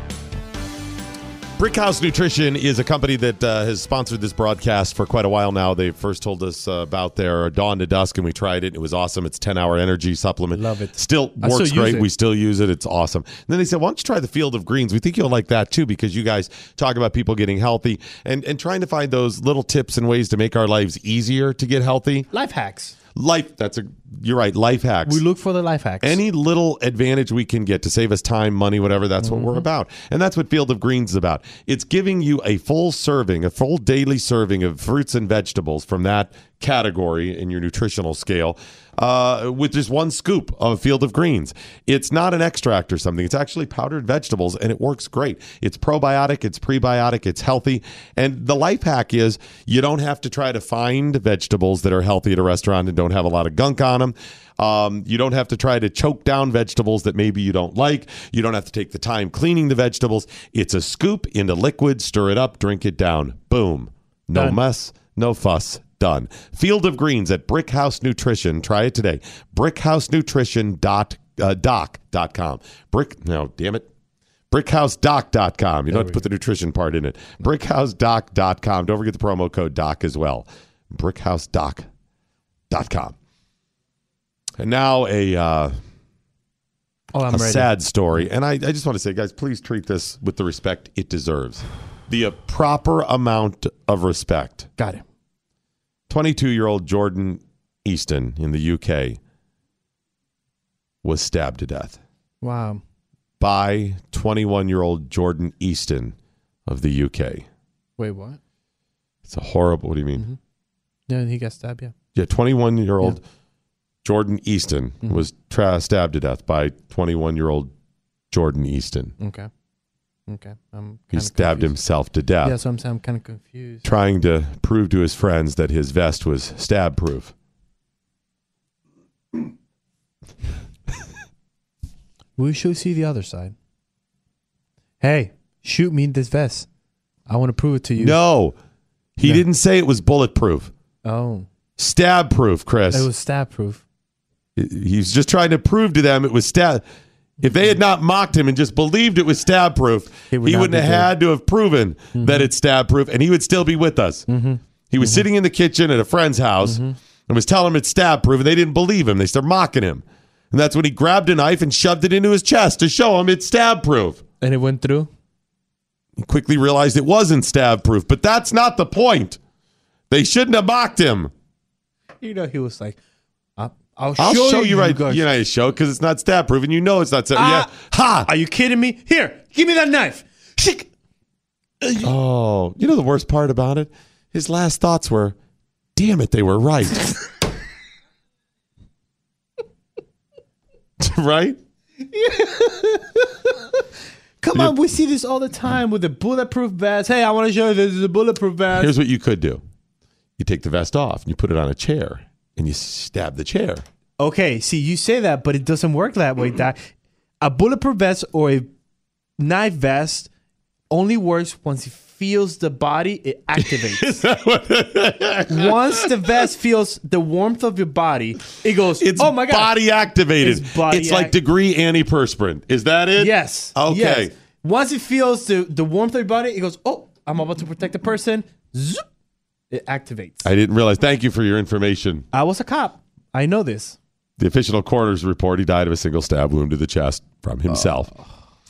Speaker 4: Brickhouse Nutrition is a company that uh, has sponsored this broadcast for quite a while now. They first told us uh, about their Dawn to Dusk, and we tried it. and It was awesome. It's ten hour energy supplement.
Speaker 5: Love it.
Speaker 4: Still
Speaker 5: I still
Speaker 4: works
Speaker 5: use
Speaker 4: great.
Speaker 5: it.
Speaker 4: We still use it. It's awesome. And then they said, "Why don't you try the Field of Greens? We think you'll like that too, because you guys talk about people getting healthy and and trying to find those little tips and ways to make our lives easier to get healthy.
Speaker 5: Life hacks.
Speaker 4: Life. That's a. You're right. Life hacks.
Speaker 5: We look for the life hacks.
Speaker 4: Any little advantage we can get to save us time, money, whatever, that's what we're about. And that's what Field of Greens is about. It's giving you a full serving, a full daily serving of fruits and vegetables from that category in your nutritional scale uh, with just one scoop of Field of Greens. It's not an extract or something, it's actually powdered vegetables and it works great. It's probiotic, it's prebiotic, it's healthy. And the life hack is you don't have to try to find vegetables that are healthy at a restaurant and don't have a lot of gunk on them. Um, you don't have to try to choke down vegetables that maybe you don't like. You don't have to take the time cleaning the vegetables. It's a scoop into liquid, stir it up, drink it down. Boom. No
Speaker 5: Done.
Speaker 4: mess, no fuss. Done. Field of Greens at Brickhouse Nutrition. Try it today. Brickhousenutrition.doc.com. Uh, doc.com. Brick, no, damn it. Brickhousedoc.com. You don't have to put the nutrition part in it. Brickhousedoc.com. Don't forget the promo code DOC as well. Brickhousedoc.com. And now a, uh,
Speaker 5: oh, I'm
Speaker 4: a
Speaker 5: ready.
Speaker 4: sad story. And I, I just want to say, guys, please treat this with the respect it deserves. The uh, proper amount of respect.
Speaker 5: Got it.
Speaker 4: 22 year old Jordan Easton in the UK was stabbed to death
Speaker 5: Wow.
Speaker 4: by 21 year old Jordan Easton of the UK.
Speaker 5: Wait, what?
Speaker 4: It's a horrible. What do you
Speaker 5: Mm-hmm.
Speaker 4: mean?
Speaker 5: Yeah, he got stabbed. Yeah.
Speaker 4: Yeah, 21 year old Jordan Easton
Speaker 5: Mm-hmm.
Speaker 4: was tra- stabbed to death by 21 year old Jordan Easton.
Speaker 5: Okay. Okay. I'm.
Speaker 4: He stabbed himself to death,
Speaker 5: Yeah, so I'm, saying I'm kind of confused.
Speaker 4: trying to prove to his friends that his vest was stab proof.
Speaker 5: We should see the other side. Hey, shoot me in this vest. I want to prove it to you.
Speaker 4: No, he
Speaker 5: Yeah.
Speaker 4: didn't say it was bulletproof.
Speaker 5: Oh,
Speaker 4: Stab proof, Chris.
Speaker 5: it was stab proof.
Speaker 4: he was just trying to prove to them it was stab. If they had not mocked him and just believed it was stab proof, he,
Speaker 5: He would not
Speaker 4: wouldn't
Speaker 5: be Mm-hmm.
Speaker 4: have
Speaker 5: dead.
Speaker 4: had to have proven that it's stab proof, and he would still be with us.
Speaker 5: Mm-hmm.
Speaker 4: He was sitting in the kitchen at a friend's house and was telling him it's stab proof, and they didn't believe him. They started mocking him, and that's when he grabbed a knife and shoved it into his chest to show him it's stab proof.
Speaker 5: And it went through?
Speaker 4: He quickly realized it wasn't stab proof, but that's not the point. They shouldn't have mocked him.
Speaker 5: You know, he was like, I'll, I'll,
Speaker 4: I'll show, you, right.
Speaker 5: guys.
Speaker 4: You know, you show because it's not stab proof, and you know it's not. Stab-
Speaker 5: Ah.
Speaker 4: yeah, ha!
Speaker 5: Are you kidding me? Here, give me that knife. Shik.
Speaker 4: Oh, you know the worst part about it? His last thoughts were, damn it, they were right.
Speaker 5: [LAUGHS]
Speaker 4: [LAUGHS] right?
Speaker 5: Come on, we see this all the time with the bulletproof vest. Hey, I want to show you this is a bulletproof vest.
Speaker 4: Here's what you could do you take the vest off and you put it on a chair and you stab the chair.
Speaker 5: okay, see, you say that, but it doesn't work that way. That a bulletproof vest or a knife vest only works once it feels the body, it activates.
Speaker 4: Is that what-
Speaker 5: once the vest feels the warmth of your body, it goes,
Speaker 4: it's
Speaker 5: oh my God.
Speaker 4: body activated.
Speaker 5: It's body
Speaker 4: like
Speaker 5: act-
Speaker 4: degree antiperspirant. Is that it?
Speaker 5: Yes.
Speaker 4: Okay.
Speaker 5: yes. Once it feels the, the warmth of your body, it goes, oh, I'm about to protect the person. Zoop. It activates.
Speaker 4: I didn't realize. Thank you for your information.
Speaker 5: I was a cop. I know this.
Speaker 4: The official coroner's report he died of a single stab wound to the chest from himself.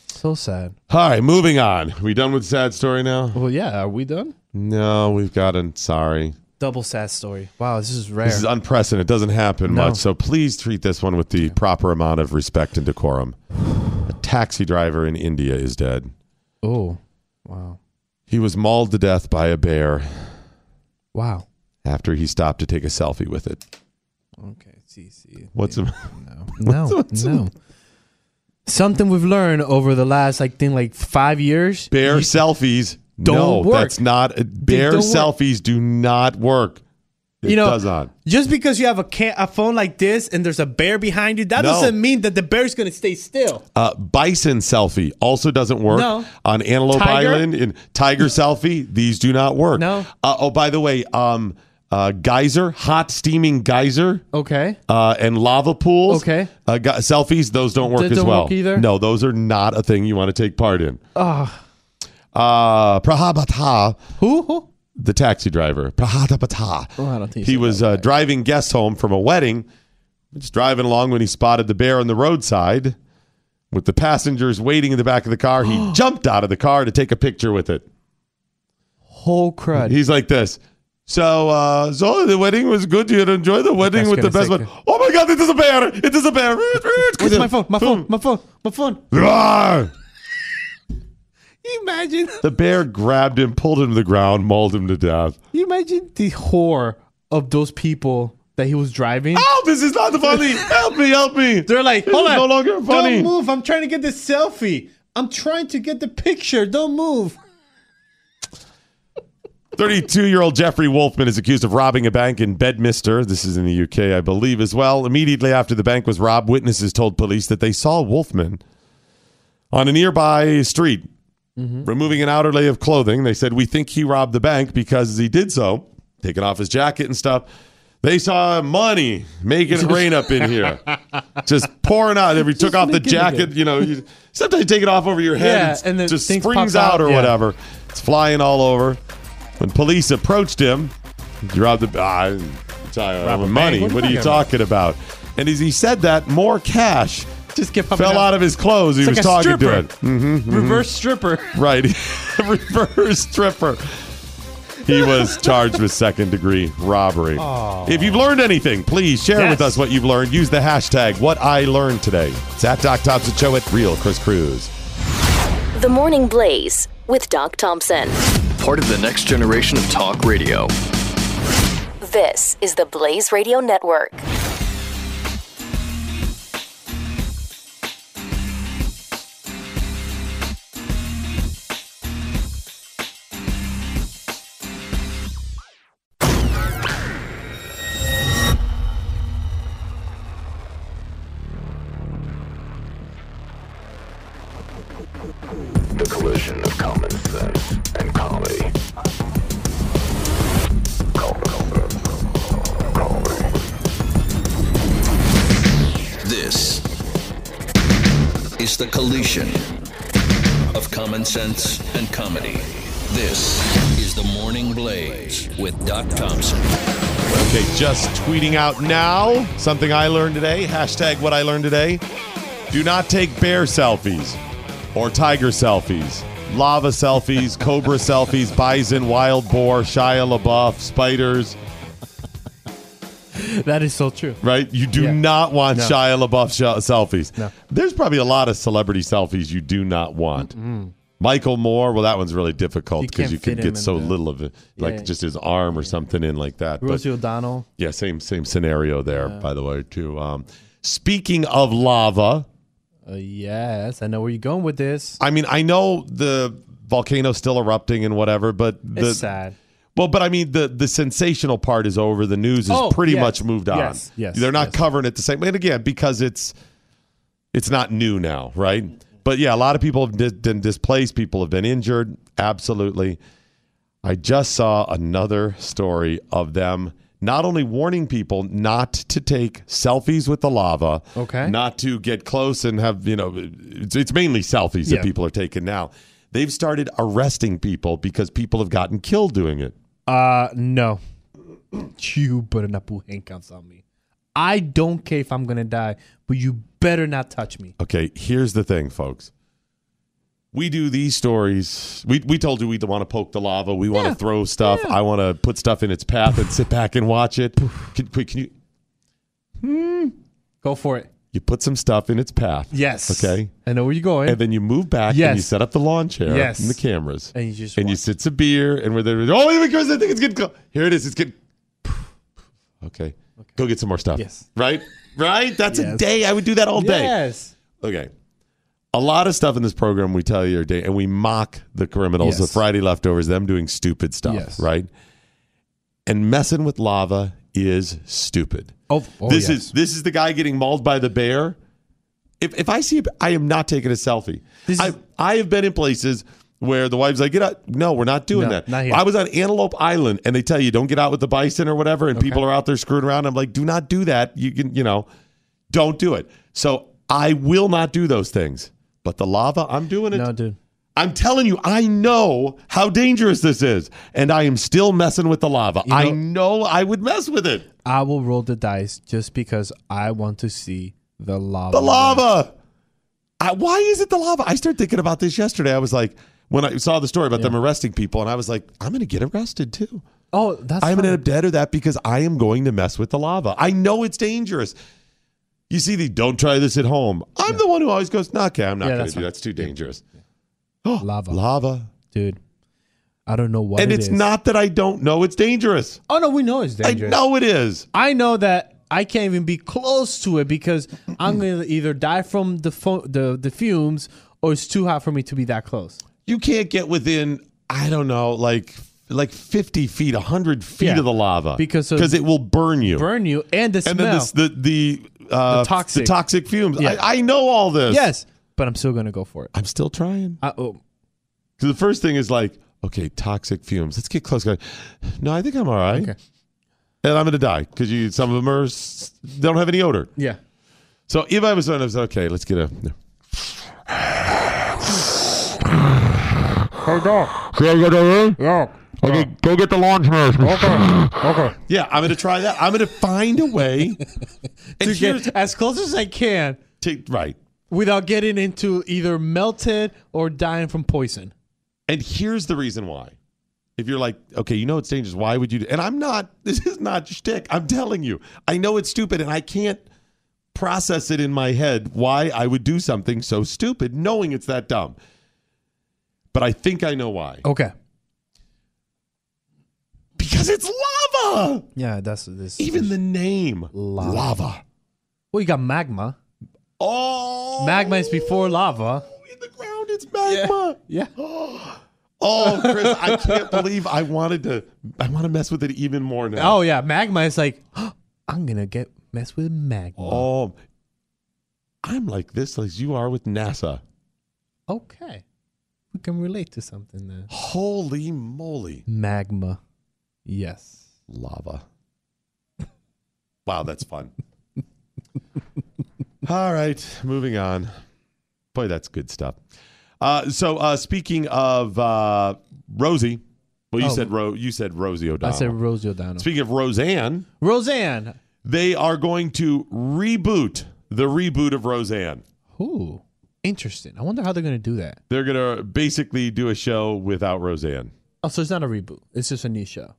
Speaker 5: So sad.
Speaker 4: All right, moving on. We done with sad story now?
Speaker 5: Well, yeah, are we done?
Speaker 4: No, we've gotten sorry.
Speaker 5: Double sad story. Wow, this is rare.
Speaker 4: This is unprecedented. It doesn't happen
Speaker 5: No.
Speaker 4: much. So please treat this one with the proper amount of respect and decorum. A taxi driver in India is dead.
Speaker 5: oh, wow.
Speaker 4: He was mauled to death by a bear
Speaker 5: Wow.
Speaker 4: after he stopped to take a selfie with it.
Speaker 5: Okay, see, see.
Speaker 4: What's the
Speaker 5: [LAUGHS] No, [LAUGHS] no. Something we've learned over the last, like, thing, like five years.
Speaker 4: bear selfies?
Speaker 5: don't
Speaker 4: no,
Speaker 5: work.
Speaker 4: that's not bear
Speaker 5: don't work.
Speaker 4: selfies do not work. It
Speaker 5: you know,
Speaker 4: does not.
Speaker 5: just because you have a can- a phone like this and there's a bear behind you, that
Speaker 4: No.
Speaker 5: doesn't mean that the bear's gonna stay still.
Speaker 4: Uh, bison selfie also doesn't work
Speaker 5: No.
Speaker 4: on Antelope
Speaker 5: Tiger?
Speaker 4: Island. In tiger selfie, these do not work.
Speaker 5: No.
Speaker 4: Uh, oh, by the way, um, uh, geyser, hot steaming geyser,
Speaker 5: Okay.
Speaker 4: uh, and lava pools.
Speaker 5: Okay.
Speaker 4: Uh, go- selfies, those don't work
Speaker 5: They
Speaker 4: as
Speaker 5: don't
Speaker 4: well.
Speaker 5: work either?
Speaker 4: No, those are not a thing you want to take part in. Uh, Prahabata,
Speaker 5: Who? Who?
Speaker 4: the taxi driver. Prahabata.
Speaker 5: Oh, I don't think
Speaker 4: he
Speaker 5: so.
Speaker 4: was uh, driving guests home from a wedding. Just driving along when he spotted the bear on the roadside with the passengers waiting in the back of the car.
Speaker 5: [GASPS]
Speaker 4: He jumped out of the car to take a picture with it.
Speaker 5: Whole crud.
Speaker 4: He's like this. So, uh, so the wedding was good. You had enjoyed the wedding
Speaker 5: That's
Speaker 4: with the
Speaker 5: gonna
Speaker 4: best one.
Speaker 5: take
Speaker 4: Oh my God, it is a bear. It is a bear.
Speaker 5: Where's my phone? My phone. My phone. My phone.
Speaker 4: Roar!
Speaker 5: Can you imagine? Can
Speaker 4: The bear grabbed him, pulled him to the ground, mauled him to death.
Speaker 5: you imagine the horror of those people that he was driving?
Speaker 4: Oh, this is not funny. help me, help me.
Speaker 5: They're like,
Speaker 4: This
Speaker 5: hold
Speaker 4: is
Speaker 5: on,
Speaker 4: no longer funny.
Speaker 5: Don't move. I'm trying to get this selfie. I'm trying to get the picture. Don't move.
Speaker 4: 32 year old Jeffrey Wolfman is accused of robbing a bank in Bedminster. This is in the UK, I believe, as well. Immediately after the bank was robbed, witnesses told police that they saw Wolfman on a nearby street
Speaker 5: Mm-hmm.
Speaker 4: removing an outer layer of clothing. They said, We think he robbed the bank because he did so, taking off his jacket and stuff. They saw money making it rain up in
Speaker 5: [LAUGHS]
Speaker 4: here, just pouring out. If he took off the
Speaker 5: making it
Speaker 4: jacket, you know, you, sometimes you take it off over your head,
Speaker 5: Yeah,
Speaker 4: it's-
Speaker 5: and the
Speaker 4: just
Speaker 5: things
Speaker 4: springs
Speaker 5: pop
Speaker 4: out
Speaker 5: out,
Speaker 4: or
Speaker 5: yeah.
Speaker 4: whatever. It's flying all over. When police approached him, you robbed the ah, it's, uh, money.
Speaker 5: bank?
Speaker 4: What
Speaker 5: What
Speaker 4: are
Speaker 5: are
Speaker 4: you
Speaker 5: you talking
Speaker 4: talking about? And as he said that, more cash
Speaker 5: Just get
Speaker 4: fell out of his clothes. He was
Speaker 5: It's like a
Speaker 4: talking to
Speaker 5: stripper. Mm-hmm,
Speaker 4: it.
Speaker 5: reverse stripper. [LAUGHS]
Speaker 4: Right. [LAUGHS] Reverse stripper. He
Speaker 5: [LAUGHS]
Speaker 4: was charged with second degree robbery. If you've learned anything, please share with
Speaker 5: Yes.
Speaker 4: us what you've learned. Use the hashtag what I learned today. It's at Doc Thompson Show at Real Chris Cruz.
Speaker 1: The Morning Blaze with Doc Thompson.
Speaker 6: Part of the next generation of talk radio.
Speaker 1: This is the Blaze Radio Network.
Speaker 2: The collision of common sense and comedy.
Speaker 3: This is the collision of common sense and comedy. This is the Morning Blaze with Doc Thompson.
Speaker 4: Okay, just tweeting out now something I learned today. Hashtag what I learned today. Do not take bear selfies or tiger selfies, lava
Speaker 5: [LAUGHS]
Speaker 4: selfies, cobra selfies, bison, wild boar, Shia LaBeouf, spiders.
Speaker 5: That is so true.
Speaker 4: right? You do
Speaker 5: Yeah.
Speaker 4: not want
Speaker 5: No.
Speaker 4: Shia LaBeouf sh- selfies.
Speaker 5: No.
Speaker 4: There's probably a lot of celebrity selfies you do not want. Michael Moore, well, that one's really difficult
Speaker 5: You
Speaker 4: because
Speaker 5: Mm-hmm. can't
Speaker 4: you, can
Speaker 5: fit him
Speaker 4: get so
Speaker 5: in the-
Speaker 4: little of it, like
Speaker 5: Yeah.
Speaker 4: just his arm or something in like that. But,
Speaker 5: Rosie O'Donnell.
Speaker 4: yeah, same same scenario there, by the way, too. Um, speaking of lava,
Speaker 5: Uh, yes, I know where you're going with this.
Speaker 4: I mean, I know the volcano's still erupting and whatever, but the
Speaker 5: it's sad.
Speaker 4: Well, but I mean, the the sensational part is over. The news is
Speaker 5: Oh,
Speaker 4: pretty
Speaker 5: yes.
Speaker 4: much moved on.
Speaker 5: Yes, yes,
Speaker 4: they're not
Speaker 5: yes.
Speaker 4: covering it the same. And again, because it's it's not new now, right? But yeah, a lot of people have di- been displaced. People have been injured. Absolutely. I just saw another story of them not only warning people not to take selfies with the lava,
Speaker 5: Okay.
Speaker 4: not to get close and have you know, it's, it's mainly selfies
Speaker 5: Yeah.
Speaker 4: that people are taking now. They've started arresting people because people have gotten killed doing it.
Speaker 5: Uh, no. You better not pull handcuffs on me. I don't care if I'm gonna die, but you better not touch me.
Speaker 4: Okay, here's the thing, folks. We do these stories. We, we told you we want to poke the lava. We want to throw stuff. I want to put stuff in its path and sit back and watch it. Can, can you
Speaker 5: Go for it.
Speaker 4: you put some stuff in its path?
Speaker 5: Yes.
Speaker 4: Okay.
Speaker 5: I know where you're going.
Speaker 4: And then you move back and you
Speaker 5: Yes.
Speaker 4: set up the lawn chair
Speaker 5: Yes.
Speaker 4: and the cameras.
Speaker 5: And you just
Speaker 4: and you
Speaker 5: watch.
Speaker 4: sit some beer and we're there. Oh, here it comes. I think it's getting cold. Here it is. It's getting. Okay. Go get some more stuff.
Speaker 5: Yes.
Speaker 4: Right? Right? That's a
Speaker 5: Yes.
Speaker 4: day. I would do that all day.
Speaker 5: Yes.
Speaker 4: Okay. A lot of stuff in this program we tell you are day, and we mock the criminals,
Speaker 5: Yes.
Speaker 4: the Friday leftovers, them doing stupid stuff,
Speaker 5: Yes.
Speaker 4: right? And messing with lava is stupid.
Speaker 5: Oh, oh,
Speaker 4: this
Speaker 5: yes.
Speaker 4: is this is the guy getting mauled by the bear. If if I see, a, I am not taking a selfie.
Speaker 5: This
Speaker 4: I
Speaker 5: is-
Speaker 4: I have been in places where the wife's like, get out. No, we're not doing
Speaker 5: No,
Speaker 4: that.
Speaker 5: not here.
Speaker 4: I was on Antelope Island, and they tell you don't get out with the bison or whatever, and people are out there screwing around. I'm like, do not do that. You can, you know, don't do it. So I will not do those things. But the lava, I'm doing it.
Speaker 5: No, dude.
Speaker 4: I'm telling you, I know how dangerous this is, and I am still messing with the lava.
Speaker 5: You know-
Speaker 4: I know I would mess with it.
Speaker 5: I will roll the dice just because I want to see the lava.
Speaker 4: The lava. I, why is it the lava? I started thinking about this yesterday. I was like, when I saw the story about them arresting people, and I was like, I'm going to get arrested too.
Speaker 5: Oh, that's
Speaker 4: I'm going to
Speaker 5: fine.
Speaker 4: end up dead or that because I am going to mess with the lava. I know it's dangerous. You see, the don't try this at home. I'm the one who always goes, nah, okay, I'm not
Speaker 5: Yeah,
Speaker 4: going
Speaker 5: that's
Speaker 4: to do
Speaker 5: fine.
Speaker 4: that. It's too dangerous. [GASPS]
Speaker 5: Lava.
Speaker 4: Lava.
Speaker 5: dude. I don't know what
Speaker 4: And
Speaker 5: it
Speaker 4: it's
Speaker 5: is.
Speaker 4: not that I don't know it's dangerous.
Speaker 5: Oh no, we know it's dangerous.
Speaker 4: I know it is.
Speaker 5: I know that I can't even be close to it because I'm gonna either die from the fu- the the fumes or it's too hot for me to be that close.
Speaker 4: You can't get within, I don't know, like like 50 feet, 100 feet
Speaker 5: Yeah.
Speaker 4: of the lava
Speaker 5: Because of-
Speaker 4: because it will burn you.
Speaker 5: Burn you and the
Speaker 4: and
Speaker 5: smell.
Speaker 4: then this, the the, uh,
Speaker 5: The toxic.
Speaker 4: toxic fumes.
Speaker 5: Yeah.
Speaker 4: I, I know all this.
Speaker 5: yes, but I'm still gonna go for it.
Speaker 4: I'm still trying.
Speaker 5: I, oh,
Speaker 4: 'Cause the first thing is like, okay, toxic fumes. Let's get close. guys. No, I think I'm all right.
Speaker 5: Okay.
Speaker 4: And I'm gonna die because you. Some of them are s- don't have any odor.
Speaker 5: yeah.
Speaker 4: So if I was on, I was okay. Let's get a.
Speaker 2: Go get the lawn chairs.
Speaker 4: Yeah, I'm gonna try that. I'm gonna find a way. and
Speaker 5: [LAUGHS] To
Speaker 4: here's,
Speaker 5: get as close as I can
Speaker 4: to, right.
Speaker 5: without getting into either melted or dying from poison.
Speaker 4: And here's the reason why. If you're like, okay, you know it's dangerous. Why would you? Do, and I'm not. [LAUGHS] This is not shtick. I'm telling you. I know it's stupid, and I can't process it in my head why I would do something so stupid, knowing it's that dumb. But I think I know why.
Speaker 5: Okay.
Speaker 4: Because it's lava.
Speaker 5: Yeah, that's this.
Speaker 4: Even the name
Speaker 5: Lava.
Speaker 4: lava.
Speaker 5: well, you got magma.
Speaker 4: Oh,
Speaker 5: Magma is before lava.
Speaker 4: in the ground. It's magma.
Speaker 5: Yeah.
Speaker 4: Oh, Chris, I can't believe I wanted to. I want to mess with it even more now.
Speaker 5: Oh yeah, magma is like [GASPS] I'm gonna get mess with magma.
Speaker 4: Oh, I'm like this, like you are with NASA.
Speaker 5: Okay. We can relate to something there.
Speaker 4: Holy moly,
Speaker 5: Magma. Yes.
Speaker 4: lava! [LAUGHS] Wow, that's fun. [LAUGHS] All right, moving on. Boy, that's good stuff. Uh, so, uh, speaking of uh, Rosie, well, you
Speaker 5: Oh.
Speaker 4: said Ro- you said Rosie
Speaker 5: I
Speaker 4: O'Donnell.
Speaker 5: said Rosie O'Donnell.
Speaker 4: speaking of Roseanne,
Speaker 5: Roseanne.
Speaker 4: they are going to reboot the reboot of Roseanne.
Speaker 5: Ooh. Interesting. I wonder how they're gonna do that.
Speaker 4: They're going to basically do a show without Roseanne.
Speaker 5: Oh, so it's not a reboot. It's just a new show.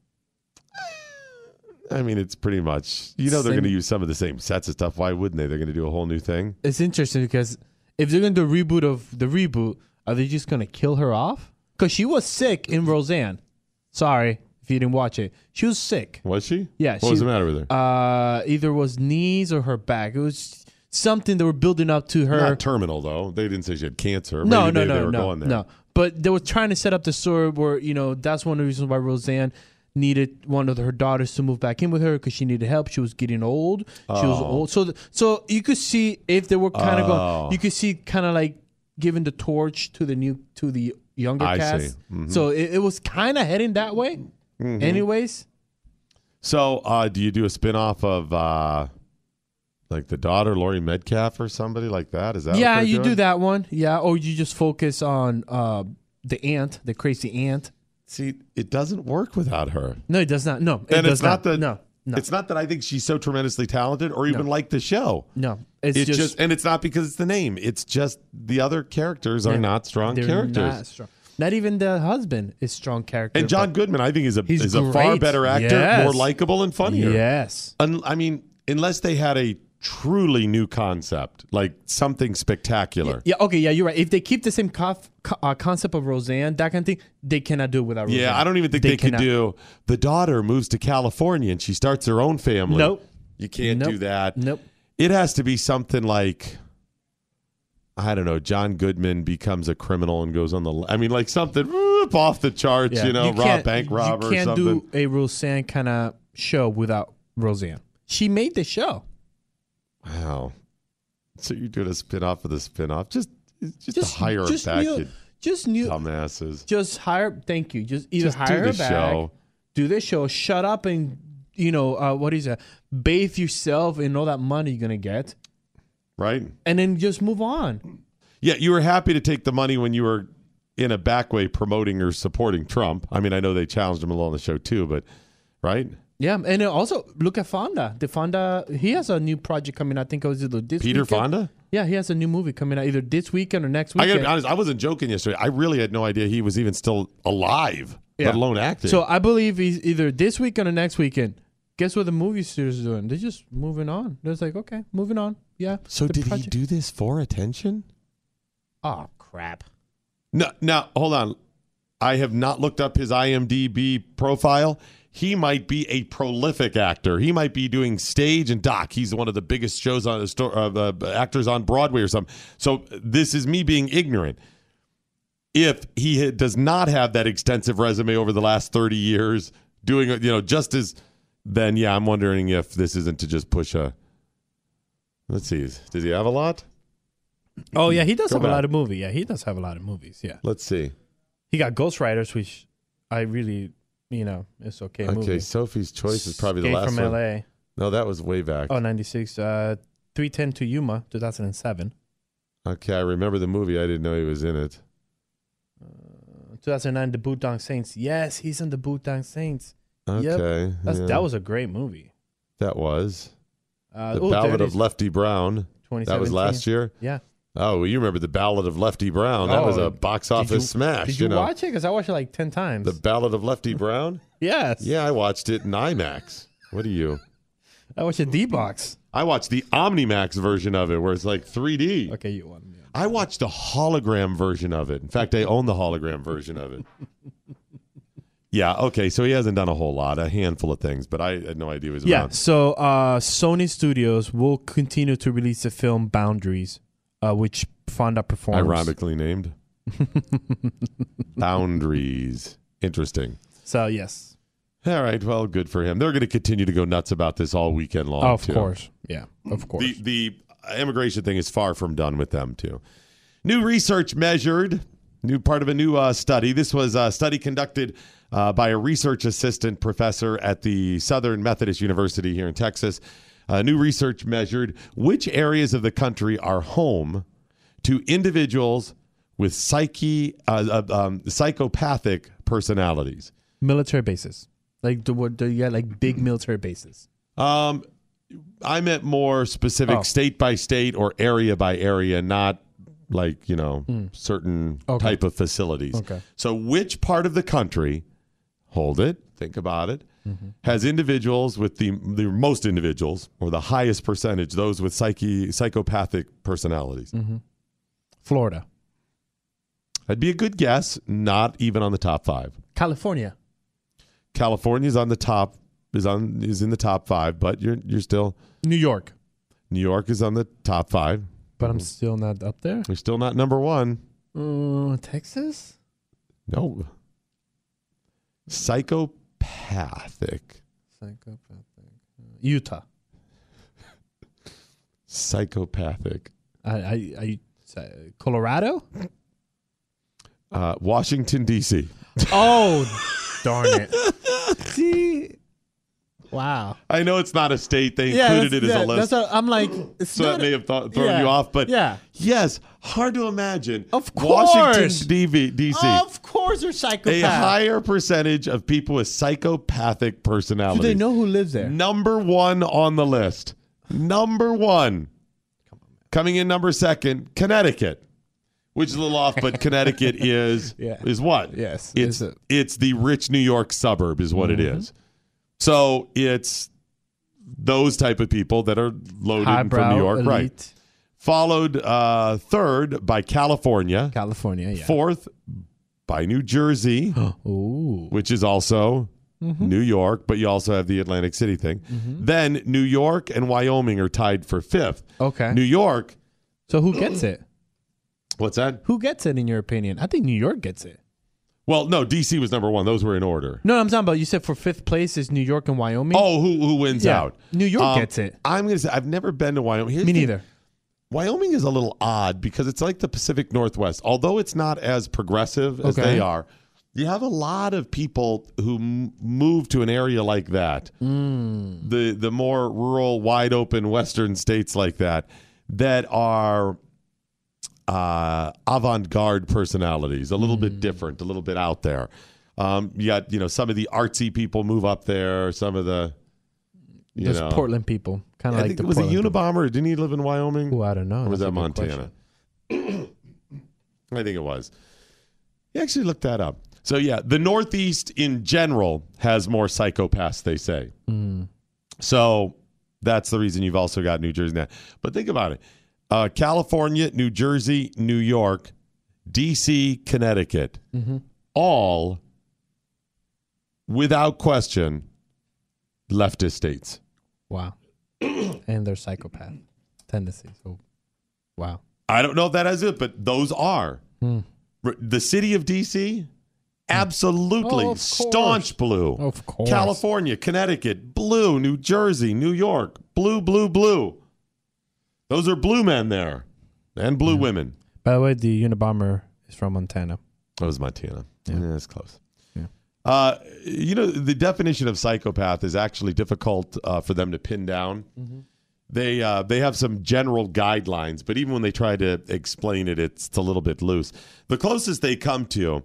Speaker 4: I mean, it's pretty much, you know, they're
Speaker 5: Same-
Speaker 4: going to use some of the same sets and stuff. Why wouldn't they? They're going to do a whole new thing.
Speaker 5: It's interesting because if they're gonna do a reboot of the reboot, are they just gonna kill her off? Because she was sick in Roseanne. Sorry if you didn't watch it. She was sick.
Speaker 4: Was she?
Speaker 5: Yeah,
Speaker 4: What was
Speaker 5: she-
Speaker 4: the matter with her?
Speaker 5: Uh either was knees or her back. It was something that were building up to her.
Speaker 4: Not terminal, though. They didn't say she had cancer.
Speaker 5: No,
Speaker 4: Maybe
Speaker 5: no,
Speaker 4: they,
Speaker 5: no,
Speaker 4: they were
Speaker 5: no,
Speaker 4: going there.
Speaker 5: no. But they were trying to set up the story where you know that's one of the reasons why Roseanne needed one of her daughters to move back in with her because she needed help. She was getting old. She
Speaker 4: Oh.
Speaker 5: was old. So th- so you could see if they were kind of
Speaker 4: Oh.
Speaker 5: going. You could see kind of like giving the torch to the new to the younger
Speaker 4: I see. Mm-hmm.
Speaker 5: cast. So it, it was kind of heading that way. Anyways,
Speaker 4: So, uh, do you do a spinoff of uh, like the daughter, Lori Medcalf, or somebody like that? Is that what
Speaker 5: yeah,
Speaker 4: they're
Speaker 5: you do
Speaker 4: doing?
Speaker 5: that one. Yeah, or you just focus on uh, the ant, the crazy ant.
Speaker 4: See, it doesn't work without her.
Speaker 5: No, it does not. No, it
Speaker 4: and
Speaker 5: does
Speaker 4: it's not, that
Speaker 5: no, no,
Speaker 4: it's not that I think she's so tremendously talented or even like the show.
Speaker 5: no. It's,
Speaker 4: It's, just, and it's not because it's the name. It's just the other characters are
Speaker 5: Yeah.
Speaker 4: not strong
Speaker 5: they're
Speaker 4: characters.
Speaker 5: Not, strong. not even the husband is strong character.
Speaker 4: and John
Speaker 5: but-
Speaker 4: Goodman, I think, is a
Speaker 5: He's
Speaker 4: is a far
Speaker 5: great.
Speaker 4: better actor,
Speaker 5: Yes.
Speaker 4: more likable and funnier.
Speaker 5: Yes.
Speaker 4: Un- I mean, unless they had a truly new concept, like something spectacular.
Speaker 5: Yeah. Okay. Yeah, you're right. If they keep the same cof, co- uh, concept of Roseanne, that kind of thing, they cannot do it without. Roseanne.
Speaker 4: Yeah, I don't even think they, could
Speaker 5: cannot.
Speaker 4: do the daughter moves to California and she starts her own family.
Speaker 5: Nope.
Speaker 4: You can't do
Speaker 5: Nope.
Speaker 4: that.
Speaker 5: Nope.
Speaker 4: It has to be something like I don't know, John Goodman becomes a criminal and goes on the I mean like something whoop, off the charts,
Speaker 5: Yeah.
Speaker 4: you know, rob
Speaker 5: can't-
Speaker 4: bank robber
Speaker 5: You can't
Speaker 4: or something.
Speaker 5: do a Roseanne kind of show without Roseanne. She made the show.
Speaker 4: wow. So you're doing a spin off of the spin off. Just just,
Speaker 5: Just
Speaker 4: hire
Speaker 5: just
Speaker 4: her back,
Speaker 5: New,
Speaker 4: you
Speaker 5: just new.
Speaker 4: dumbasses.
Speaker 5: Just hire. Thank you. Just either
Speaker 4: Just do
Speaker 5: hire
Speaker 4: the
Speaker 5: her back.
Speaker 4: show.
Speaker 5: Do the show. Shut up and you know uh, what is that? Bathe yourself in all that money you're gonna get,
Speaker 4: Right?
Speaker 5: and then just move on.
Speaker 4: Yeah, you were happy to take the money when you were in a back way promoting or supporting Trump. I mean, I know they challenged him a little on the show too, but right?
Speaker 5: Yeah, and then also look at Fonda. The Fonda, he has a new project coming. I think it was either this
Speaker 4: Peter
Speaker 5: weekend.
Speaker 4: Fonda?
Speaker 5: Yeah, he has a new movie coming out either this weekend or next
Speaker 4: I
Speaker 5: weekend.
Speaker 4: gotta be honest, I wasn't joking yesterday. I really had no idea he was even still alive,
Speaker 5: Yeah.
Speaker 4: let alone acting.
Speaker 5: So I believe he's either this weekend or next weekend. Guess what the movie studios are doing? They're just moving on. They're just like, okay, moving on. Yeah.
Speaker 4: So
Speaker 5: The
Speaker 4: did he
Speaker 5: project-
Speaker 4: do this for attention?
Speaker 5: Oh crap.
Speaker 4: No, now hold on. I have not looked up his IMDb profile. He might be a prolific actor. He might be doing stage and doc. He's one of the biggest shows on uh, uh, actors on Broadway or something. So this is me being ignorant. If he ha- does not have that extensive resume over the last thirty years, doing you know just as, then yeah, I'm wondering if this isn't to just push a. Let's see. Does he have a lot?
Speaker 5: Oh yeah, he does
Speaker 4: Go
Speaker 5: have a
Speaker 4: back.
Speaker 5: lot of movie. Yeah, he does have a lot of movies. Yeah.
Speaker 4: Let's see.
Speaker 5: He got Ghost Riders, which I really, you know, it's okay.
Speaker 4: Okay,
Speaker 5: movie.
Speaker 4: Sophie's Choice is probably the
Speaker 5: Escape
Speaker 4: last one.
Speaker 5: from LA.
Speaker 4: No, that was way back.
Speaker 5: Oh, 96. Uh, 310 to Yuma, 2007.
Speaker 4: Okay, I remember the movie. I didn't know he was in it.
Speaker 5: 2009, The Bootang Saints. Yes, he's in The Bootang Saints. Yep.
Speaker 4: Okay,
Speaker 5: That's,
Speaker 4: yeah,
Speaker 5: That was a great movie.
Speaker 4: that was
Speaker 5: Uh,
Speaker 4: the
Speaker 5: ooh, there
Speaker 4: Ballad
Speaker 5: it
Speaker 4: of
Speaker 5: is.
Speaker 4: Lefty Brown. That was
Speaker 5: 2017.
Speaker 4: last year.
Speaker 5: Yeah.
Speaker 4: Oh, well, you remember the Ballad of Lefty Brown? That
Speaker 5: Oh,
Speaker 4: was a box
Speaker 5: Did
Speaker 4: office
Speaker 5: you-
Speaker 4: smash.
Speaker 5: Did you,
Speaker 4: know,
Speaker 5: watch it? Because I watched it like 10 times.
Speaker 4: the Ballad of Lefty
Speaker 5: [LAUGHS]
Speaker 4: Brown.
Speaker 5: yes.
Speaker 4: yeah, I watched it in IMAX. What do you?
Speaker 5: I watched a D box.
Speaker 4: I watched the OmniMax version of it, where it's like 3D.
Speaker 5: Okay, you won. Yeah.
Speaker 4: I watched the hologram version of it. In fact, I own the hologram version of it. yeah, okay. So he hasn't done a whole lot, a handful of things, but I had no idea he was
Speaker 5: Yeah.
Speaker 4: around.
Speaker 5: So uh, Sony Studios will continue to release the film Boundaries, uh, which Fonda performs.
Speaker 4: Ironically
Speaker 5: [LAUGHS]
Speaker 4: named. Boundaries. Interesting.
Speaker 5: So yes,
Speaker 4: All right. Well, good for him. They're going to continue to go nuts about this all weekend long.
Speaker 5: of
Speaker 4: too.
Speaker 5: course. Yeah, of course.
Speaker 4: The the immigration thing is far from done with them too. New research measured, new part of a new uh, study. This was a study conducted uh, by a research assistant professor at the Southern Methodist University here in Texas. Uh, new research measured which areas of the country are home to individuals with psyche uh, uh, um, psychopathic personalities.
Speaker 5: military bases, like the what? Do you got like
Speaker 4: Hmm.
Speaker 5: big military bases?
Speaker 4: Um, I meant more specific,
Speaker 5: Oh.
Speaker 4: state by state or area by area, not like you know certain
Speaker 5: Hmm. Okay.
Speaker 4: type of facilities.
Speaker 5: Okay.
Speaker 4: So, which part of the country? Hold it. Think about it.
Speaker 5: Mm-hmm.
Speaker 4: Has individuals with the the most individuals or the highest percentage those with psyche psychopathic personalities?
Speaker 5: Mm-hmm. Florida,
Speaker 4: That'd be a good guess. Not even on the top five.
Speaker 5: California.
Speaker 4: California's on the top is on is in the top five, but you're you're still
Speaker 5: New York,
Speaker 4: New York is on the top five.
Speaker 5: but
Speaker 4: Hmm.
Speaker 5: I'm still not up there.
Speaker 4: They're still not number one.
Speaker 5: Uh, Texas.
Speaker 4: No. Psychopathic.
Speaker 5: Psychopathic. Utah.
Speaker 4: Psychopathic.
Speaker 5: I, I, I uh,
Speaker 4: [LAUGHS]
Speaker 5: Colorado.
Speaker 4: Uh, Washington, D.C. [LAUGHS]
Speaker 5: Oh, darn it! See, Wow.
Speaker 4: I know it's not a state. They
Speaker 5: Yeah,
Speaker 4: included
Speaker 5: that's-
Speaker 4: it as
Speaker 5: yeah,
Speaker 4: a list.
Speaker 5: That's what, I'm like, it's
Speaker 4: so that
Speaker 5: not-
Speaker 4: may have th- thrown
Speaker 5: yeah,
Speaker 4: you off, but
Speaker 5: yeah,
Speaker 4: yes, hard to imagine.
Speaker 5: Of course.
Speaker 4: Washington DV, DC,
Speaker 5: of course they're
Speaker 4: a
Speaker 5: psychopaths.
Speaker 4: higher percentage of people with psychopathic
Speaker 5: Do
Speaker 4: personalities.
Speaker 5: they know who lives there?
Speaker 4: Number one on the list. Number one. Coming in number second, Connecticut, which is a little off,
Speaker 5: [LAUGHS]
Speaker 4: but Connecticut is
Speaker 5: Yeah.
Speaker 4: is what?
Speaker 5: Yes,
Speaker 4: it's
Speaker 5: is it- Mm-hmm.
Speaker 4: it's the rich New York suburb, is what it is. So it's those type of people that are loaded from
Speaker 5: Highbrow,
Speaker 4: New York,
Speaker 5: elite,
Speaker 4: right? Followed uh, third by California,
Speaker 5: California, yeah.
Speaker 4: fourth by New Jersey,
Speaker 5: [GASPS] Ooh, Mm-hmm.
Speaker 4: which is also New York, but you also have the Atlantic City thing. Then New York and Wyoming are tied for fifth.
Speaker 5: okay.
Speaker 4: New York,
Speaker 5: so who gets it?
Speaker 4: what's that?
Speaker 5: Who gets it in your opinion? I think New York gets it.
Speaker 4: Well, no, DC was number one. Those were in order.
Speaker 5: No, I'm talking about you said for fifth place is New York and Wyoming.
Speaker 4: Oh, who who wins
Speaker 5: Yeah.
Speaker 4: out? Um,
Speaker 5: New York gets it.
Speaker 4: I'm gonna say I've never been to Wyoming. Here's
Speaker 5: me
Speaker 4: the-
Speaker 5: neither.
Speaker 4: Wyoming is a little odd because it's like the Pacific Northwest. Although it's not as progressive as
Speaker 5: Okay.
Speaker 4: they are, you have a lot of people who m- move to an area like that.
Speaker 5: Hmm.
Speaker 4: The the more rural, wide open Western states like that that are uh, avant-garde personalities, a little
Speaker 5: Hmm.
Speaker 4: bit different, a little bit out there. Um, you got you know some of the artsy people move up there. Some of the you
Speaker 5: Those
Speaker 4: know
Speaker 5: Portland people, kind
Speaker 4: I
Speaker 5: of like
Speaker 4: think
Speaker 5: the
Speaker 4: it was a
Speaker 5: Portland people.
Speaker 4: Unabomber. Didn't he live in Wyoming?
Speaker 5: Ooh, I don't know.
Speaker 4: Or was
Speaker 5: That's a
Speaker 4: that
Speaker 5: good
Speaker 4: Montana?
Speaker 5: question.
Speaker 4: [CLEARS THROAT] I think it was. You actually looked that up. So yeah, the Northeast in general has more psychopaths, they say. So that's the reason you've also got New Jersey now. But think about it: uh, California, New Jersey, New York, D.C., Connecticut, all without question leftist states.
Speaker 5: Wow.
Speaker 4: [COUGHS]
Speaker 5: and their psychopath tendencies. Oh, wow.
Speaker 4: I don't know if that has it, but those are.
Speaker 5: Hmm.
Speaker 4: R- The city of D.C., absolutely
Speaker 5: Oh, of course.
Speaker 4: staunch blue.
Speaker 5: Of course.
Speaker 4: California, Connecticut, blue. New Jersey, New York, blue, blue, blue. Those are blue men there and blue
Speaker 5: Hmm.
Speaker 4: women.
Speaker 5: By the way, the Unabomber is from Montana.
Speaker 4: That was Montana. Yeah, that's close. Uh, you know, the definition of psychopath is actually difficult uh, for them to pin down. They uh, they have some general guidelines, but even when they try to explain it, it's, it's a little bit loose. The closest they come to,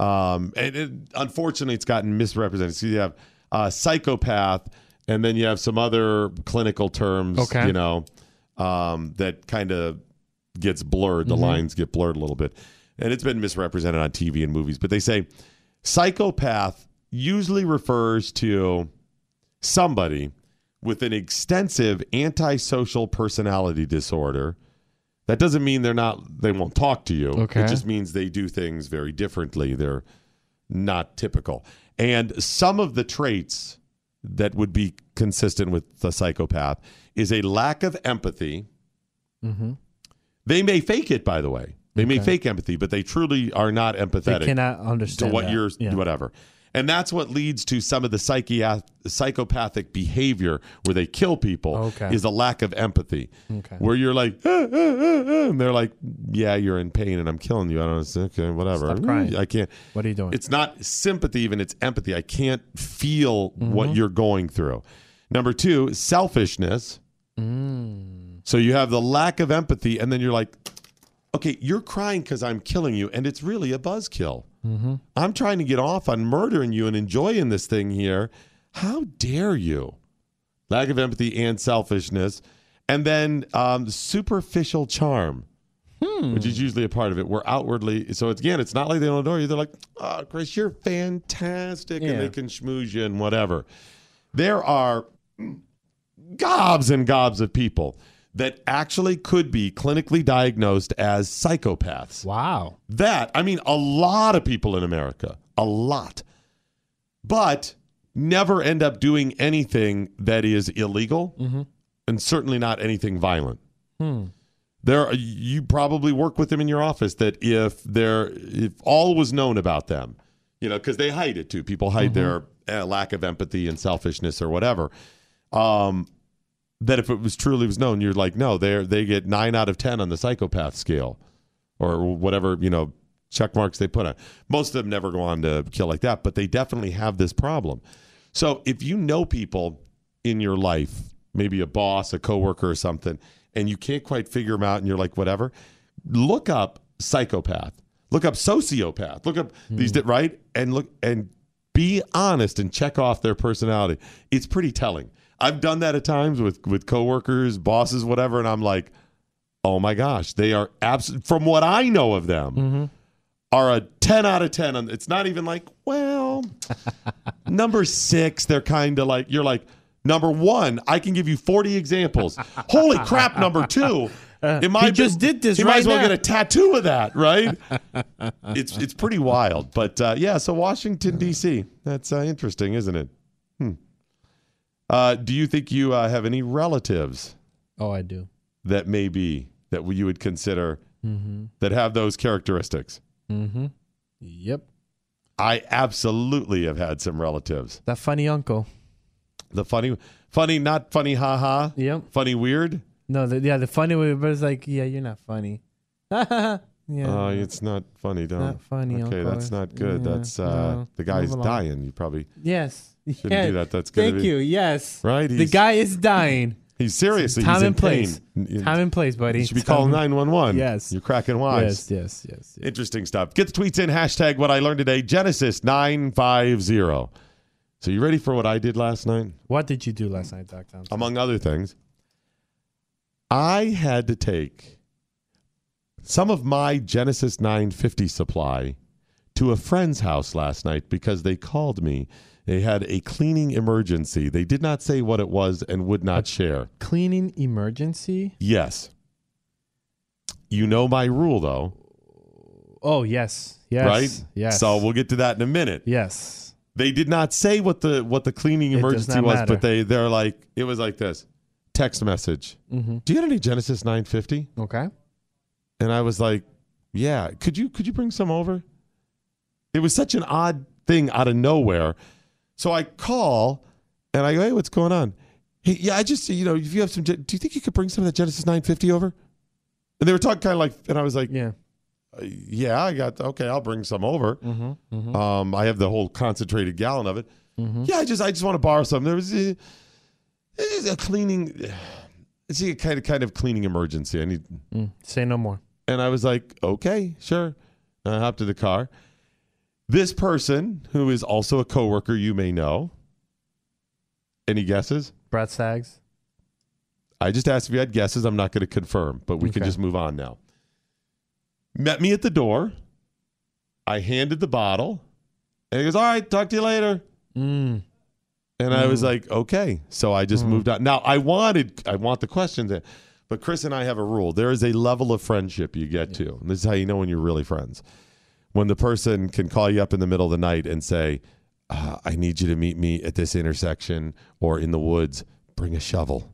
Speaker 4: um, and it, unfortunately, it's gotten misrepresented. So you have uh, psychopath, and then you have some other clinical terms.
Speaker 5: Okay.
Speaker 4: you know, um, that kind of gets blurred. The lines get blurred a little bit, and it's been misrepresented on TV and movies. But they say psychopath usually refers to somebody with an extensive antisocial personality disorder. That doesn't mean they're not they won't talk to you.
Speaker 5: Okay.
Speaker 4: It just means they do things very differently. They're not typical. And some of the traits that would be consistent with the psychopath is a lack of empathy.
Speaker 5: Mm-hmm.
Speaker 4: They may fake it, by the way. They may fake empathy, but they truly are not
Speaker 5: They
Speaker 4: empathetic
Speaker 5: cannot
Speaker 4: to
Speaker 5: understand
Speaker 4: what
Speaker 5: that.
Speaker 4: you're
Speaker 5: Yeah.
Speaker 4: whatever. And that's what leads to some of the psychiath- psychopathic behavior where they kill people
Speaker 5: Okay.
Speaker 4: is a lack of empathy.
Speaker 5: Okay.
Speaker 4: Where you're like, [LAUGHS] "Ah, ah, ah, ah," and they're like, yeah, you're in pain and I'm killing you. I don't know. Okay, whatever.
Speaker 5: Stop crying.
Speaker 4: I can't.
Speaker 5: What are you doing?
Speaker 4: It's not sympathy, even it's empathy. I can't feel
Speaker 5: Mm-hmm.
Speaker 4: what you're going through. Number two, selfishness.
Speaker 5: Mm.
Speaker 4: So you have the lack of empathy, and then you're like, okay, you're crying because I'm killing you, and it's really a buzzkill. I'm trying to get off on murdering you and enjoying this thing here. How dare you? Lack of empathy and selfishness. And then um, superficial charm, which is usually a part of it. We're outwardly, so it's, again, it's not like they don't adore you. They're like, oh, Chris, you're fantastic.
Speaker 5: Yeah.
Speaker 4: And they can schmooze you and whatever. There are gobs and gobs of people that actually could be clinically diagnosed as psychopaths.
Speaker 5: wow.
Speaker 4: That, I mean, a lot of people in America, a lot, but never end up doing anything that is illegal and certainly not anything violent. There, are- you probably work with them in your office that if there, if all was known about them, you know, because they hide it too. People hide their uh, lack of empathy and selfishness or whatever. Um, that if it was truly was known, you're like, no, they are they get nine out of ten on the psychopath scale or whatever you know check marks they put on. Most of them never go on to kill like that, but they definitely have this problem. So if you know people in your life, maybe a boss, a coworker, or something, and you can't quite figure them out, and you're like, whatever, look up psychopath, look up sociopath, look up these di- right, and look and be honest and check off their personality. It's pretty telling. I've done that at times with with coworkers, bosses, whatever, and I'm like, oh my gosh, they are absolutely from what I know of them.
Speaker 5: Mm-hmm.
Speaker 4: Are a 10 out of 10. on- It's not even like,
Speaker 5: [LAUGHS]
Speaker 4: well, number six, they're kind of like, you're like, number one, I can give you 40 examples. Holy crap, number two. It might
Speaker 5: Uh, he just did this
Speaker 4: He might
Speaker 5: right
Speaker 4: as well
Speaker 5: now.
Speaker 4: get a tattoo of that,
Speaker 5: [LAUGHS]
Speaker 4: right? it's it's pretty wild, but uh, yeah. So Washington D.C. That's uh, interesting, isn't it? Hmm. Uh, do you think you uh, have any relatives
Speaker 5: Oh, I do.
Speaker 4: that may be that you would consider
Speaker 5: Mm-hmm.
Speaker 4: that have those characteristics?
Speaker 5: Yep.
Speaker 4: I absolutely have had some relatives.
Speaker 5: That funny uncle.
Speaker 4: The funny, funny, not funny, haha.
Speaker 5: Yep.
Speaker 4: Funny, weird.
Speaker 5: No, the, yeah, the funny way, but it's like, yeah, you're not funny. [LAUGHS] yeah.
Speaker 4: Oh, it's not funny, Don.
Speaker 5: Not funny,
Speaker 4: Okay,
Speaker 5: Uncle.
Speaker 4: that's not good.
Speaker 5: Yeah,
Speaker 4: that's uh,
Speaker 5: no,
Speaker 4: the guy's
Speaker 5: move along.
Speaker 4: dying. You probably
Speaker 5: yes.
Speaker 4: do
Speaker 5: Yeah.
Speaker 4: that. That's gonna
Speaker 5: Thank
Speaker 4: be-
Speaker 5: you. Yes.
Speaker 4: Right,
Speaker 5: The
Speaker 4: he's-
Speaker 5: guy
Speaker 4: [LAUGHS]
Speaker 5: is dying.
Speaker 4: he's seriously
Speaker 5: Time
Speaker 4: he's in
Speaker 5: and place.
Speaker 4: pain. You-
Speaker 5: Time and place, buddy.
Speaker 4: you should be
Speaker 5: Time
Speaker 4: calling
Speaker 5: and-
Speaker 4: nine one one.
Speaker 5: Yes.
Speaker 4: you're cracking wise.
Speaker 5: Yes, yes, yes. yes.
Speaker 4: Interesting stuff. Get the tweets in. Hashtag what I learned today. Genesis nine five zero. So you ready for what I did last night?
Speaker 5: What did you do last night, Doc Thompson?
Speaker 4: among other things, I had to take some of my Genesis 950 supply to a friend's house last night because they called me. They had a cleaning emergency. They did not say what it was and would not share.
Speaker 5: Cleaning emergency?
Speaker 4: Yes. You know my rule, though,
Speaker 5: Oh, yes. Yes.
Speaker 4: right?
Speaker 5: Yes.
Speaker 4: So we'll get to that in a minute.
Speaker 5: Yes.
Speaker 4: They did not say what the what the cleaning
Speaker 5: It does
Speaker 4: emergency
Speaker 5: not
Speaker 4: was,
Speaker 5: matter.
Speaker 4: but they they're like it was like this text message.
Speaker 5: Mm-hmm.
Speaker 4: Do you have any Genesis 950?
Speaker 5: Okay.
Speaker 4: and I was like, "Yeah, could you could you bring some over?" It was such an odd thing out of nowhere. So I call and I go, "Hey, what's going on?" Hey, yeah, I just you know, if you have some, Gen- do you think you could bring some of that Genesis 950 over? And they were talking kind of like, and I was like,
Speaker 5: Yeah.
Speaker 4: yeah, I got okay. I'll bring some over. Um, I have the whole concentrated gallon of it. Yeah, I just I just want to borrow some. There was a, it's a cleaning, it's a kind of kind of cleaning emergency. I need
Speaker 5: Say no more.
Speaker 4: and I was like, okay, sure. And I hopped in the car. This person, who is also a coworker you may know, any guesses?
Speaker 5: Brad Sags.
Speaker 4: I just asked if you had guesses. I'm not going to confirm, but we can
Speaker 5: Okay.
Speaker 4: just move on now. Met me at the door. I handed the bottle. And he goes, all right, talk to you later.
Speaker 5: Mm.
Speaker 4: And I was like, okay. So I just moved on. Now I wanted, I want the questions, in, but Chris and I have a rule. There is a level of friendship you get to. And this is how you know when you're really friends. When the person can call you up in the middle of the night and say, uh, I need you to meet me at this intersection or in the woods, bring a shovel.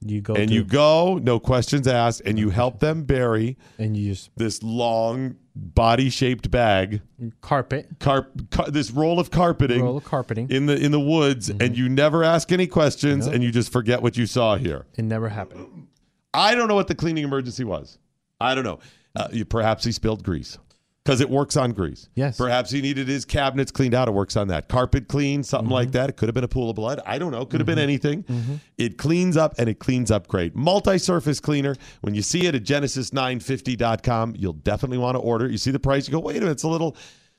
Speaker 5: You go
Speaker 4: and
Speaker 5: to-
Speaker 4: you go, no questions asked, and you help them bury
Speaker 5: and you just
Speaker 4: this long body shaped bag,
Speaker 5: carpet,
Speaker 4: carp, car, this roll of carpeting
Speaker 5: roll of carpeting. Mm-hmm. It,
Speaker 4: in the in the woods and you never ask any questions and you just forget what you saw here.
Speaker 5: never happened.
Speaker 4: I don't know what the cleaning emergency was. I don't know. Uh, you, perhaps he spilled grease because it works on grease.
Speaker 5: Yes.
Speaker 4: Perhaps he needed his cabinets cleaned out. It works on that. Carpet cleaned, something like that. It could have been a pool of blood. I don't know. Could have been anything. It cleans up and it cleans up great. Multi surface cleaner. When you see it at genesis950.com, you'll definitely want to order. You see the price, you go, wait a minute, it's a little.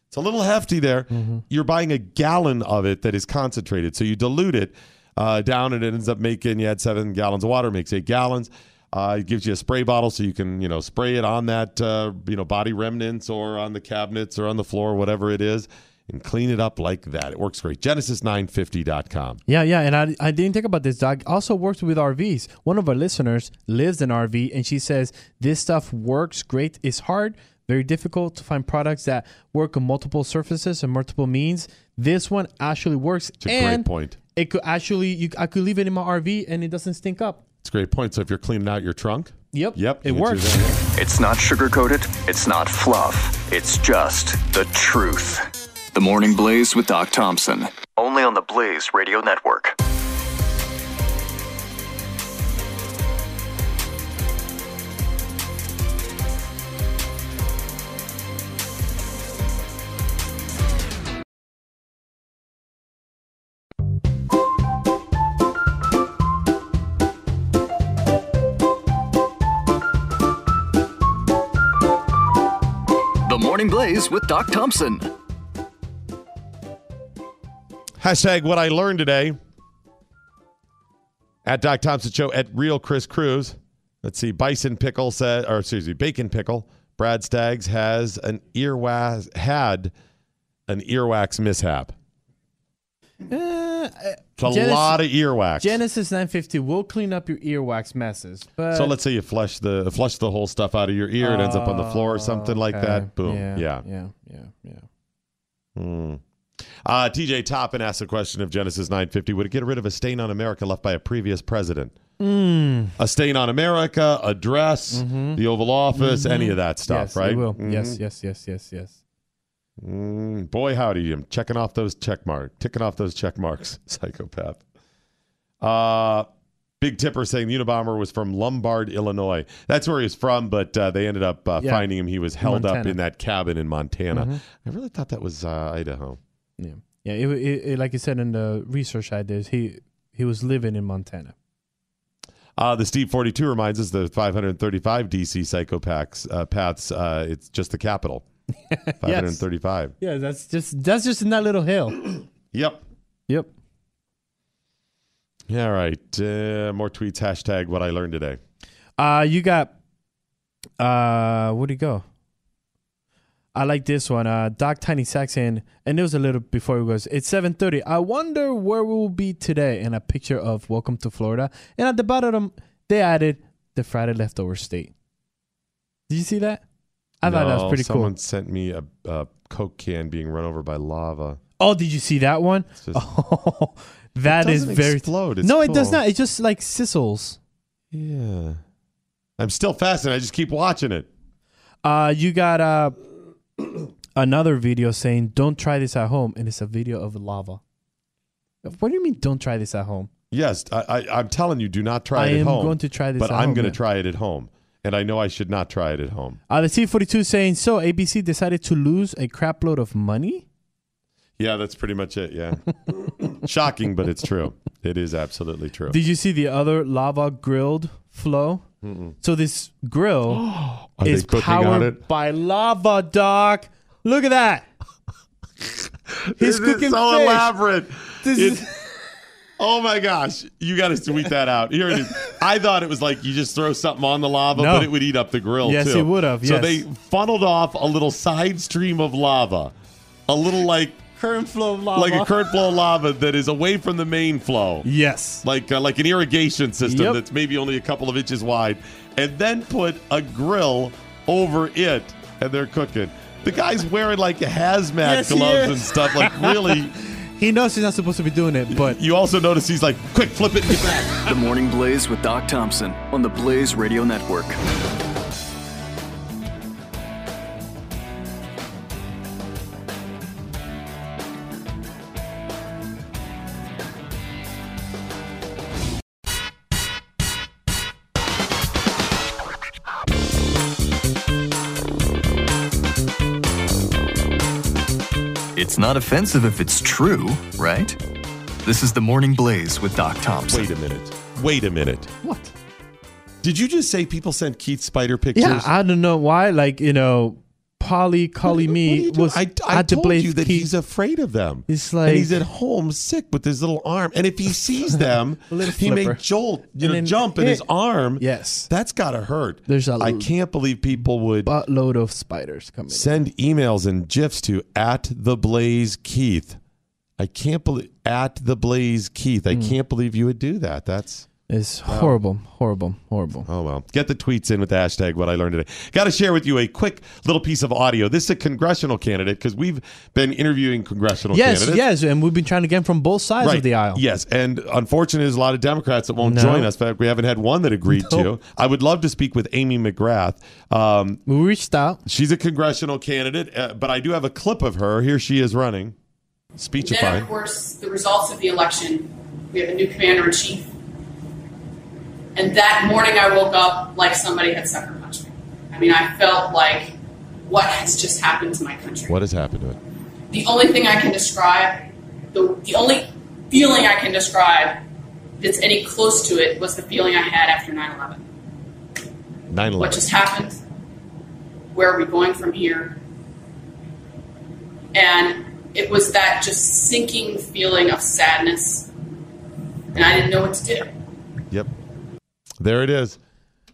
Speaker 4: It's a little hefty there. You're buying a gallon of it that is concentrated. So you dilute it uh, down and it ends up making, you had seven gallons of water, makes eight gallons. Uh, it gives you a spray bottle so you can, you know, spray it on that, uh, you know, body remnants or on the cabinets or on the floor, whatever it is, and clean it up like that. It works great. Genesis950.com.
Speaker 5: Yeah, yeah. And I, I didn't think about this. Doc also worked with RVs. One of our listeners lives in RV, and she says this stuff works great. It's hard, very difficult to find products that work on multiple surfaces and multiple means. This one actually works.
Speaker 4: It's a great
Speaker 5: and
Speaker 4: point.
Speaker 5: It could actually, you, I could leave it in my RV and it doesn't stink up.
Speaker 4: It's a great point. So if you're cleaning out your trunk,
Speaker 5: Yep.
Speaker 4: Yep,
Speaker 5: It
Speaker 4: you can do
Speaker 5: works.
Speaker 4: that.
Speaker 6: It's not sugar coated, it's not fluff, it's just the truth. The Morning Blaze with Doc Thompson. Only on the Blaze Radio Network. Morning Blaze with Doc Thompson.
Speaker 4: Hashtag what I learned today at Doc Thompson Show at Real Chris Cruz. Let's see. Bison Pickle said, or excuse me, Bacon Pickle. Brad Staggs has an earwax had an earwax mishap. It's a
Speaker 5: Genesis-
Speaker 4: lot of earwax.
Speaker 5: Uh, Genesis 950 will clean up your earwax messes. But
Speaker 4: so let's say you flush the flush the whole stuff out of your ear. it ends up on the floor or something like
Speaker 5: Okay.
Speaker 4: that. Boom. yeah.
Speaker 5: Uh, Yeah. Yeah. Yeah.
Speaker 4: Uh, TJ Toppin asked the question of Genesis 950 Would it get rid of a stain on America left by a previous president?
Speaker 5: Hmm.
Speaker 4: A stain on America, a dress, the Oval Office, any of that stuff,
Speaker 5: Mm-hmm. yes,
Speaker 4: right?
Speaker 5: It will.
Speaker 4: Mhm.
Speaker 5: Yes. Yes. Yes. Yes. Yes.
Speaker 4: Mm, boy, howdy, I'm checking off those check marks, ticking off those check marks, [LAUGHS] psychopath. Uh, Big Tipper saying the Unabomber was from Lombard, Illinois. That's where he was from, but uh, they ended up uh,
Speaker 5: Yeah.
Speaker 4: finding him. He was held up
Speaker 5: Montana. Mm-hmm.
Speaker 4: in that cabin in Montana. I really thought that was uh, Idaho.
Speaker 5: Yeah. Yeah. It, it, it, like you said in the research I did, he he was living in Montana.
Speaker 4: Uh, the Steve 42 reminds us the 535 DC psychopaths. Uh, paths, uh, it's just the
Speaker 5: [LAUGHS]
Speaker 4: capital. 535.
Speaker 5: Yeah. That's just that's just in that little [CLEARS THROAT] hill.
Speaker 4: Yep.
Speaker 5: yep.
Speaker 4: Yeah, all right. Uh, more tweets. Hashtag what I learned today.
Speaker 5: Uh, you got. Uh, where'd he go? I like this one. Uh, Doc Tiny Saxon, and it was a little before it goes. It's seven thirty. I wonder where we will be today. And a picture of Welcome to Florida. And at the bottom, they added the Friday leftover state. Did you see that? I thought that
Speaker 4: No,
Speaker 5: was pretty
Speaker 4: someone
Speaker 5: cool.
Speaker 4: sent me a, a Coke can being run over by lava.
Speaker 5: Oh, did you see that one?
Speaker 4: It's just-
Speaker 5: Oh, [LAUGHS] that is
Speaker 4: doesn't
Speaker 5: very.
Speaker 4: explode. It's
Speaker 5: no, it does
Speaker 4: cool.
Speaker 5: not. It just like sizzles.
Speaker 4: Yeah. I'm still fascinated. I just keep watching it.
Speaker 5: Uh, you got uh, [CLEARS THROAT] another video saying, "Don't try this at home," and it's a video of lava. What do you mean? Don't try this at home.
Speaker 4: Yes, I, I, I'm telling you, do not try
Speaker 5: I
Speaker 4: it at
Speaker 5: am
Speaker 4: home.
Speaker 5: going to try this
Speaker 4: But
Speaker 5: at
Speaker 4: I'm
Speaker 5: home,
Speaker 4: going to
Speaker 5: yeah.
Speaker 4: try it at home. And I know I should not try it at home.
Speaker 5: Uh, the C42 saying, "So ABC decided to lose a crapload of money."
Speaker 4: Yeah, that's pretty much it.
Speaker 5: [LAUGHS]
Speaker 4: Yeah. Shocking, but it's true. It is absolutely true.
Speaker 5: Did you see the other lava grilled flow? So this grill
Speaker 4: [GASPS] Are
Speaker 5: is
Speaker 4: they cooking
Speaker 5: powered
Speaker 4: on it?
Speaker 5: by lava, doc. Look at that.
Speaker 4: [LAUGHS]
Speaker 5: He's
Speaker 4: This is
Speaker 5: cooking
Speaker 4: so
Speaker 5: fish.
Speaker 4: elaborate.
Speaker 5: This
Speaker 4: It-
Speaker 5: is-
Speaker 4: [LAUGHS] oh my gosh. You got to tweet that out. Here it is. I thought it was like you just throw something on the lava,
Speaker 5: No.
Speaker 4: but it would eat up the grill
Speaker 5: Yes,
Speaker 4: too.
Speaker 5: it would have,
Speaker 4: So
Speaker 5: yes.
Speaker 4: they funneled off a little side stream of lava, a little like
Speaker 5: current flow of lava.
Speaker 4: like a current flow of lava that is away from the main flow.
Speaker 5: Yes.
Speaker 4: Like, uh, like an irrigation system
Speaker 5: Yep.
Speaker 4: that's maybe only a couple of inches wide, and then put a grill over it, and they're cooking. The guy's wearing like hazmat
Speaker 5: Yes, he
Speaker 4: gloves
Speaker 5: is.
Speaker 4: and stuff. Like,
Speaker 5: [LAUGHS]
Speaker 4: really,
Speaker 5: He knows he's not supposed to be doing
Speaker 4: [LAUGHS]
Speaker 5: it, but
Speaker 4: You also notice he's like, quick, flip it and get back.
Speaker 6: The Morning Blaze with Doc Thompson on the Blaze Radio Network. It's not offensive if it's true, right? This is the Morning Blaze with Doc Thompson.
Speaker 4: Wait a minute. Wait a minute.
Speaker 5: what?
Speaker 4: Did you just say people sent Keith spider pictures?
Speaker 5: Yeah, I don't know why. Like you know, Polly calling me was
Speaker 4: I, I
Speaker 5: at the
Speaker 4: told
Speaker 5: place
Speaker 4: you that
Speaker 5: key.
Speaker 4: he's afraid of them.
Speaker 5: It's
Speaker 4: And he's
Speaker 5: like-
Speaker 4: at home sick with his little arm, and
Speaker 5: [LAUGHS]
Speaker 4: if he sees them,
Speaker 5: A little
Speaker 4: he may
Speaker 5: flipper.
Speaker 4: jolt, you
Speaker 5: And
Speaker 4: know,
Speaker 5: then
Speaker 4: jump in his
Speaker 5: hit.
Speaker 4: arm.
Speaker 5: Yes.
Speaker 4: that's gotta hurt.
Speaker 5: There's a
Speaker 4: I
Speaker 5: l-
Speaker 4: can't believe people would
Speaker 5: buttload of spiders coming. in.
Speaker 4: send emails and gifs to at the blaze Keith. I can't believe at the blaze Keith.
Speaker 5: Hmm.
Speaker 4: I can't believe you would do that. That's
Speaker 5: It's horrible, horrible, horrible.
Speaker 4: Oh, well. Get the tweets in with the hashtag what I learned today. Got to share with you a quick little piece of audio. This is a congressional candidate because we've been interviewing congressional
Speaker 5: Yes,
Speaker 4: candidates.
Speaker 5: yes, and we've been trying to get from both sides of the aisle.
Speaker 4: Yes. And unfortunately, there's a lot of Democrats that won't
Speaker 5: No.
Speaker 4: join us. In fact, we haven't had one that agreed to. I would love to speak with Amy McGrath. Um,
Speaker 5: we reached out.
Speaker 4: she's a congressional candidate, uh, but I do have a clip of her. Here she is running.
Speaker 10: Then, of
Speaker 4: Speechifying.
Speaker 10: course, the results of the election. We have a new commander in chief. And that morning I woke up like somebody had sucker punched me. I mean, I felt like what has just happened to my country.
Speaker 4: What has happened to it?
Speaker 10: The only thing I can describe, the, the only feeling I can describe that's any close to it was the feeling I had after 9 11.
Speaker 4: 9
Speaker 10: What
Speaker 4: 11.
Speaker 10: just happened? Where are we going from here? And it was that just sinking feeling of sadness. And I didn't know what to do.
Speaker 4: Yep. There it is.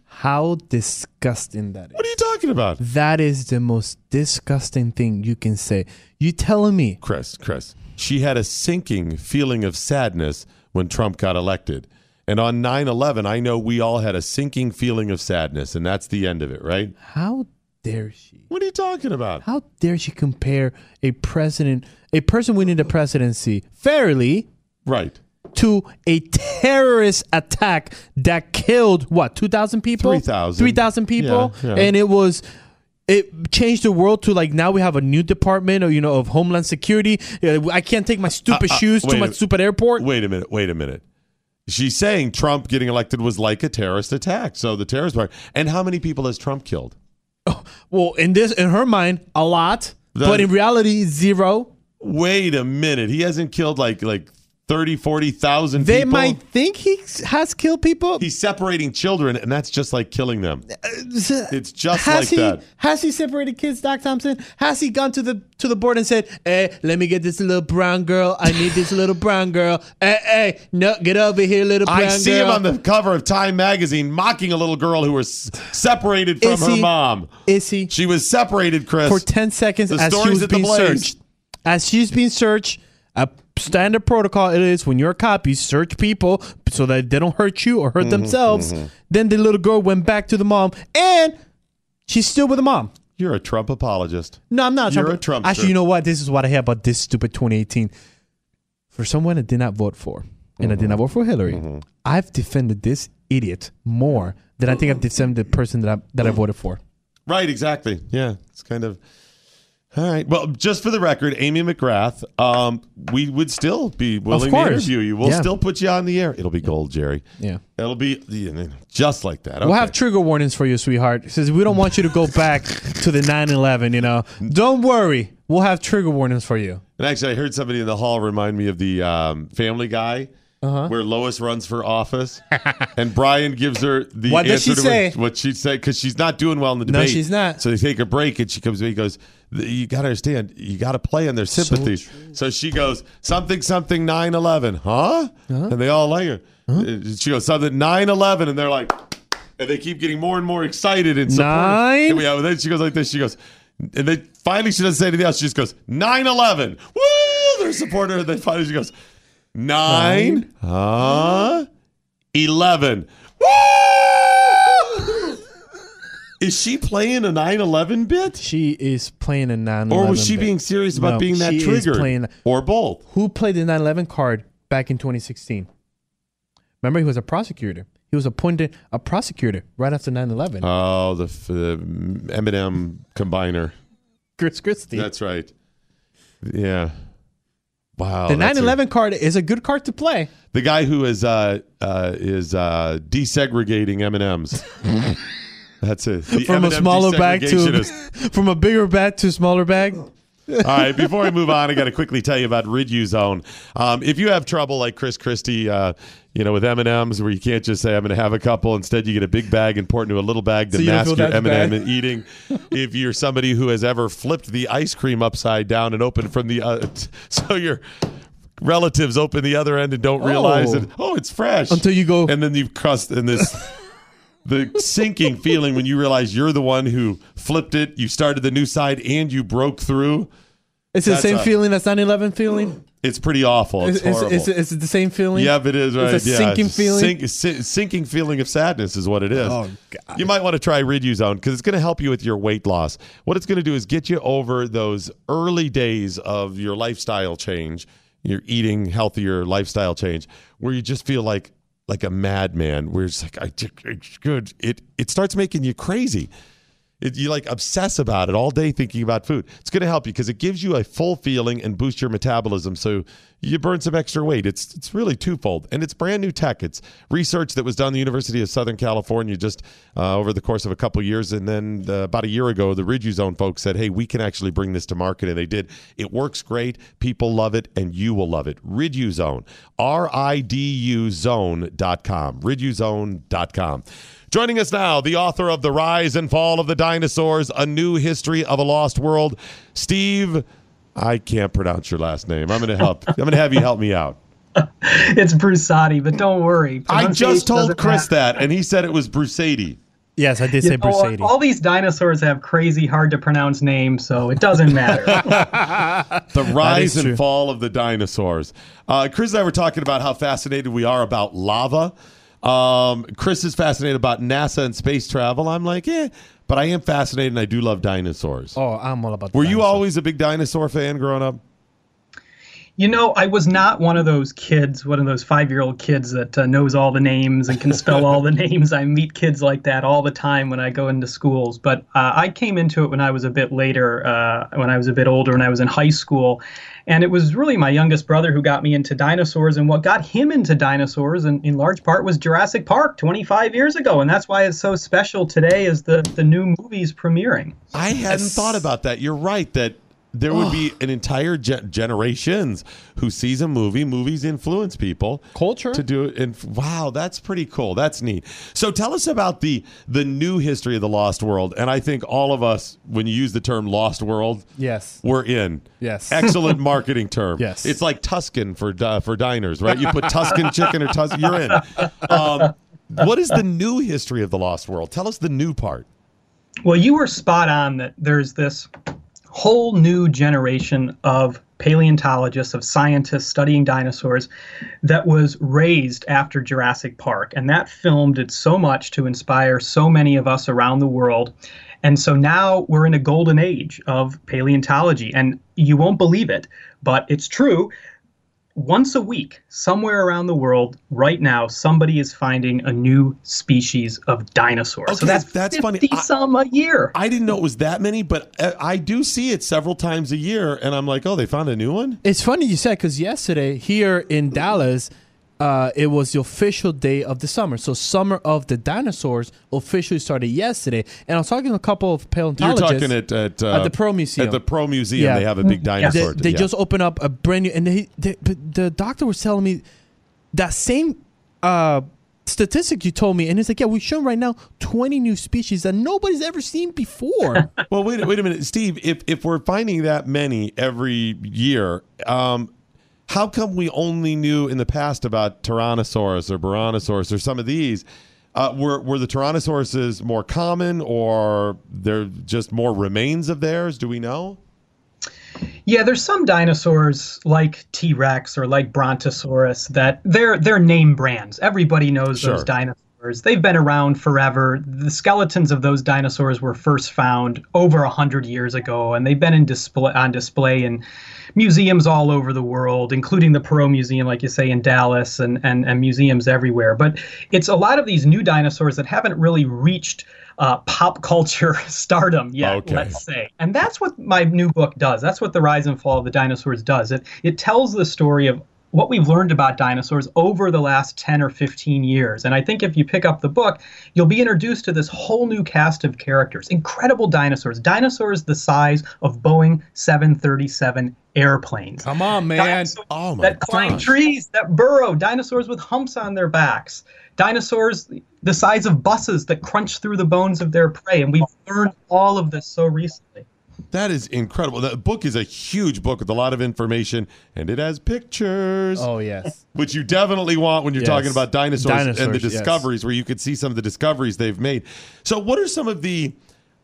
Speaker 5: How disgusting that is.
Speaker 4: What are you talking about?
Speaker 5: That is the most disgusting thing you can say. You telling me
Speaker 4: Chris, Chris. She had a sinking feeling of sadness when Trump got elected. And on 9 11, I know we all had a sinking feeling of sadness, and that's the end of it, right?
Speaker 5: how dare she?
Speaker 4: What are you talking about?
Speaker 5: How dare she compare a president, a person winning the presidency fairly
Speaker 4: Right.
Speaker 5: to a terrorist attack that killed what 2000 people
Speaker 4: 3,000.
Speaker 5: 3000 people
Speaker 4: Yeah, yeah.
Speaker 5: and it was it changed the world to like now we have a new department or you know of homeland security Uh, i can't take my stupid
Speaker 4: Uh, uh,
Speaker 5: shoes
Speaker 4: wait
Speaker 5: to
Speaker 4: a
Speaker 5: my
Speaker 4: minute.
Speaker 5: stupid airport
Speaker 4: Wait a minute. Wait a minute. She's saying Trump getting elected was like a terrorist attack. So the terrorist part. And how many people has Trump killed?
Speaker 5: well in this in her mind a lot
Speaker 4: That-
Speaker 5: but in reality zero
Speaker 4: Wait a minute. He hasn't killed like like 30, 40,000
Speaker 5: they
Speaker 4: people.
Speaker 5: might think he has killed people
Speaker 4: He's separating children, and that's just like killing them. It's just
Speaker 5: Uh, has
Speaker 4: like
Speaker 5: he
Speaker 4: that.
Speaker 5: has he separated kids, Doc Thompson? Has he gone to the to the board and said, "Hey, let me get this little brown girl. I need this little brown girl. Hey, hey, no, get over here, little brown
Speaker 4: I
Speaker 5: girl."
Speaker 4: see him on the cover of Time magazine mocking a little girl who was s- separated from
Speaker 5: Is
Speaker 4: her
Speaker 5: he-
Speaker 4: mom.
Speaker 5: Is he
Speaker 4: She was separated, Chris.
Speaker 5: for ten seconds
Speaker 4: The
Speaker 5: as she
Speaker 4: story's
Speaker 5: was
Speaker 4: at the
Speaker 5: being
Speaker 4: Blaze.
Speaker 5: searched? As she's being searched, a standard protocol it is when you're a cop, you search people so that they don't hurt you or
Speaker 4: Mm-hmm,
Speaker 5: hurt themselves. Then the little girl went back to the mom, and she's still with the mom.
Speaker 4: You're a Trump apologist.
Speaker 5: No, I'm not.
Speaker 4: You're
Speaker 5: Trump-
Speaker 4: a Trumpster.
Speaker 5: Actually, you know what? This is what I hear about this stupid 2018. For someone I did not vote for, and I did
Speaker 4: Mm-hmm.
Speaker 5: not vote for Hillary, I've defended this idiot more than I think I've defended the person that I that I
Speaker 4: Mm-hmm.
Speaker 5: voted for.
Speaker 4: Right, exactly. Yeah, it's kind of. All right. Well, just for the record, Amy McGrath, um, we would still be willing to
Speaker 5: course.
Speaker 4: interview you. We'll
Speaker 5: Yeah.
Speaker 4: still put you on the air. It'll be gold, Jerry.
Speaker 5: Yeah.
Speaker 4: It'll be yeah, just like that.
Speaker 5: We'll
Speaker 4: Okay.
Speaker 5: have trigger warnings for you, sweetheart. Says we don't want you to go back to the 9/11. You know, don't worry. We'll have trigger warnings for you.
Speaker 4: And actually, I heard somebody in the hall remind me of the um, Family Guy,
Speaker 5: Uh-huh.
Speaker 4: where Lois runs for office, [LAUGHS] and Brian gives her the
Speaker 5: What does
Speaker 4: answer
Speaker 5: she
Speaker 4: to
Speaker 5: say?
Speaker 4: What, what she said because she's not doing well in the
Speaker 5: No,
Speaker 4: debate.
Speaker 5: she's not.
Speaker 4: So they take a break, and she comes in. He goes, "Th- "You got to understand. You got to play on their sympathies." So, she goes, "Something, something, 9-11. huh?"
Speaker 5: Uh-huh.
Speaker 4: And they all like her. And She goes, "Something, 9-11. and they're like, and they keep getting more and more excited and supportive.
Speaker 5: Nine?
Speaker 4: And we- yeah, but then she goes like this. She goes, and then finally she doesn't say anything else. She just goes, 9 11. Woo! They're supporting her. And then finally she goes, 9 huh? 11. Woo! Is she playing a 9 11 bit?
Speaker 5: She is playing a 9/11.
Speaker 4: Or was she
Speaker 5: bit.
Speaker 4: being serious about
Speaker 5: No,
Speaker 4: being that
Speaker 5: she is
Speaker 4: triggered?
Speaker 5: playing-
Speaker 4: or both.
Speaker 5: who played the 9/11 card back in 2016. Remember, he was a prosecutor. He was appointed a prosecutor right after 9/11.
Speaker 4: Oh, the f- the Eminem combiner.
Speaker 5: Chris Christie.
Speaker 4: That's right. Yeah. Wow.
Speaker 5: the
Speaker 4: oh, that's a-
Speaker 5: 9/11 card is a good card to play.
Speaker 4: The guy who is uh, uh, is uh, desegregating M and
Speaker 5: [LAUGHS]
Speaker 4: M's. That's it. The
Speaker 5: From a
Speaker 4: M&M
Speaker 5: smaller bag to
Speaker 4: desegregationist.
Speaker 5: [LAUGHS] from a bigger bag to a smaller bag.
Speaker 4: All right. Before I move on, I got to quickly tell you about Riduzone. Um, if you have trouble like Chris Christie, uh, you know, with M and M's, where you can't just say I'm going to have a couple. Instead, you get a big bag and pour it into a little bag to
Speaker 5: So you don't
Speaker 4: mask
Speaker 5: feel
Speaker 4: your
Speaker 5: that
Speaker 4: M and M
Speaker 5: bad.
Speaker 4: and eating. if you're somebody who has ever flipped the ice cream upside down and opened from the uh, [LAUGHS] t- so your relatives open the other end and don't realize
Speaker 5: Oh.
Speaker 4: it. Oh, it's fresh
Speaker 5: Until you go-
Speaker 4: and then you've crust in
Speaker 5: [LAUGHS]
Speaker 4: this the sinking feeling when you realize you're the one who flipped it. You started the new side and you broke through.
Speaker 5: It's the
Speaker 4: That's
Speaker 5: same
Speaker 4: a-
Speaker 5: feeling as 9/11 feeling.
Speaker 4: It's pretty awful. It's,
Speaker 5: Is- is-
Speaker 4: horrible.
Speaker 5: is- is it the same feeling?
Speaker 4: Yep, it is. Right.
Speaker 5: It's a
Speaker 4: yeah,
Speaker 5: sinking
Speaker 4: it's a
Speaker 5: feeling.
Speaker 4: sink- si- sinking feeling of sadness is what it is.
Speaker 5: Oh, God.
Speaker 4: You might want to try Riduzone because it's going to help you with your weight loss. What it's going to do is get you over those early days of your lifestyle change, your eating healthier lifestyle change, where you just feel like like a madman. Where it's like, I, it's good. It it starts making you crazy. It, you like obsess about it all day thinking about food. It's going to help you because it gives you a full feeling and boosts your metabolism so you burn some extra weight. It's it's really twofold. And it's brand new tech. It's research that was done at the University of Southern California just uh, over the course of a couple years. And then uh, about a year ago, the Riduzone folks said, hey, we can actually bring this to market. And they did. It works great. People love it and you will love it. Riduzone, R I D U zone.com. Riduzone.com. Joining us now, the author of The Rise and Fall of the Dinosaurs, A New History of a Lost World, Steve I can't pronounce your last name. I'm gonna help. I'm gonna have you help me out.
Speaker 11: it's Brusati, but don't worry.
Speaker 4: I just
Speaker 11: Pronunciation
Speaker 4: told
Speaker 11: doesn't
Speaker 4: Chris
Speaker 11: matter.
Speaker 4: that, and he said it was Brusady.
Speaker 5: Yes, I did
Speaker 11: You
Speaker 5: say
Speaker 11: know,
Speaker 5: Brusady.
Speaker 11: All these dinosaurs have crazy, hard to pronounce names, so it doesn't
Speaker 4: [LAUGHS]
Speaker 11: matter.
Speaker 4: The rise and
Speaker 5: true.
Speaker 4: fall of the dinosaurs. Uh, Chris and I were talking about how fascinated we are about lava. Um, Chris is fascinated about NASA and space travel. I'm like, eh, but I am fascinated, and I do love dinosaurs.
Speaker 5: oh, I'm all about. the
Speaker 4: Were you
Speaker 5: dinosaurs.
Speaker 4: always a big dinosaur fan growing up?
Speaker 11: you know, I was not one of those kids, one of those five year old kids that uh, knows all the names and can spell all the names. I meet kids like that all the time when I go into schools, but uh, I came into it when I was a bit later, uh, when I was a bit older, when I was in high school. And it was really my youngest brother who got me into dinosaurs. And what got him into dinosaurs, and in large part, was Jurassic Park 25 years ago. And that's why it's so special today is the, the new movie's premiering.
Speaker 4: I hadn't thought about that. You're right that there would be an entire ge- generations who sees a movie. Movies influence people,
Speaker 5: Culture?
Speaker 4: to do it. And wow, that's pretty cool. That's neat. So tell us about the the new history of the Lost World. And I think all of us, when you use the term Lost World,
Speaker 5: Yes.
Speaker 4: we're in.
Speaker 5: Yes.
Speaker 4: excellent marketing term.
Speaker 5: Yes.
Speaker 4: it's like Tuscan for di- for diners, right? You put Tuscan chicken or Tuscan, you're in. Um, what is the new history of the Lost World? Tell us the new part.
Speaker 11: Well, you were spot on that there's this whole new generation of paleontologists, of scientists studying dinosaurs that was raised after Jurassic Park. And that film did so much to inspire so many of us around the world. And so now we're in a golden age of paleontology. And you won't believe it, but it's true once a week, somewhere around the world, right now, somebody is finding a new species of dinosaur.
Speaker 4: Okay,
Speaker 11: so that's
Speaker 4: that's funny.
Speaker 11: 50
Speaker 4: I-
Speaker 11: some a year.
Speaker 4: I didn't know it was that many, but I- I do see it several times a year, and I'm like, oh, they found a new one.
Speaker 5: [LAUGHS] It's funny you said because yesterday here in Dallas, uh, it was the official day of the summer. So summer of the dinosaurs officially started yesterday. And I was talking to a couple of
Speaker 4: You're
Speaker 5: paleontologists.
Speaker 4: talking at at, uh,
Speaker 5: At the Pro Museum.
Speaker 4: At the Pro Museum,
Speaker 5: Yeah.
Speaker 4: they have a big
Speaker 5: they,
Speaker 4: dinosaur.
Speaker 5: they
Speaker 4: yeah.
Speaker 5: just opened up a brand new, and they, they but the doctor was telling me that same uh, statistic you told me, and it's like, yeah, we're showing right now twenty new species that nobody's ever seen
Speaker 4: [LAUGHS]
Speaker 5: before.
Speaker 4: well, wait, wait a minute, Steve. If if we're finding that many every year, um, how come we only knew in the past about Tyrannosaurus or Brontosaurus or some of these? Uh, were were the Tyrannosauruses more common, or there just more remains of theirs? Do we know?
Speaker 11: Yeah, there's some dinosaurs like T-Rex or like Brontosaurus that they're they're name brands. Everybody knows
Speaker 4: Sure.
Speaker 11: those dinosaurs. They've been around forever. The skeletons of those dinosaurs were first found over a hundred years ago, and they've been in display on display in museums all over the world, including the Perot Museum, like you say, in Dallas, and and, and museums everywhere. But it's a lot of these new dinosaurs that haven't really reached uh, pop culture [LAUGHS] stardom yet.
Speaker 4: Okay.
Speaker 11: Let's say. And that's what my new book does. That's what The Rise and Fall of the Dinosaurs does. It it tells the story of what we've learned about dinosaurs over the last 10 or 15 years. And I think if you pick up the book, you'll be introduced to this whole new cast of characters, incredible dinosaurs, dinosaurs the size of Boeing 737 airplanes
Speaker 5: Come on, man.
Speaker 11: Dinosaurs
Speaker 4: Oh my
Speaker 11: that climb
Speaker 4: gosh.
Speaker 11: trees, that burrow, dinosaurs with humps on their backs, dinosaurs the size of buses that crunch through the bones of their prey. And we've learned all of this so recently.
Speaker 4: That is incredible. The book is a huge book with a lot of information, and it has pictures,
Speaker 5: Oh yes.
Speaker 4: which you definitely want when you're
Speaker 5: Yes.
Speaker 4: talking about dinosaurs, and the
Speaker 5: Dinosaurs, yes.
Speaker 4: discoveries, where you could see some of the discoveries they've made. So, what are some of the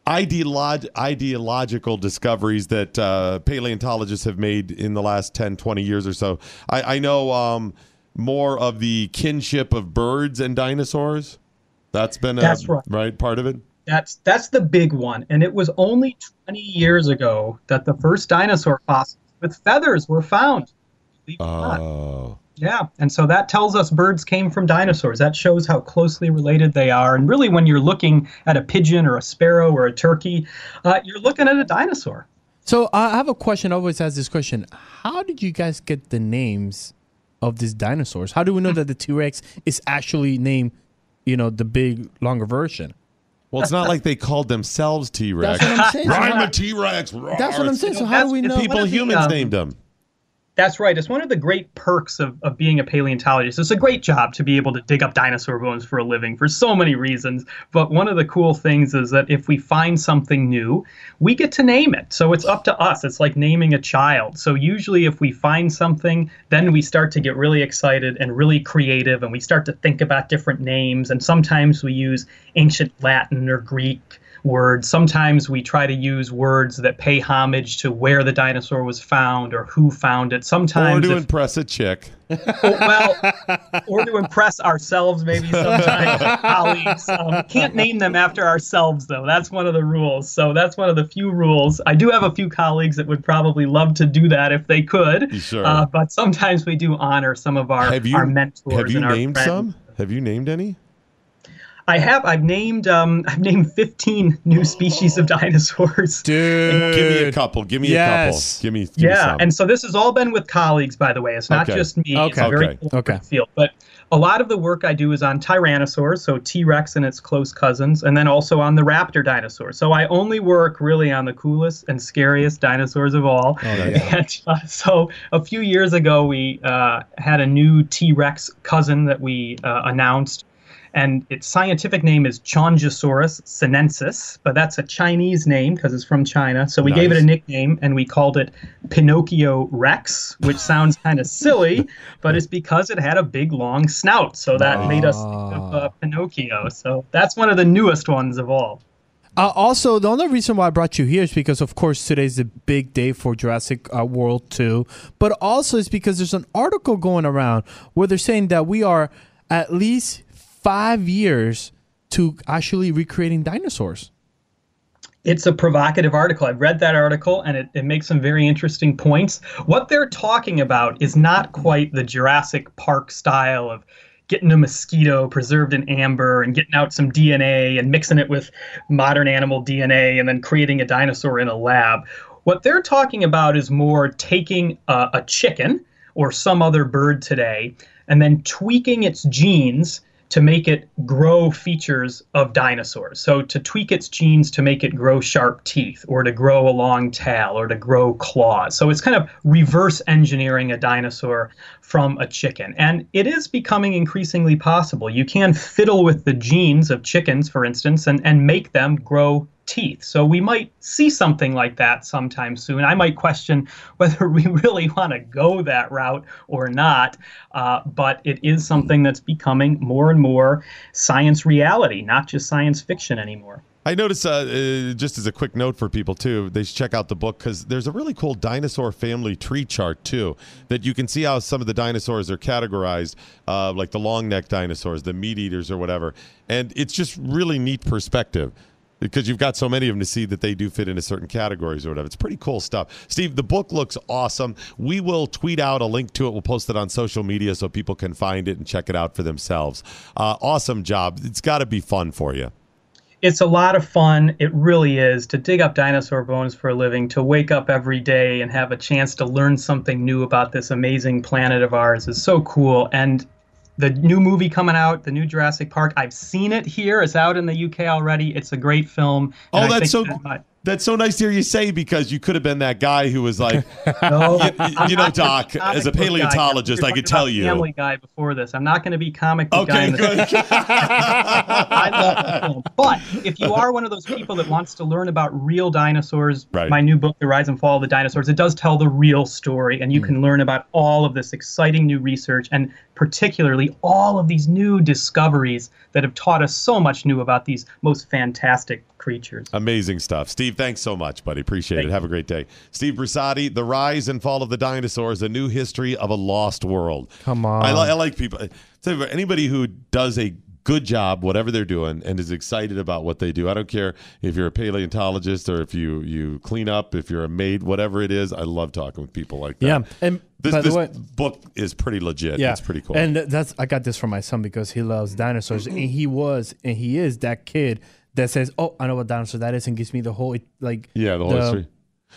Speaker 4: ideolog- ideological discoveries that uh, paleontologists have made in the last 10, 20 years or so? I, I know um, more of the kinship of birds and dinosaurs. That's been a,
Speaker 11: That's right.
Speaker 4: part of it.
Speaker 11: That's that's the big one, and it was only 20 years ago that the first dinosaur fossils with feathers were found. Believe it or not.
Speaker 4: Oh.
Speaker 11: Yeah, and so that tells us birds came from dinosaurs. That shows how closely related they are. And really, when you're looking at a pigeon or a sparrow or a turkey, uh, you're looking at a dinosaur.
Speaker 5: So I I have a question. I always ask this question: How did you guys get the names of these dinosaurs? How do we know that the T Rex is actually named, you know, the big
Speaker 4: [LAUGHS]
Speaker 5: longer version?
Speaker 4: Well, it's not like they called themselves T Rex.
Speaker 5: That's what I'm saying. So
Speaker 4: Rhyme
Speaker 5: how-
Speaker 4: the T Rex.
Speaker 5: That's what I'm saying. So how do we know?
Speaker 4: People
Speaker 11: One of the,
Speaker 4: humans
Speaker 11: um,
Speaker 4: named him.
Speaker 11: That's right. It's one of the great perks of, of being a paleontologist. It's a great job to be able to dig up dinosaur bones for a living for so many reasons. But one of the cool things is that if we find something new, we get to name it. So it's up to us. It's like naming a child. So usually, if we find something, then we start to get really excited and really creative and we start to think about different names. And sometimes we use ancient Latin or Greek words. Sometimes we try to use words that pay homage to where the dinosaur was found or who found it.
Speaker 4: or
Speaker 11: Sometimes,
Speaker 4: to
Speaker 11: if-
Speaker 4: impress a chick. [LAUGHS]
Speaker 11: well, or to impress ourselves, maybe sometimes colleagues. Um, can't name them after ourselves, though. That's one of the rules. So that's one of the few rules. I do have a few colleagues that would probably love to do that if they could.
Speaker 4: Sure.
Speaker 11: Uh, but sometimes we do honor some of our,
Speaker 4: Have you
Speaker 11: our mentors
Speaker 4: have you
Speaker 11: and our
Speaker 4: named
Speaker 11: friends.
Speaker 4: some? Have you named any?
Speaker 11: I have. I've named. Um, I've named 15 new species of dinosaurs.
Speaker 5: Dude.
Speaker 4: Give me a couple. Give me
Speaker 5: Yes.
Speaker 4: a couple. Give me. Give me
Speaker 11: Yeah,
Speaker 4: some.
Speaker 11: and so this has all been with colleagues, by the way. It's not
Speaker 4: Okay.
Speaker 11: just me. It's
Speaker 5: Okay.
Speaker 11: a very
Speaker 4: Okay.
Speaker 11: collaborative
Speaker 5: Okay.
Speaker 11: field. But a lot of the work I do is on tyrannosaurs, so T Rex and its close cousins, and then also on the raptor dinosaurs. So I only work really on the coolest and scariest dinosaurs of all. [LAUGHS]
Speaker 4: Oh,
Speaker 11: And uh, so a few years ago, we uh, had a new T Rex cousin that we uh, announced. And its scientific name is Chongosaurus sinensis, but that's a Chinese name because it's from China. So we gave it
Speaker 4: Nice.
Speaker 11: a nickname and we called it Pinocchio Rex, which sounds kind of silly, but it's because it had a big long snout. So that made us think of uh, Pinocchio. So that's one of the newest ones of all.
Speaker 5: Uh, also, the only reason why I brought you here is because, of course, today's a big day for Jurassic uh, World 2, but also it's because there's an article going around where they're saying that we are at least five years to actually recreating dinosaurs.
Speaker 11: It's a provocative article. I've read that article and it, it makes some very interesting points. What they're talking about is not quite the Jurassic Park style of getting a mosquito preserved in amber and getting out some DNA and mixing it with modern animal DNA and then creating a dinosaur in a lab. What they're talking about is more taking a, a chicken or some other bird today and then tweaking its genes to make it grow features of dinosaurs. So to tweak its genes to make it grow sharp teeth or to grow a long tail or to grow claws. So it's kind of reverse engineering a dinosaur from a chicken. And it is becoming increasingly possible. You can fiddle with the genes of chickens, for instance, and, and make them grow teeth. So we might see something like that sometime soon. I might question [LAUGHS] whether we really want to go that route or not, uh, but it is something that's becoming more and more science reality, not just science fiction anymore.
Speaker 4: I noticed, uh, uh, just as a quick note for people too, they should check out the book because there's a really cool dinosaur family tree chart too that you can see how some of the dinosaurs are categorized, uh, like the long-necked dinosaurs, the meat eaters, or whatever. And it's just really neat perspective because you've got so many of them to see that they do fit into certain categories or whatever. It's pretty cool stuff. Steve, the book looks awesome. We will tweet out a link to it. We'll post it on social media so people can find it and check it out for themselves. Uh, awesome job. It's got to be fun for you.
Speaker 11: it's a lot of fun. It really is to dig up dinosaur bones for a living, to wake up every day and have a chance to learn something new about this amazing planet of ours is so cool. And the new movie coming out, the new Jurassic Park, I've seen it here. It's out in the UK already. It's a great film.
Speaker 4: Oh,
Speaker 11: and I
Speaker 4: that's so
Speaker 11: think that-
Speaker 4: [LAUGHS] that's so nice to hear you say because you could have been that guy who was like,
Speaker 11: No,
Speaker 4: you,
Speaker 11: [LAUGHS]
Speaker 4: you know, Doc,
Speaker 11: comic
Speaker 4: as a
Speaker 11: book guy.
Speaker 4: paleontologist,
Speaker 11: We were
Speaker 4: I
Speaker 11: talking about
Speaker 4: could tell you.
Speaker 11: Family Guy before this. I'm not going to be comic book guy.
Speaker 4: Okay,
Speaker 11: in this
Speaker 4: good.
Speaker 11: I love the film. But if you are one of those people that wants to learn about real dinosaurs,
Speaker 4: Right.
Speaker 11: my new book, The Rise and Fall of the Dinosaurs, it does tell the real story,
Speaker 4: Mm.
Speaker 11: and you can learn about all of this exciting new research and particularly all of these new discoveries that have taught us so much new about these most fantastic creatures.
Speaker 4: Amazing stuff. Steve, thanks so much, buddy. Appreciate it. Have a great day. Steve Brusati, The Rise and Fall of the Dinosaurs, A New History of a Lost World.
Speaker 5: Come on.
Speaker 4: I, li- I like people. so for Anybody who does a good job, whatever they're doing, and is excited about what they do. I don't care if you're a paleontologist or if you, you clean up, if you're a maid, whatever it is. I love talking with people like that.
Speaker 5: Yeah. And
Speaker 4: This,
Speaker 5: by
Speaker 4: this
Speaker 5: the way,
Speaker 4: book is pretty legit.
Speaker 5: yeah,
Speaker 4: It's pretty cool.
Speaker 5: And that's I got this from my son because he loves dinosaurs, and he was and he is that kid that says, "Oh, I know what dinosaur that is," and gives me the whole like
Speaker 4: yeah, the whole history.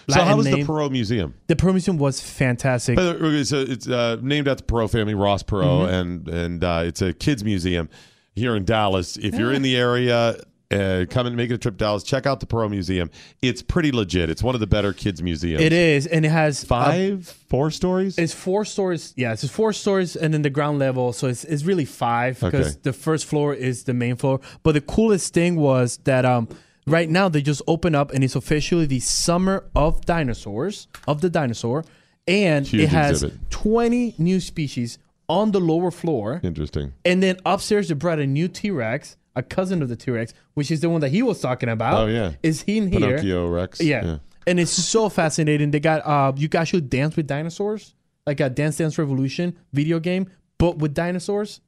Speaker 4: So
Speaker 5: Latin
Speaker 4: how was the
Speaker 5: name.
Speaker 4: Perot Museum?
Speaker 5: The Permission was fantastic.
Speaker 4: By the way, okay, so it's uh, named after the Perot family, Ross
Speaker 5: Mm-hmm. Ah.
Speaker 4: Perot, and and uh, it's a kids museum here in Dallas. If you're in the area Uh, come and make it a trip to Dallas. Check out the Perot Museum. It's pretty legit. It's one of the better kids' museums.
Speaker 5: It is, and it has
Speaker 4: Five, four stories.
Speaker 5: It's four stories. Yeah, it's four stories, and then the ground level. So it's it's really five because
Speaker 4: Okay.
Speaker 5: the first floor is the main floor. But the coolest thing was that um right now they just open up and it's officially the summer of dinosaurs of the dinosaur, and
Speaker 4: Huge
Speaker 5: it has
Speaker 4: exhibit.
Speaker 5: twenty new species on the lower floor.
Speaker 4: Interesting.
Speaker 5: And then upstairs, they brought a new T Rex, a cousin of the T Rex, which is the one that he was talking about.
Speaker 4: Oh, yeah.
Speaker 5: is he in here?
Speaker 4: Pinocchio Rex.
Speaker 5: Yeah.
Speaker 4: Yeah.
Speaker 5: and it's so fascinating. They got uh, you guys should dance with dinosaurs, like a Dance Dance Revolution video game, but with dinosaurs.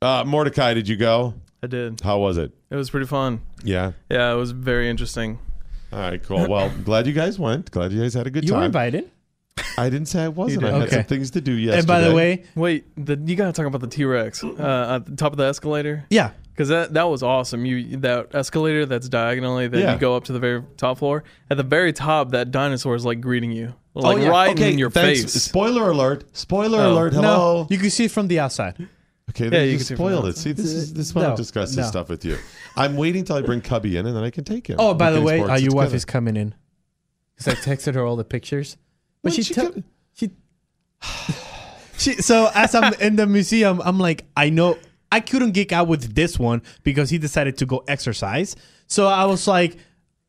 Speaker 4: Uh, Mordecai, did you go?
Speaker 12: I did.
Speaker 4: How was it?
Speaker 12: It was pretty fun.
Speaker 4: Yeah.
Speaker 12: Yeah, it was very interesting.
Speaker 4: All right, cool.
Speaker 12: [LAUGHS]
Speaker 4: Well, glad you guys went. Glad you guys had a good
Speaker 5: You
Speaker 4: time.
Speaker 5: were invited.
Speaker 4: I didn't say I wasn't.
Speaker 12: You
Speaker 4: I
Speaker 12: did.
Speaker 4: had some
Speaker 5: Okay.
Speaker 4: things to do yesterday.
Speaker 5: And by the way,
Speaker 12: Wait, the, you gotta talk about the T Rex uh, at the top of the escalator.
Speaker 5: Yeah.
Speaker 12: because that that was awesome. You that escalator that's diagonally that
Speaker 4: Yeah.
Speaker 12: you go up to the very top floor. At the very top, that dinosaur is like greeting you, like
Speaker 4: Oh, yeah.
Speaker 12: right
Speaker 4: Okay,
Speaker 12: in your
Speaker 4: thanks.
Speaker 12: face.
Speaker 4: Spoiler alert. Spoiler
Speaker 12: Oh.
Speaker 4: alert.
Speaker 5: no,
Speaker 4: Hello.
Speaker 5: you can see it from the outside.
Speaker 4: Okay,
Speaker 12: Yeah,
Speaker 4: then
Speaker 12: you
Speaker 4: you
Speaker 12: can see it from
Speaker 4: spoiled
Speaker 12: the
Speaker 4: it. See, this is this is
Speaker 5: No,
Speaker 4: why I don't discuss this
Speaker 5: no.
Speaker 4: stuff with you. I'm waiting till I bring Cubby in, and then I can take him.
Speaker 5: Oh, by
Speaker 4: We
Speaker 5: the
Speaker 4: can
Speaker 5: way,
Speaker 4: explore
Speaker 5: uh,
Speaker 4: it
Speaker 5: your wife
Speaker 4: together.
Speaker 5: is coming in because I texted her all the pictures, but
Speaker 4: When'd
Speaker 5: she
Speaker 4: she
Speaker 5: tell
Speaker 4: come-
Speaker 5: she she. So as I'm in the museum, I'm like, I know I couldn't geek out with this one because he decided to go exercise. So I was like,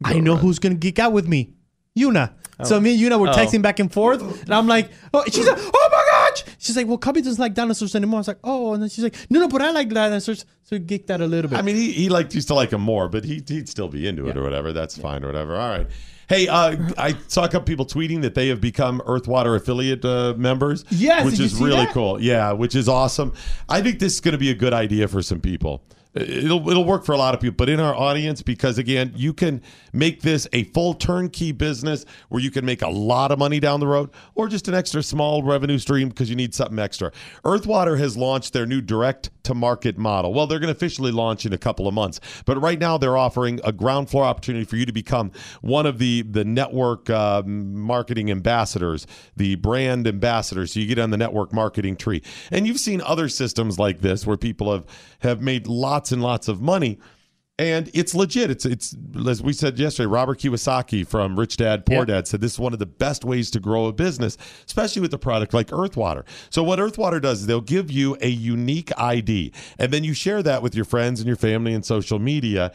Speaker 5: I know who's gonna geek out with me, Yuna. So me and Yuna
Speaker 4: Oh.
Speaker 5: were texting back and forth, and I'm like, oh, she's like, oh my gosh. She's like, well, Cubby doesn't like dinosaurs anymore. I was like, oh, and then she's like, no, no, but I like dinosaurs. So we geeked out a little bit.
Speaker 4: I mean, he, he liked used to like him more, but he he'd still be into it or whatever. That's fine or whatever. All right. Hey, uh, I saw a couple people tweeting that they have become Earth Water affiliate uh, members.
Speaker 5: Yes,
Speaker 4: which
Speaker 5: did you
Speaker 4: is
Speaker 5: see
Speaker 4: really
Speaker 5: that?
Speaker 4: cool. Yeah, which is awesome. I think this is going to be a good idea for some people. It'll it'll work for a lot of people, but in our audience, because again, you can make this a full turnkey business where you can make a lot of money down the road, or just an extra small revenue stream because you need something extra. Earthwater has launched their new direct to market model. Well, they're going to officially launch in a couple of months, but right now they're offering a ground floor opportunity for you to become one of the the network uh, marketing ambassadors, the brand ambassadors. So you get on the network marketing tree, and you've seen other systems like this where people have have made lots and lots of money. And it's legit. It's it's as we said yesterday. Robert Kiyosaki from Rich Dad Poor
Speaker 5: Yeah.
Speaker 4: Dad said this is one of the best ways to grow a business, especially with a product like Earthwater. So what Earthwater does is they'll give you a unique ID, and then you share that with your friends and your family and social media.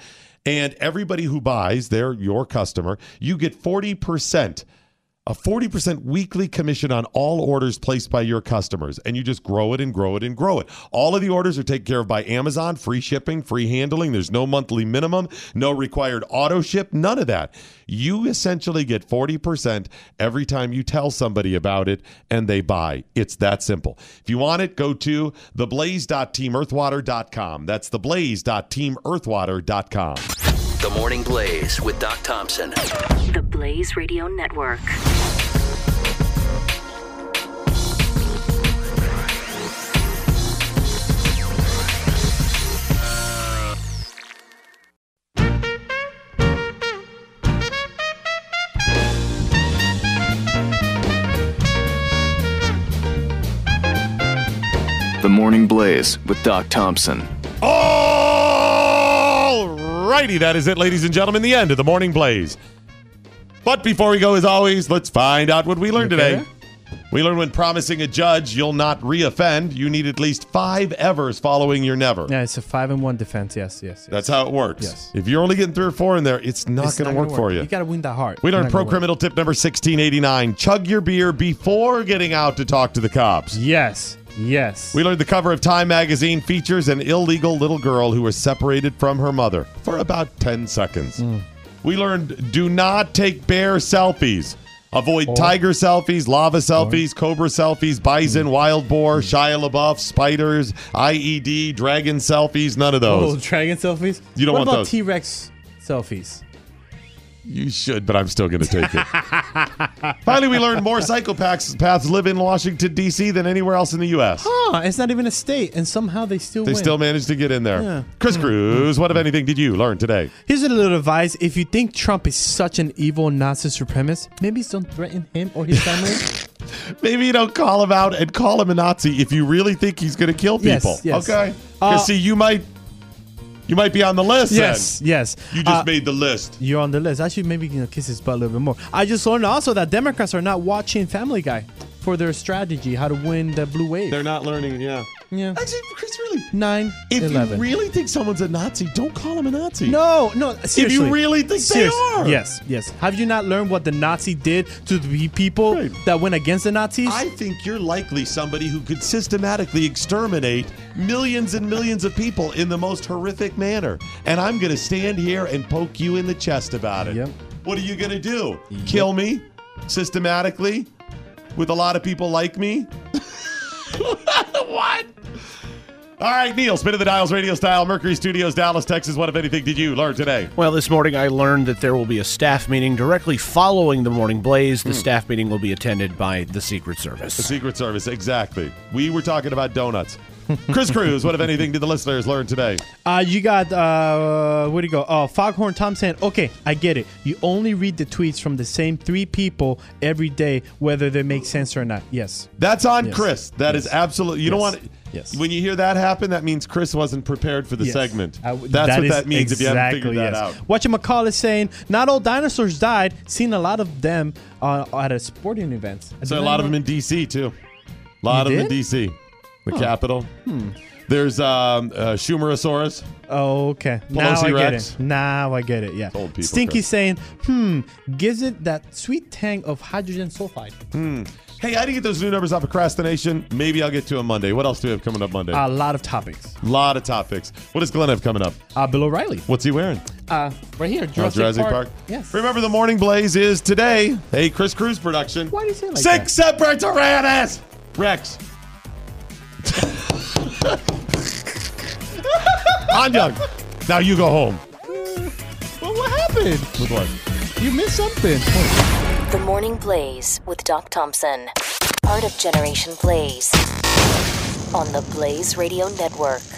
Speaker 4: And everybody who buys, they're your customer. You get forty percent a 40% weekly commission on all orders placed by your customers and you just grow it and grow it and grow it all of the orders are taken care of by amazon free shipping free handling there's no monthly minimum no required auto ship none of that you essentially get 40% every time you tell somebody about it and they buy it's that simple if you want it go to theblaze.teamearthwater.com that's theblaze.teamearthwater.com
Speaker 3: The Morning Blaze with Doc Thompson.
Speaker 1: The Blaze Radio Network.
Speaker 6: The Morning Blaze with Doc Thompson.
Speaker 4: Alrighty, that is it, ladies and gentlemen. The end of the morning blaze. But before we go, as always, let's find out what we learned today. We learned when promising a judge you'll not reoffend, you need at least five evers following your never.
Speaker 5: yeah, it's a five and one defense. Yes, yes. yes.
Speaker 4: That's how it works.
Speaker 5: Yes.
Speaker 4: If you're only getting three or four in there, it's not
Speaker 5: It's
Speaker 4: going to
Speaker 5: not
Speaker 4: work, for you.
Speaker 5: You gotta win that heart.
Speaker 4: we learned
Speaker 5: It's not
Speaker 4: pro
Speaker 5: gonna
Speaker 4: criminal
Speaker 5: work.
Speaker 4: tip number 1689 chug your beer before getting out to talk to the cops.
Speaker 5: Yes, yes.
Speaker 4: We learned the cover of Time magazine features an illegal little girl who was separated from her mother for about 10 seconds.
Speaker 5: Hmm.
Speaker 4: We learned do not take bear selfies.
Speaker 5: Oh.
Speaker 4: Avoid tiger selfies, lava selfies, cobra selfies, bison,
Speaker 5: Hmm.
Speaker 4: wild boar, Shia LaBeouf, spiders, IED, dragon selfies, none of
Speaker 5: oh,
Speaker 4: those.
Speaker 5: dragon selfies.
Speaker 4: You don't
Speaker 5: what
Speaker 4: want
Speaker 5: about
Speaker 4: those.
Speaker 5: T Rex selfies?
Speaker 4: You should, but I'm still going to take
Speaker 5: [LAUGHS]
Speaker 4: it. Finally, we learned more psychopaths paths live in Washington, D.C. than anywhere else in the U.S.
Speaker 5: Huh? It's not even a state, and somehow they still
Speaker 4: They
Speaker 5: win.
Speaker 4: still managed to get in there.
Speaker 5: Yeah. Hmm.
Speaker 4: Chris Cruz, what, if anything, did you learn today?
Speaker 5: Here's a little advice: if you think Trump is such an evil Nazi supremacist, maybe don't threaten him or his
Speaker 4: [LAUGHS]
Speaker 5: family.
Speaker 4: Maybe you don't call him out and call him a Nazi if you really think he's going to kill
Speaker 5: Yes,
Speaker 4: people.
Speaker 5: yes.
Speaker 4: Okay. 'Cause
Speaker 5: Uh,
Speaker 4: see, you might You might be on the list.
Speaker 5: Yes,
Speaker 4: then.
Speaker 5: yes.
Speaker 4: You just
Speaker 5: Uh,
Speaker 4: made the list.
Speaker 5: You're on the list. I should maybe you know, kiss his butt a little bit more. I just learned also that Democrats are not watching Family Guy for their strategy, how to win the blue wave.
Speaker 4: They're not learning. Yeah.
Speaker 5: Yeah.
Speaker 4: Actually, Chris, really.
Speaker 5: Nine.
Speaker 4: If
Speaker 5: 11.
Speaker 4: you really think someone's a Nazi, don't call him a Nazi.
Speaker 5: No, no. Seriously.
Speaker 4: If you really think
Speaker 5: Seriously.
Speaker 4: they are.
Speaker 5: Yes, yes. Have you not learned what the Nazi did to the people that went against the Nazis?
Speaker 4: I think you're likely somebody who could systematically exterminate millions and millions of people in the most horrific manner. And I'm going to stand here and poke you in the chest about it. What are you going to do? Kill me systematically with a lot of people like me? [LAUGHS] what? All right, Neil, spin of the dials, radio style, Mercury Studios, Dallas, Texas. What, if anything, did you learn today?
Speaker 13: Well, this morning I learned that there will be a staff meeting directly following the morning blaze.
Speaker 12: Hmm.
Speaker 13: The staff meeting will be attended by the Secret Service.
Speaker 4: The Secret Service, exactly. We were talking about donuts. Chris Cruz, what, if anything, did the listeners learn today?
Speaker 5: Uh, you got uh, where do you go? Oh, Foghorn Tom saying, "Okay, I get it. You only read the tweets from the same three people every day, whether they make sense or not." Yes.
Speaker 4: That's on
Speaker 5: Yes.
Speaker 4: Chris. That is
Speaker 5: Yes.
Speaker 4: absolutely. You don't
Speaker 5: Yes.
Speaker 4: want.
Speaker 5: Yes.
Speaker 4: When you hear that happen, that means Chris wasn't prepared for the
Speaker 5: Yes.
Speaker 4: segment.
Speaker 5: I w-
Speaker 4: That's
Speaker 5: that
Speaker 4: what
Speaker 5: is
Speaker 4: that means if you haven't figured
Speaker 5: exactly,
Speaker 4: that out.
Speaker 5: yes. Whatchamacall is saying, not all dinosaurs died. Seen a lot of them uh, at a sporting event.
Speaker 4: So a lot of them in D.C. too. A lot
Speaker 5: You
Speaker 4: of them in
Speaker 5: did?
Speaker 4: D.C. The
Speaker 5: Huh.
Speaker 4: capital.
Speaker 5: Hmm.
Speaker 4: There's um, uh, Schumerosaurus.
Speaker 5: Oh, okay. now
Speaker 4: Pelosi
Speaker 5: I get
Speaker 4: Rex.
Speaker 5: it. Now I get it. Yeah.
Speaker 4: people,
Speaker 5: Stinky
Speaker 4: Chris.
Speaker 5: saying, "Hmm, gives it that sweet tang of hydrogen sulfide."
Speaker 4: Hmm. Hey, I didn't get those new numbers on procrastination. Maybe I'll get to them Monday. What else do we have coming up Monday?
Speaker 5: A lot of topics.
Speaker 4: lot of topics. What does Glenn have coming up?
Speaker 5: Uh, Bill O'Reilly.
Speaker 4: What's he wearing?
Speaker 5: Uh, right here,
Speaker 4: Oh,
Speaker 5: Jurassic,
Speaker 4: Jurassic Park.
Speaker 5: Yes.
Speaker 4: Remember, the Morning Blaze is today. Hey, Chris Cruz production. Why
Speaker 5: do you say like
Speaker 4: Six separate Tyrannus!
Speaker 5: [LAUGHS]
Speaker 4: Rex. Anjung. Now you go home.
Speaker 5: Well, what happened?
Speaker 4: With what?
Speaker 5: You missed something.
Speaker 1: The Morning Blaze with Doc Thompson. Part of Generation Blaze. On the Blaze Radio Network.